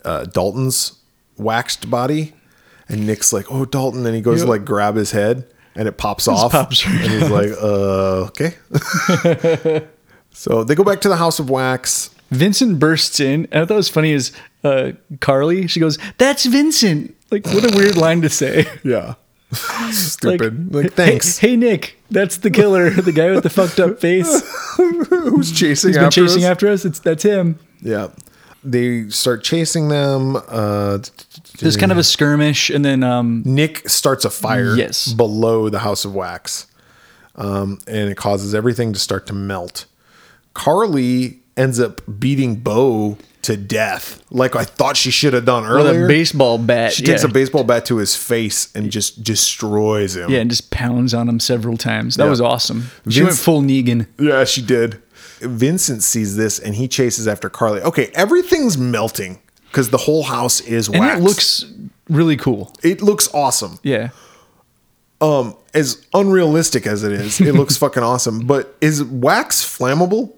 [SPEAKER 2] uh, Dalton's waxed body, and Nick's like, "Oh, Dalton," and he goes to like grab his head, and it pops off,
[SPEAKER 1] pops right
[SPEAKER 2] and he's like, "Uh, okay." so they go back to the House of Wax.
[SPEAKER 1] Vincent bursts in, and I thought it was funny is uh, Carly. She goes, "That's Vincent." Like, what a weird line to say.
[SPEAKER 2] Yeah,
[SPEAKER 1] Like,
[SPEAKER 2] stupid. Like, thanks.
[SPEAKER 1] Hey, hey, Nick, that's the killer, the guy with the fucked up face
[SPEAKER 2] Who's chasing?
[SPEAKER 1] who's been
[SPEAKER 2] after
[SPEAKER 1] chasing
[SPEAKER 2] us?
[SPEAKER 1] after us. It's that's him.
[SPEAKER 2] Yeah, they start chasing them. Uh,
[SPEAKER 1] There's kind of a skirmish, and then um,
[SPEAKER 2] Nick starts a fire
[SPEAKER 1] Yes.
[SPEAKER 2] below the House of Wax, um, and it causes everything to start to melt. Carly ends up beating Bo to death, like I thought she should have done
[SPEAKER 1] with
[SPEAKER 2] earlier.
[SPEAKER 1] a baseball bat.
[SPEAKER 2] she takes
[SPEAKER 1] yeah.
[SPEAKER 2] a baseball bat to his face and just destroys him.
[SPEAKER 1] yeah, and just pounds on him several times. That
[SPEAKER 2] Yeah.
[SPEAKER 1] was awesome. She
[SPEAKER 2] Vince-
[SPEAKER 1] went full Negan.
[SPEAKER 2] Yeah, she did. Vincent sees this and he chases after Carly. Okay, everything's melting because the whole house is
[SPEAKER 1] And
[SPEAKER 2] wax.
[SPEAKER 1] it looks really cool.
[SPEAKER 2] it looks awesome.
[SPEAKER 1] Yeah.
[SPEAKER 2] um as unrealistic as it is it looks fucking awesome but is wax flammable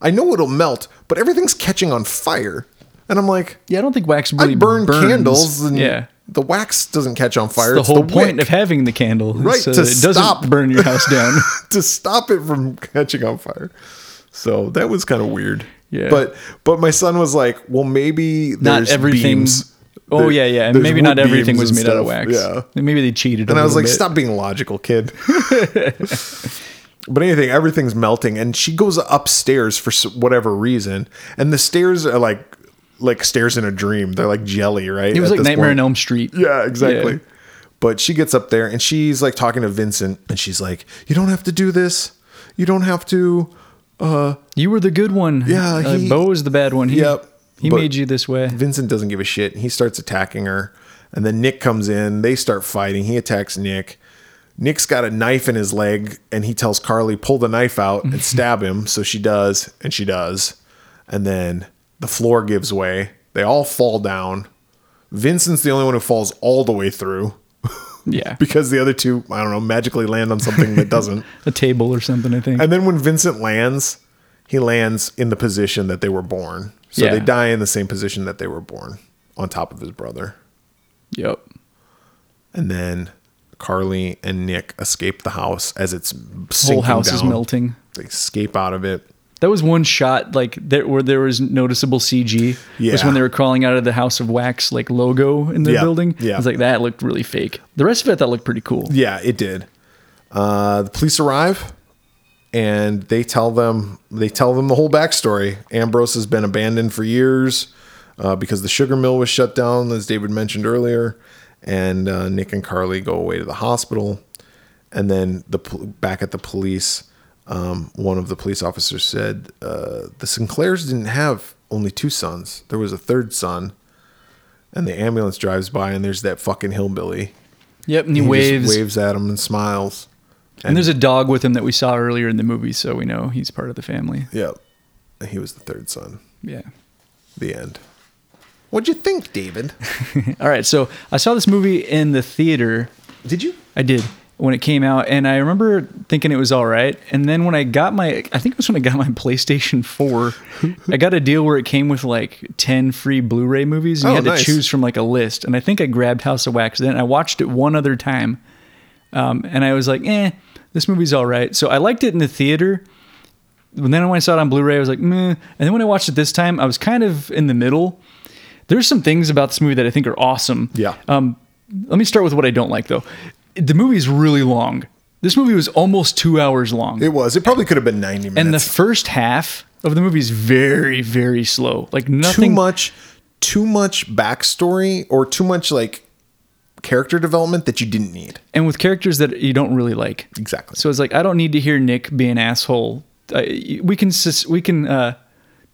[SPEAKER 2] i know it'll melt but everything's catching on fire and i'm like
[SPEAKER 1] Yeah, I don't think wax
[SPEAKER 2] i
[SPEAKER 1] really
[SPEAKER 2] burn
[SPEAKER 1] burns.
[SPEAKER 2] candles and
[SPEAKER 1] yeah.
[SPEAKER 2] the wax doesn't catch on fire
[SPEAKER 1] the
[SPEAKER 2] it's
[SPEAKER 1] whole point
[SPEAKER 2] wick
[SPEAKER 1] of having the candle, is
[SPEAKER 2] Right,
[SPEAKER 1] So
[SPEAKER 2] to
[SPEAKER 1] that it doesn't
[SPEAKER 2] stop.
[SPEAKER 1] burn your house down.
[SPEAKER 2] to stop it from catching on fire so that was kind of weird
[SPEAKER 1] Yeah.
[SPEAKER 2] but but my son was like well maybe there's
[SPEAKER 1] not everything.
[SPEAKER 2] beams.
[SPEAKER 1] Oh
[SPEAKER 2] There-
[SPEAKER 1] yeah, yeah.
[SPEAKER 2] there's
[SPEAKER 1] Maybe not
[SPEAKER 2] wood
[SPEAKER 1] everything was
[SPEAKER 2] beams and
[SPEAKER 1] made out of
[SPEAKER 2] stuff."
[SPEAKER 1] wax.
[SPEAKER 2] yeah
[SPEAKER 1] Maybe they cheated.
[SPEAKER 2] And
[SPEAKER 1] I
[SPEAKER 2] I was like, stop being logical, kid. but anything, everything's melting. And she goes upstairs for s- whatever reason. And the stairs are like, like stairs in a dream. They're like jelly, right?
[SPEAKER 1] It was
[SPEAKER 2] At
[SPEAKER 1] like
[SPEAKER 2] this
[SPEAKER 1] Nightmare
[SPEAKER 2] point.
[SPEAKER 1] on Elm Street.
[SPEAKER 2] Yeah, exactly.
[SPEAKER 1] Yeah.
[SPEAKER 2] But she gets up there and she's like talking to Vincent and she's like, you don't have to do this. You don't have to. Uh,
[SPEAKER 1] You were the good one.
[SPEAKER 2] Yeah,
[SPEAKER 1] Uh,
[SPEAKER 2] he-
[SPEAKER 1] Bo was the bad one. He,
[SPEAKER 2] Yep,
[SPEAKER 1] He
[SPEAKER 2] but-
[SPEAKER 1] made you this way.
[SPEAKER 2] Vincent doesn't give a shit. He starts attacking her. And then Nick comes in. They start fighting. He attacks Nick. Nick's got a knife in his leg and he tells Carly, pull the knife out and stab him. So she does, and she does. And then the floor gives way. They all fall down. Vincent's the only one who falls all the way through
[SPEAKER 1] Yeah.
[SPEAKER 2] because the other two, I don't know, magically land on something that doesn't.
[SPEAKER 1] A table or something, I think.
[SPEAKER 2] And then when Vincent lands, he lands in the position that they were born. So
[SPEAKER 1] Yeah.
[SPEAKER 2] they die in the same position that they were born on top of his brother.
[SPEAKER 1] yep.
[SPEAKER 2] And then Carly and Nick escape the house as it's
[SPEAKER 1] Whole
[SPEAKER 2] sinking
[SPEAKER 1] house is
[SPEAKER 2] down.
[SPEAKER 1] melting.
[SPEAKER 2] They escape out of it.
[SPEAKER 1] That was one shot like there where there was noticeable CG. Was
[SPEAKER 2] Yeah.
[SPEAKER 1] when they were crawling out of the House of Wax like logo in the
[SPEAKER 2] Yeah,
[SPEAKER 1] building.
[SPEAKER 2] yeah.
[SPEAKER 1] I was like that looked really fake. The rest of it I thought looked pretty cool.
[SPEAKER 2] Yeah, it did. Uh, the police arrive and they tell them they tell them the whole backstory. Ambrose has been abandoned for years uh, because the sugar mill was shut down, as David mentioned earlier. And uh, Nick and Carly go away to the hospital, and then the pol- back at the police, um, one of the police officers said uh, the Sinclairs didn't have only two sons. There was a third son, and the ambulance drives by, and there's that fucking hillbilly.
[SPEAKER 1] Yep, and he,
[SPEAKER 2] He just
[SPEAKER 1] waves.
[SPEAKER 2] waves at him and smiles.
[SPEAKER 1] And there's a dog with him that we saw earlier in the movie, so we know he's part of the family.
[SPEAKER 2] Yep, he was the third son.
[SPEAKER 1] Yeah.
[SPEAKER 2] The end. What'd you think, David?
[SPEAKER 1] All right, so I saw this movie in the theater.
[SPEAKER 2] Did you?
[SPEAKER 1] I did when it came out, and I remember thinking it was all right. And then when I got my, I think it was when I got my PlayStation Four, I got a deal where it came with like ten free Blu-ray movies, and
[SPEAKER 2] Oh,
[SPEAKER 1] you had
[SPEAKER 2] nice.
[SPEAKER 1] to choose from like a list. And I think I grabbed House of Wax. Then I watched it one other time, um, and I was like, eh, this movie's all right. So I liked it in the theater. And then when I saw it on Blu-ray, I was like, meh. And then when I watched it this time, I was kind of in the middle. There's some things about this movie that I think are awesome.
[SPEAKER 2] Yeah.
[SPEAKER 1] Um, let me start with what I don't like though. The movie's really long. This movie was almost two hours long.
[SPEAKER 2] It was. It probably could have been 90 minutes.
[SPEAKER 1] and the first half of the movie is very, very slow. Like
[SPEAKER 2] too
[SPEAKER 1] nothing
[SPEAKER 2] much too much backstory or too much like character development that you didn't need.
[SPEAKER 1] and with characters that you don't really like.
[SPEAKER 2] Exactly.
[SPEAKER 1] So it's like I don't need to hear Nick be an asshole. I, we can sus- we can uh,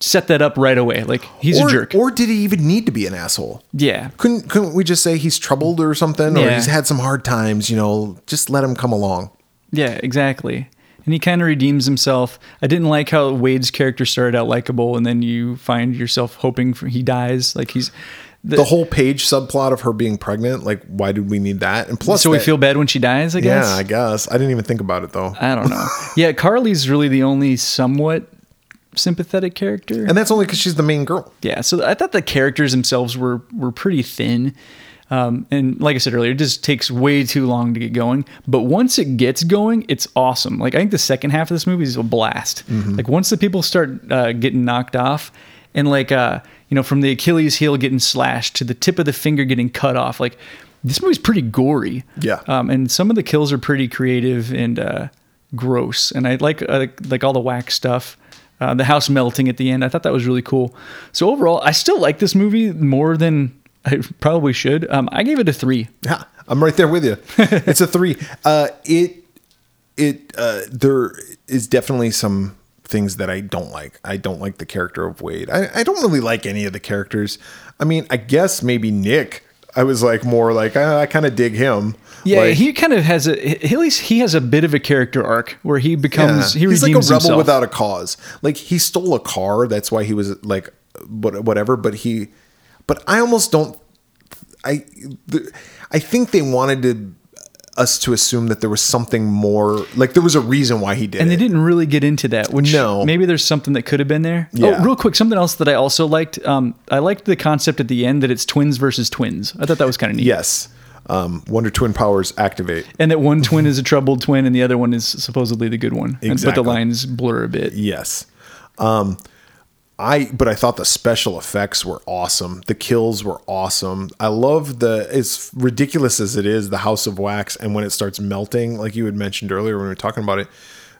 [SPEAKER 1] set that up right away. Like he's
[SPEAKER 2] or,
[SPEAKER 1] a jerk.
[SPEAKER 2] Or did he even need to be an asshole?
[SPEAKER 1] yeah.
[SPEAKER 2] Couldn't couldn't we just say he's troubled or something or
[SPEAKER 1] Yeah.
[SPEAKER 2] he's had some hard times, you know, just let him come along.
[SPEAKER 1] Yeah, exactly. And he kind of redeems himself. I didn't like how Wade's character started out likable, and then you find yourself hoping for he dies. Like he's the,
[SPEAKER 2] The whole page subplot of her being pregnant, like why did we need that? And plus
[SPEAKER 1] so we
[SPEAKER 2] that-
[SPEAKER 1] feel bad when she dies. I
[SPEAKER 2] Yeah,
[SPEAKER 1] guess.
[SPEAKER 2] I guess. I didn't even think about it though.
[SPEAKER 1] I don't know. yeah, Carly's really the only somewhat sympathetic character.
[SPEAKER 2] and that's only cuz she's the main girl.
[SPEAKER 1] yeah, so I thought the characters themselves were were pretty thin. Um, and like I said earlier, it just takes way too long to get going. But once it gets going, it's awesome. Like I think the second half of this movie is a blast.
[SPEAKER 2] Mm-hmm.
[SPEAKER 1] Like once the people start uh, getting knocked off, and like uh, you know, from the Achilles heel getting slashed to the tip of the finger getting cut off, like this movie's pretty gory.
[SPEAKER 2] Yeah.
[SPEAKER 1] Um, and some of the kills are pretty creative and uh, gross. And I like uh, like all the whack stuff. Uh, the house melting at the end. I thought that was really cool. So overall, I still like this movie more than I probably should. Um, I gave it a three.
[SPEAKER 2] Yeah, I'm right there with you. It's a three. Uh, it it uh, there is definitely some things that I don't like. I don't like the character of Wade. I, I don't really like any of the characters. I mean, I guess maybe Nick. I was like more like "Ah, I, I kind of dig him.
[SPEAKER 1] Yeah,
[SPEAKER 2] Like,
[SPEAKER 1] he kind of has a he- at least he has a bit of a character arc where he becomes
[SPEAKER 2] yeah.
[SPEAKER 1] he
[SPEAKER 2] he's like a
[SPEAKER 1] redeems
[SPEAKER 2] rebel
[SPEAKER 1] himself.
[SPEAKER 2] without a cause. Like he stole a car. That's why he was like what whatever. But he, but I almost don't. I the, I think they wanted to us to assume that there was something more. Like there was a reason why he did.
[SPEAKER 1] and they
[SPEAKER 2] it.
[SPEAKER 1] didn't really get into that. Which
[SPEAKER 2] No.
[SPEAKER 1] maybe there's something that could have been there.
[SPEAKER 2] Yeah.
[SPEAKER 1] Oh, real quick, something else that I also liked. Um, I liked the concept at the end that it's twins versus twins. I thought that was kind of neat.
[SPEAKER 2] Yes, um, Wonder Twin powers activate.
[SPEAKER 1] and that one twin is a troubled twin and the other one is supposedly the good one And-
[SPEAKER 2] Exactly.
[SPEAKER 1] but the lines blur a bit
[SPEAKER 2] Yes. Um I but I thought the special effects were awesome. The kills were awesome. I love the as ridiculous as it is, the House of Wax and when it starts melting, like you had mentioned earlier when we were talking about it,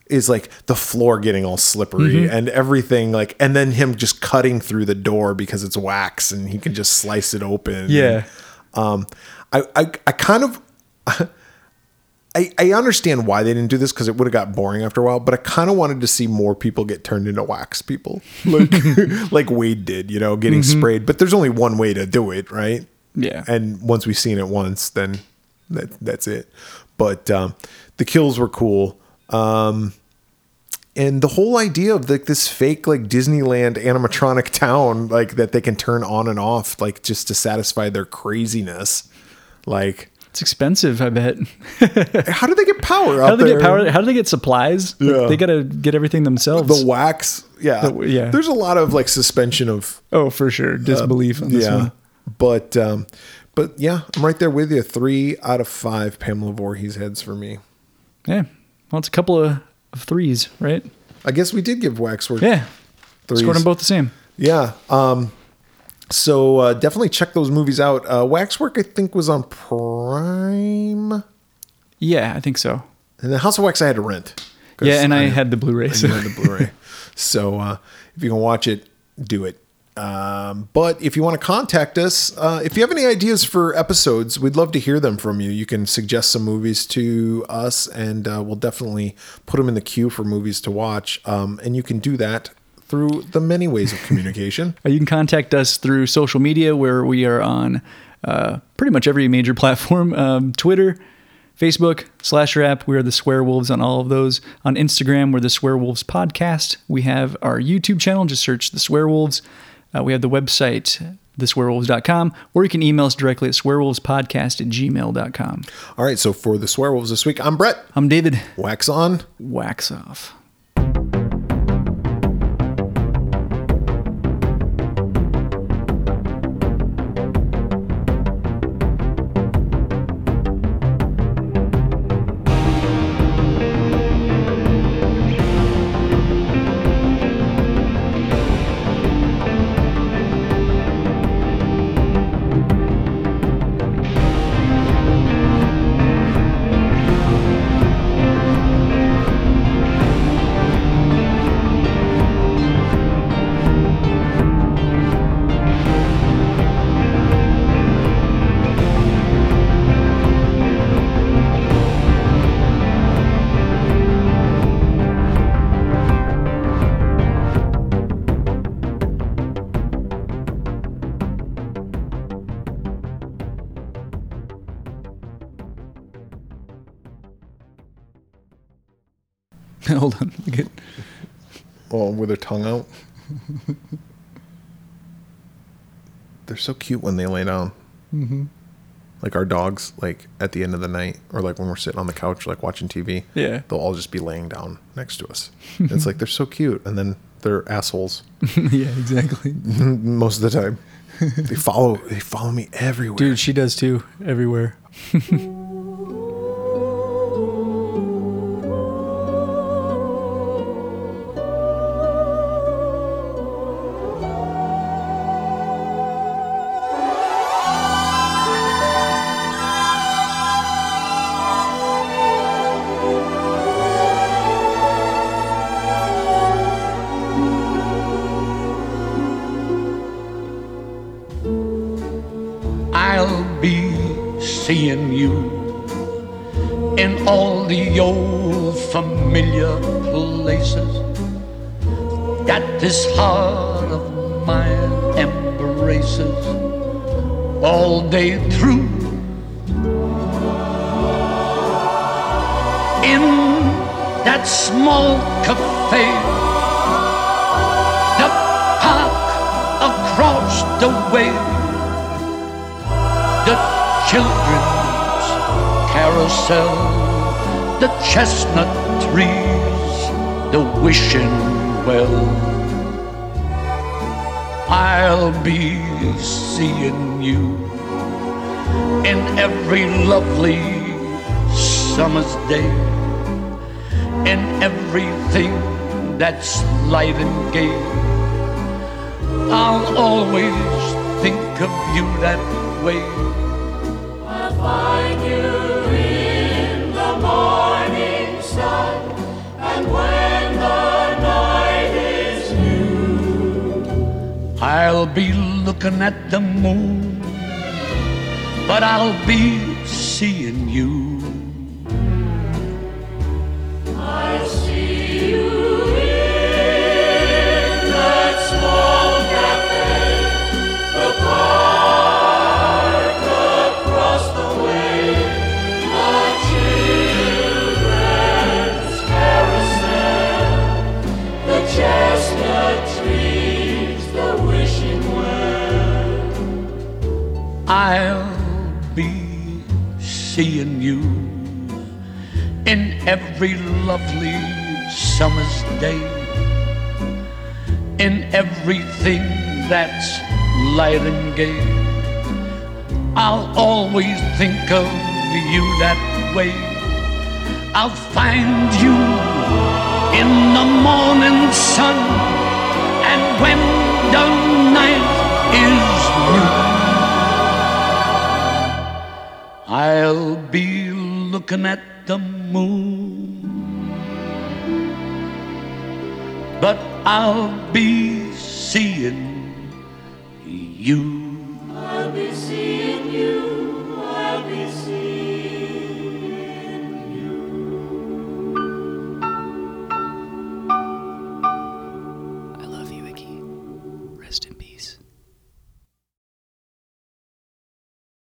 [SPEAKER 2] is like the floor getting all slippery and everything like and then him just cutting through the door because it's wax and he can just slice it open.
[SPEAKER 1] Yeah.
[SPEAKER 2] Um I I, I kind of I, I understand why they didn't do this because it would have got boring after a while, but I kind of wanted to see more people get turned into wax people, like like Wade did, you know, getting sprayed. But there's only one way to do it, right?
[SPEAKER 1] Mm-hmm. Yeah.
[SPEAKER 2] And once we've seen it once, then that that's it. But um, the kills were cool, um, and the whole idea of like this fake like Disneyland animatronic town, like that they can turn on and off, like just to satisfy their craziness, like.
[SPEAKER 1] it's expensive i bet
[SPEAKER 2] How do they get power out
[SPEAKER 1] how do they
[SPEAKER 2] there?
[SPEAKER 1] get power how do they get supplies Like,
[SPEAKER 2] Yeah.
[SPEAKER 1] they gotta get everything themselves
[SPEAKER 2] The wax, yeah,
[SPEAKER 1] The- yeah.
[SPEAKER 2] There's a lot of like suspension of
[SPEAKER 1] oh for sure disbelief on this
[SPEAKER 2] yeah,
[SPEAKER 1] one
[SPEAKER 2] but um, but yeah, I'm right there with you. Three out of five Pamela Voorhees heads for me.
[SPEAKER 1] yeah well it's a couple of, of threes right
[SPEAKER 2] I guess we did give Waxwork
[SPEAKER 1] yeah
[SPEAKER 2] threes.
[SPEAKER 1] scored them both the same
[SPEAKER 2] Yeah. Um, so uh, definitely check those movies out. Uh, Waxwork, I think, was on Prime,
[SPEAKER 1] yeah i think so
[SPEAKER 2] and the House of Wax I had to rent. 'Cause
[SPEAKER 1] Yeah, and I had the Blu-ray,
[SPEAKER 2] and
[SPEAKER 1] so-
[SPEAKER 2] you had the Blu-ray. so uh, if you can watch it, do it. Um, but if you want to contact us, uh, if you have any ideas for episodes, we'd love to hear them from you. You can suggest some movies to us, and uh, we'll definitely put them in the queue for movies to watch. Um, and you can do that through the many ways of communication.
[SPEAKER 1] Uh, You can contact us through social media where we are on uh, pretty much every major platform um, Twitter, Facebook, Slasher app. We are the Swear Wolves on all of those. On Instagram, we're the Swear Wolves Podcast. We have our YouTube channel, just search the Swear Wolves. Uh, we have the website, theswearwolves.com, or you can email us directly at swearwolvespodcast at gmail.com.
[SPEAKER 2] All right, so for the swear wolves this week, I'm Brett.
[SPEAKER 1] I'm David.
[SPEAKER 2] Wax on.
[SPEAKER 1] Wax off. Hold on. Good.
[SPEAKER 2] Well, with their tongue out. They're so cute when they lay down. Mm-hmm. Like our dogs, like at the end of the night, or like when we're sitting on the couch, like watching TV.
[SPEAKER 1] Yeah.
[SPEAKER 2] They'll all just be laying down next to us. it's like they're so cute, and then they're assholes
[SPEAKER 1] yeah, exactly.
[SPEAKER 2] most of the time. they follow. They follow me everywhere.
[SPEAKER 1] Dude, she does too, everywhere.
[SPEAKER 3] I'll be seeing you in all the old familiar places that this heart of mine embraces all day through. In that small cafe, the park across the way the children's carousel, the chestnut trees, the wishing well. I'll be seeing you in every lovely summer's day, in everything that's light and gay. I'll always think of you that way.
[SPEAKER 4] I'll find you in the morning sun, and when the night is
[SPEAKER 3] I'll be looking at the moon, but I'll be seeing you.
[SPEAKER 4] I'll see you in that small cafe, the park across the way, the children's carousel, the chestnut trees, the wishing well.
[SPEAKER 3] I'll be seeing you in every lovely summer's day, in everything that's light and gay. I'll always think of you that way. I'll find you in the morning sun, and when the night is new. I'll be looking at the moon, but I'll be seeing you.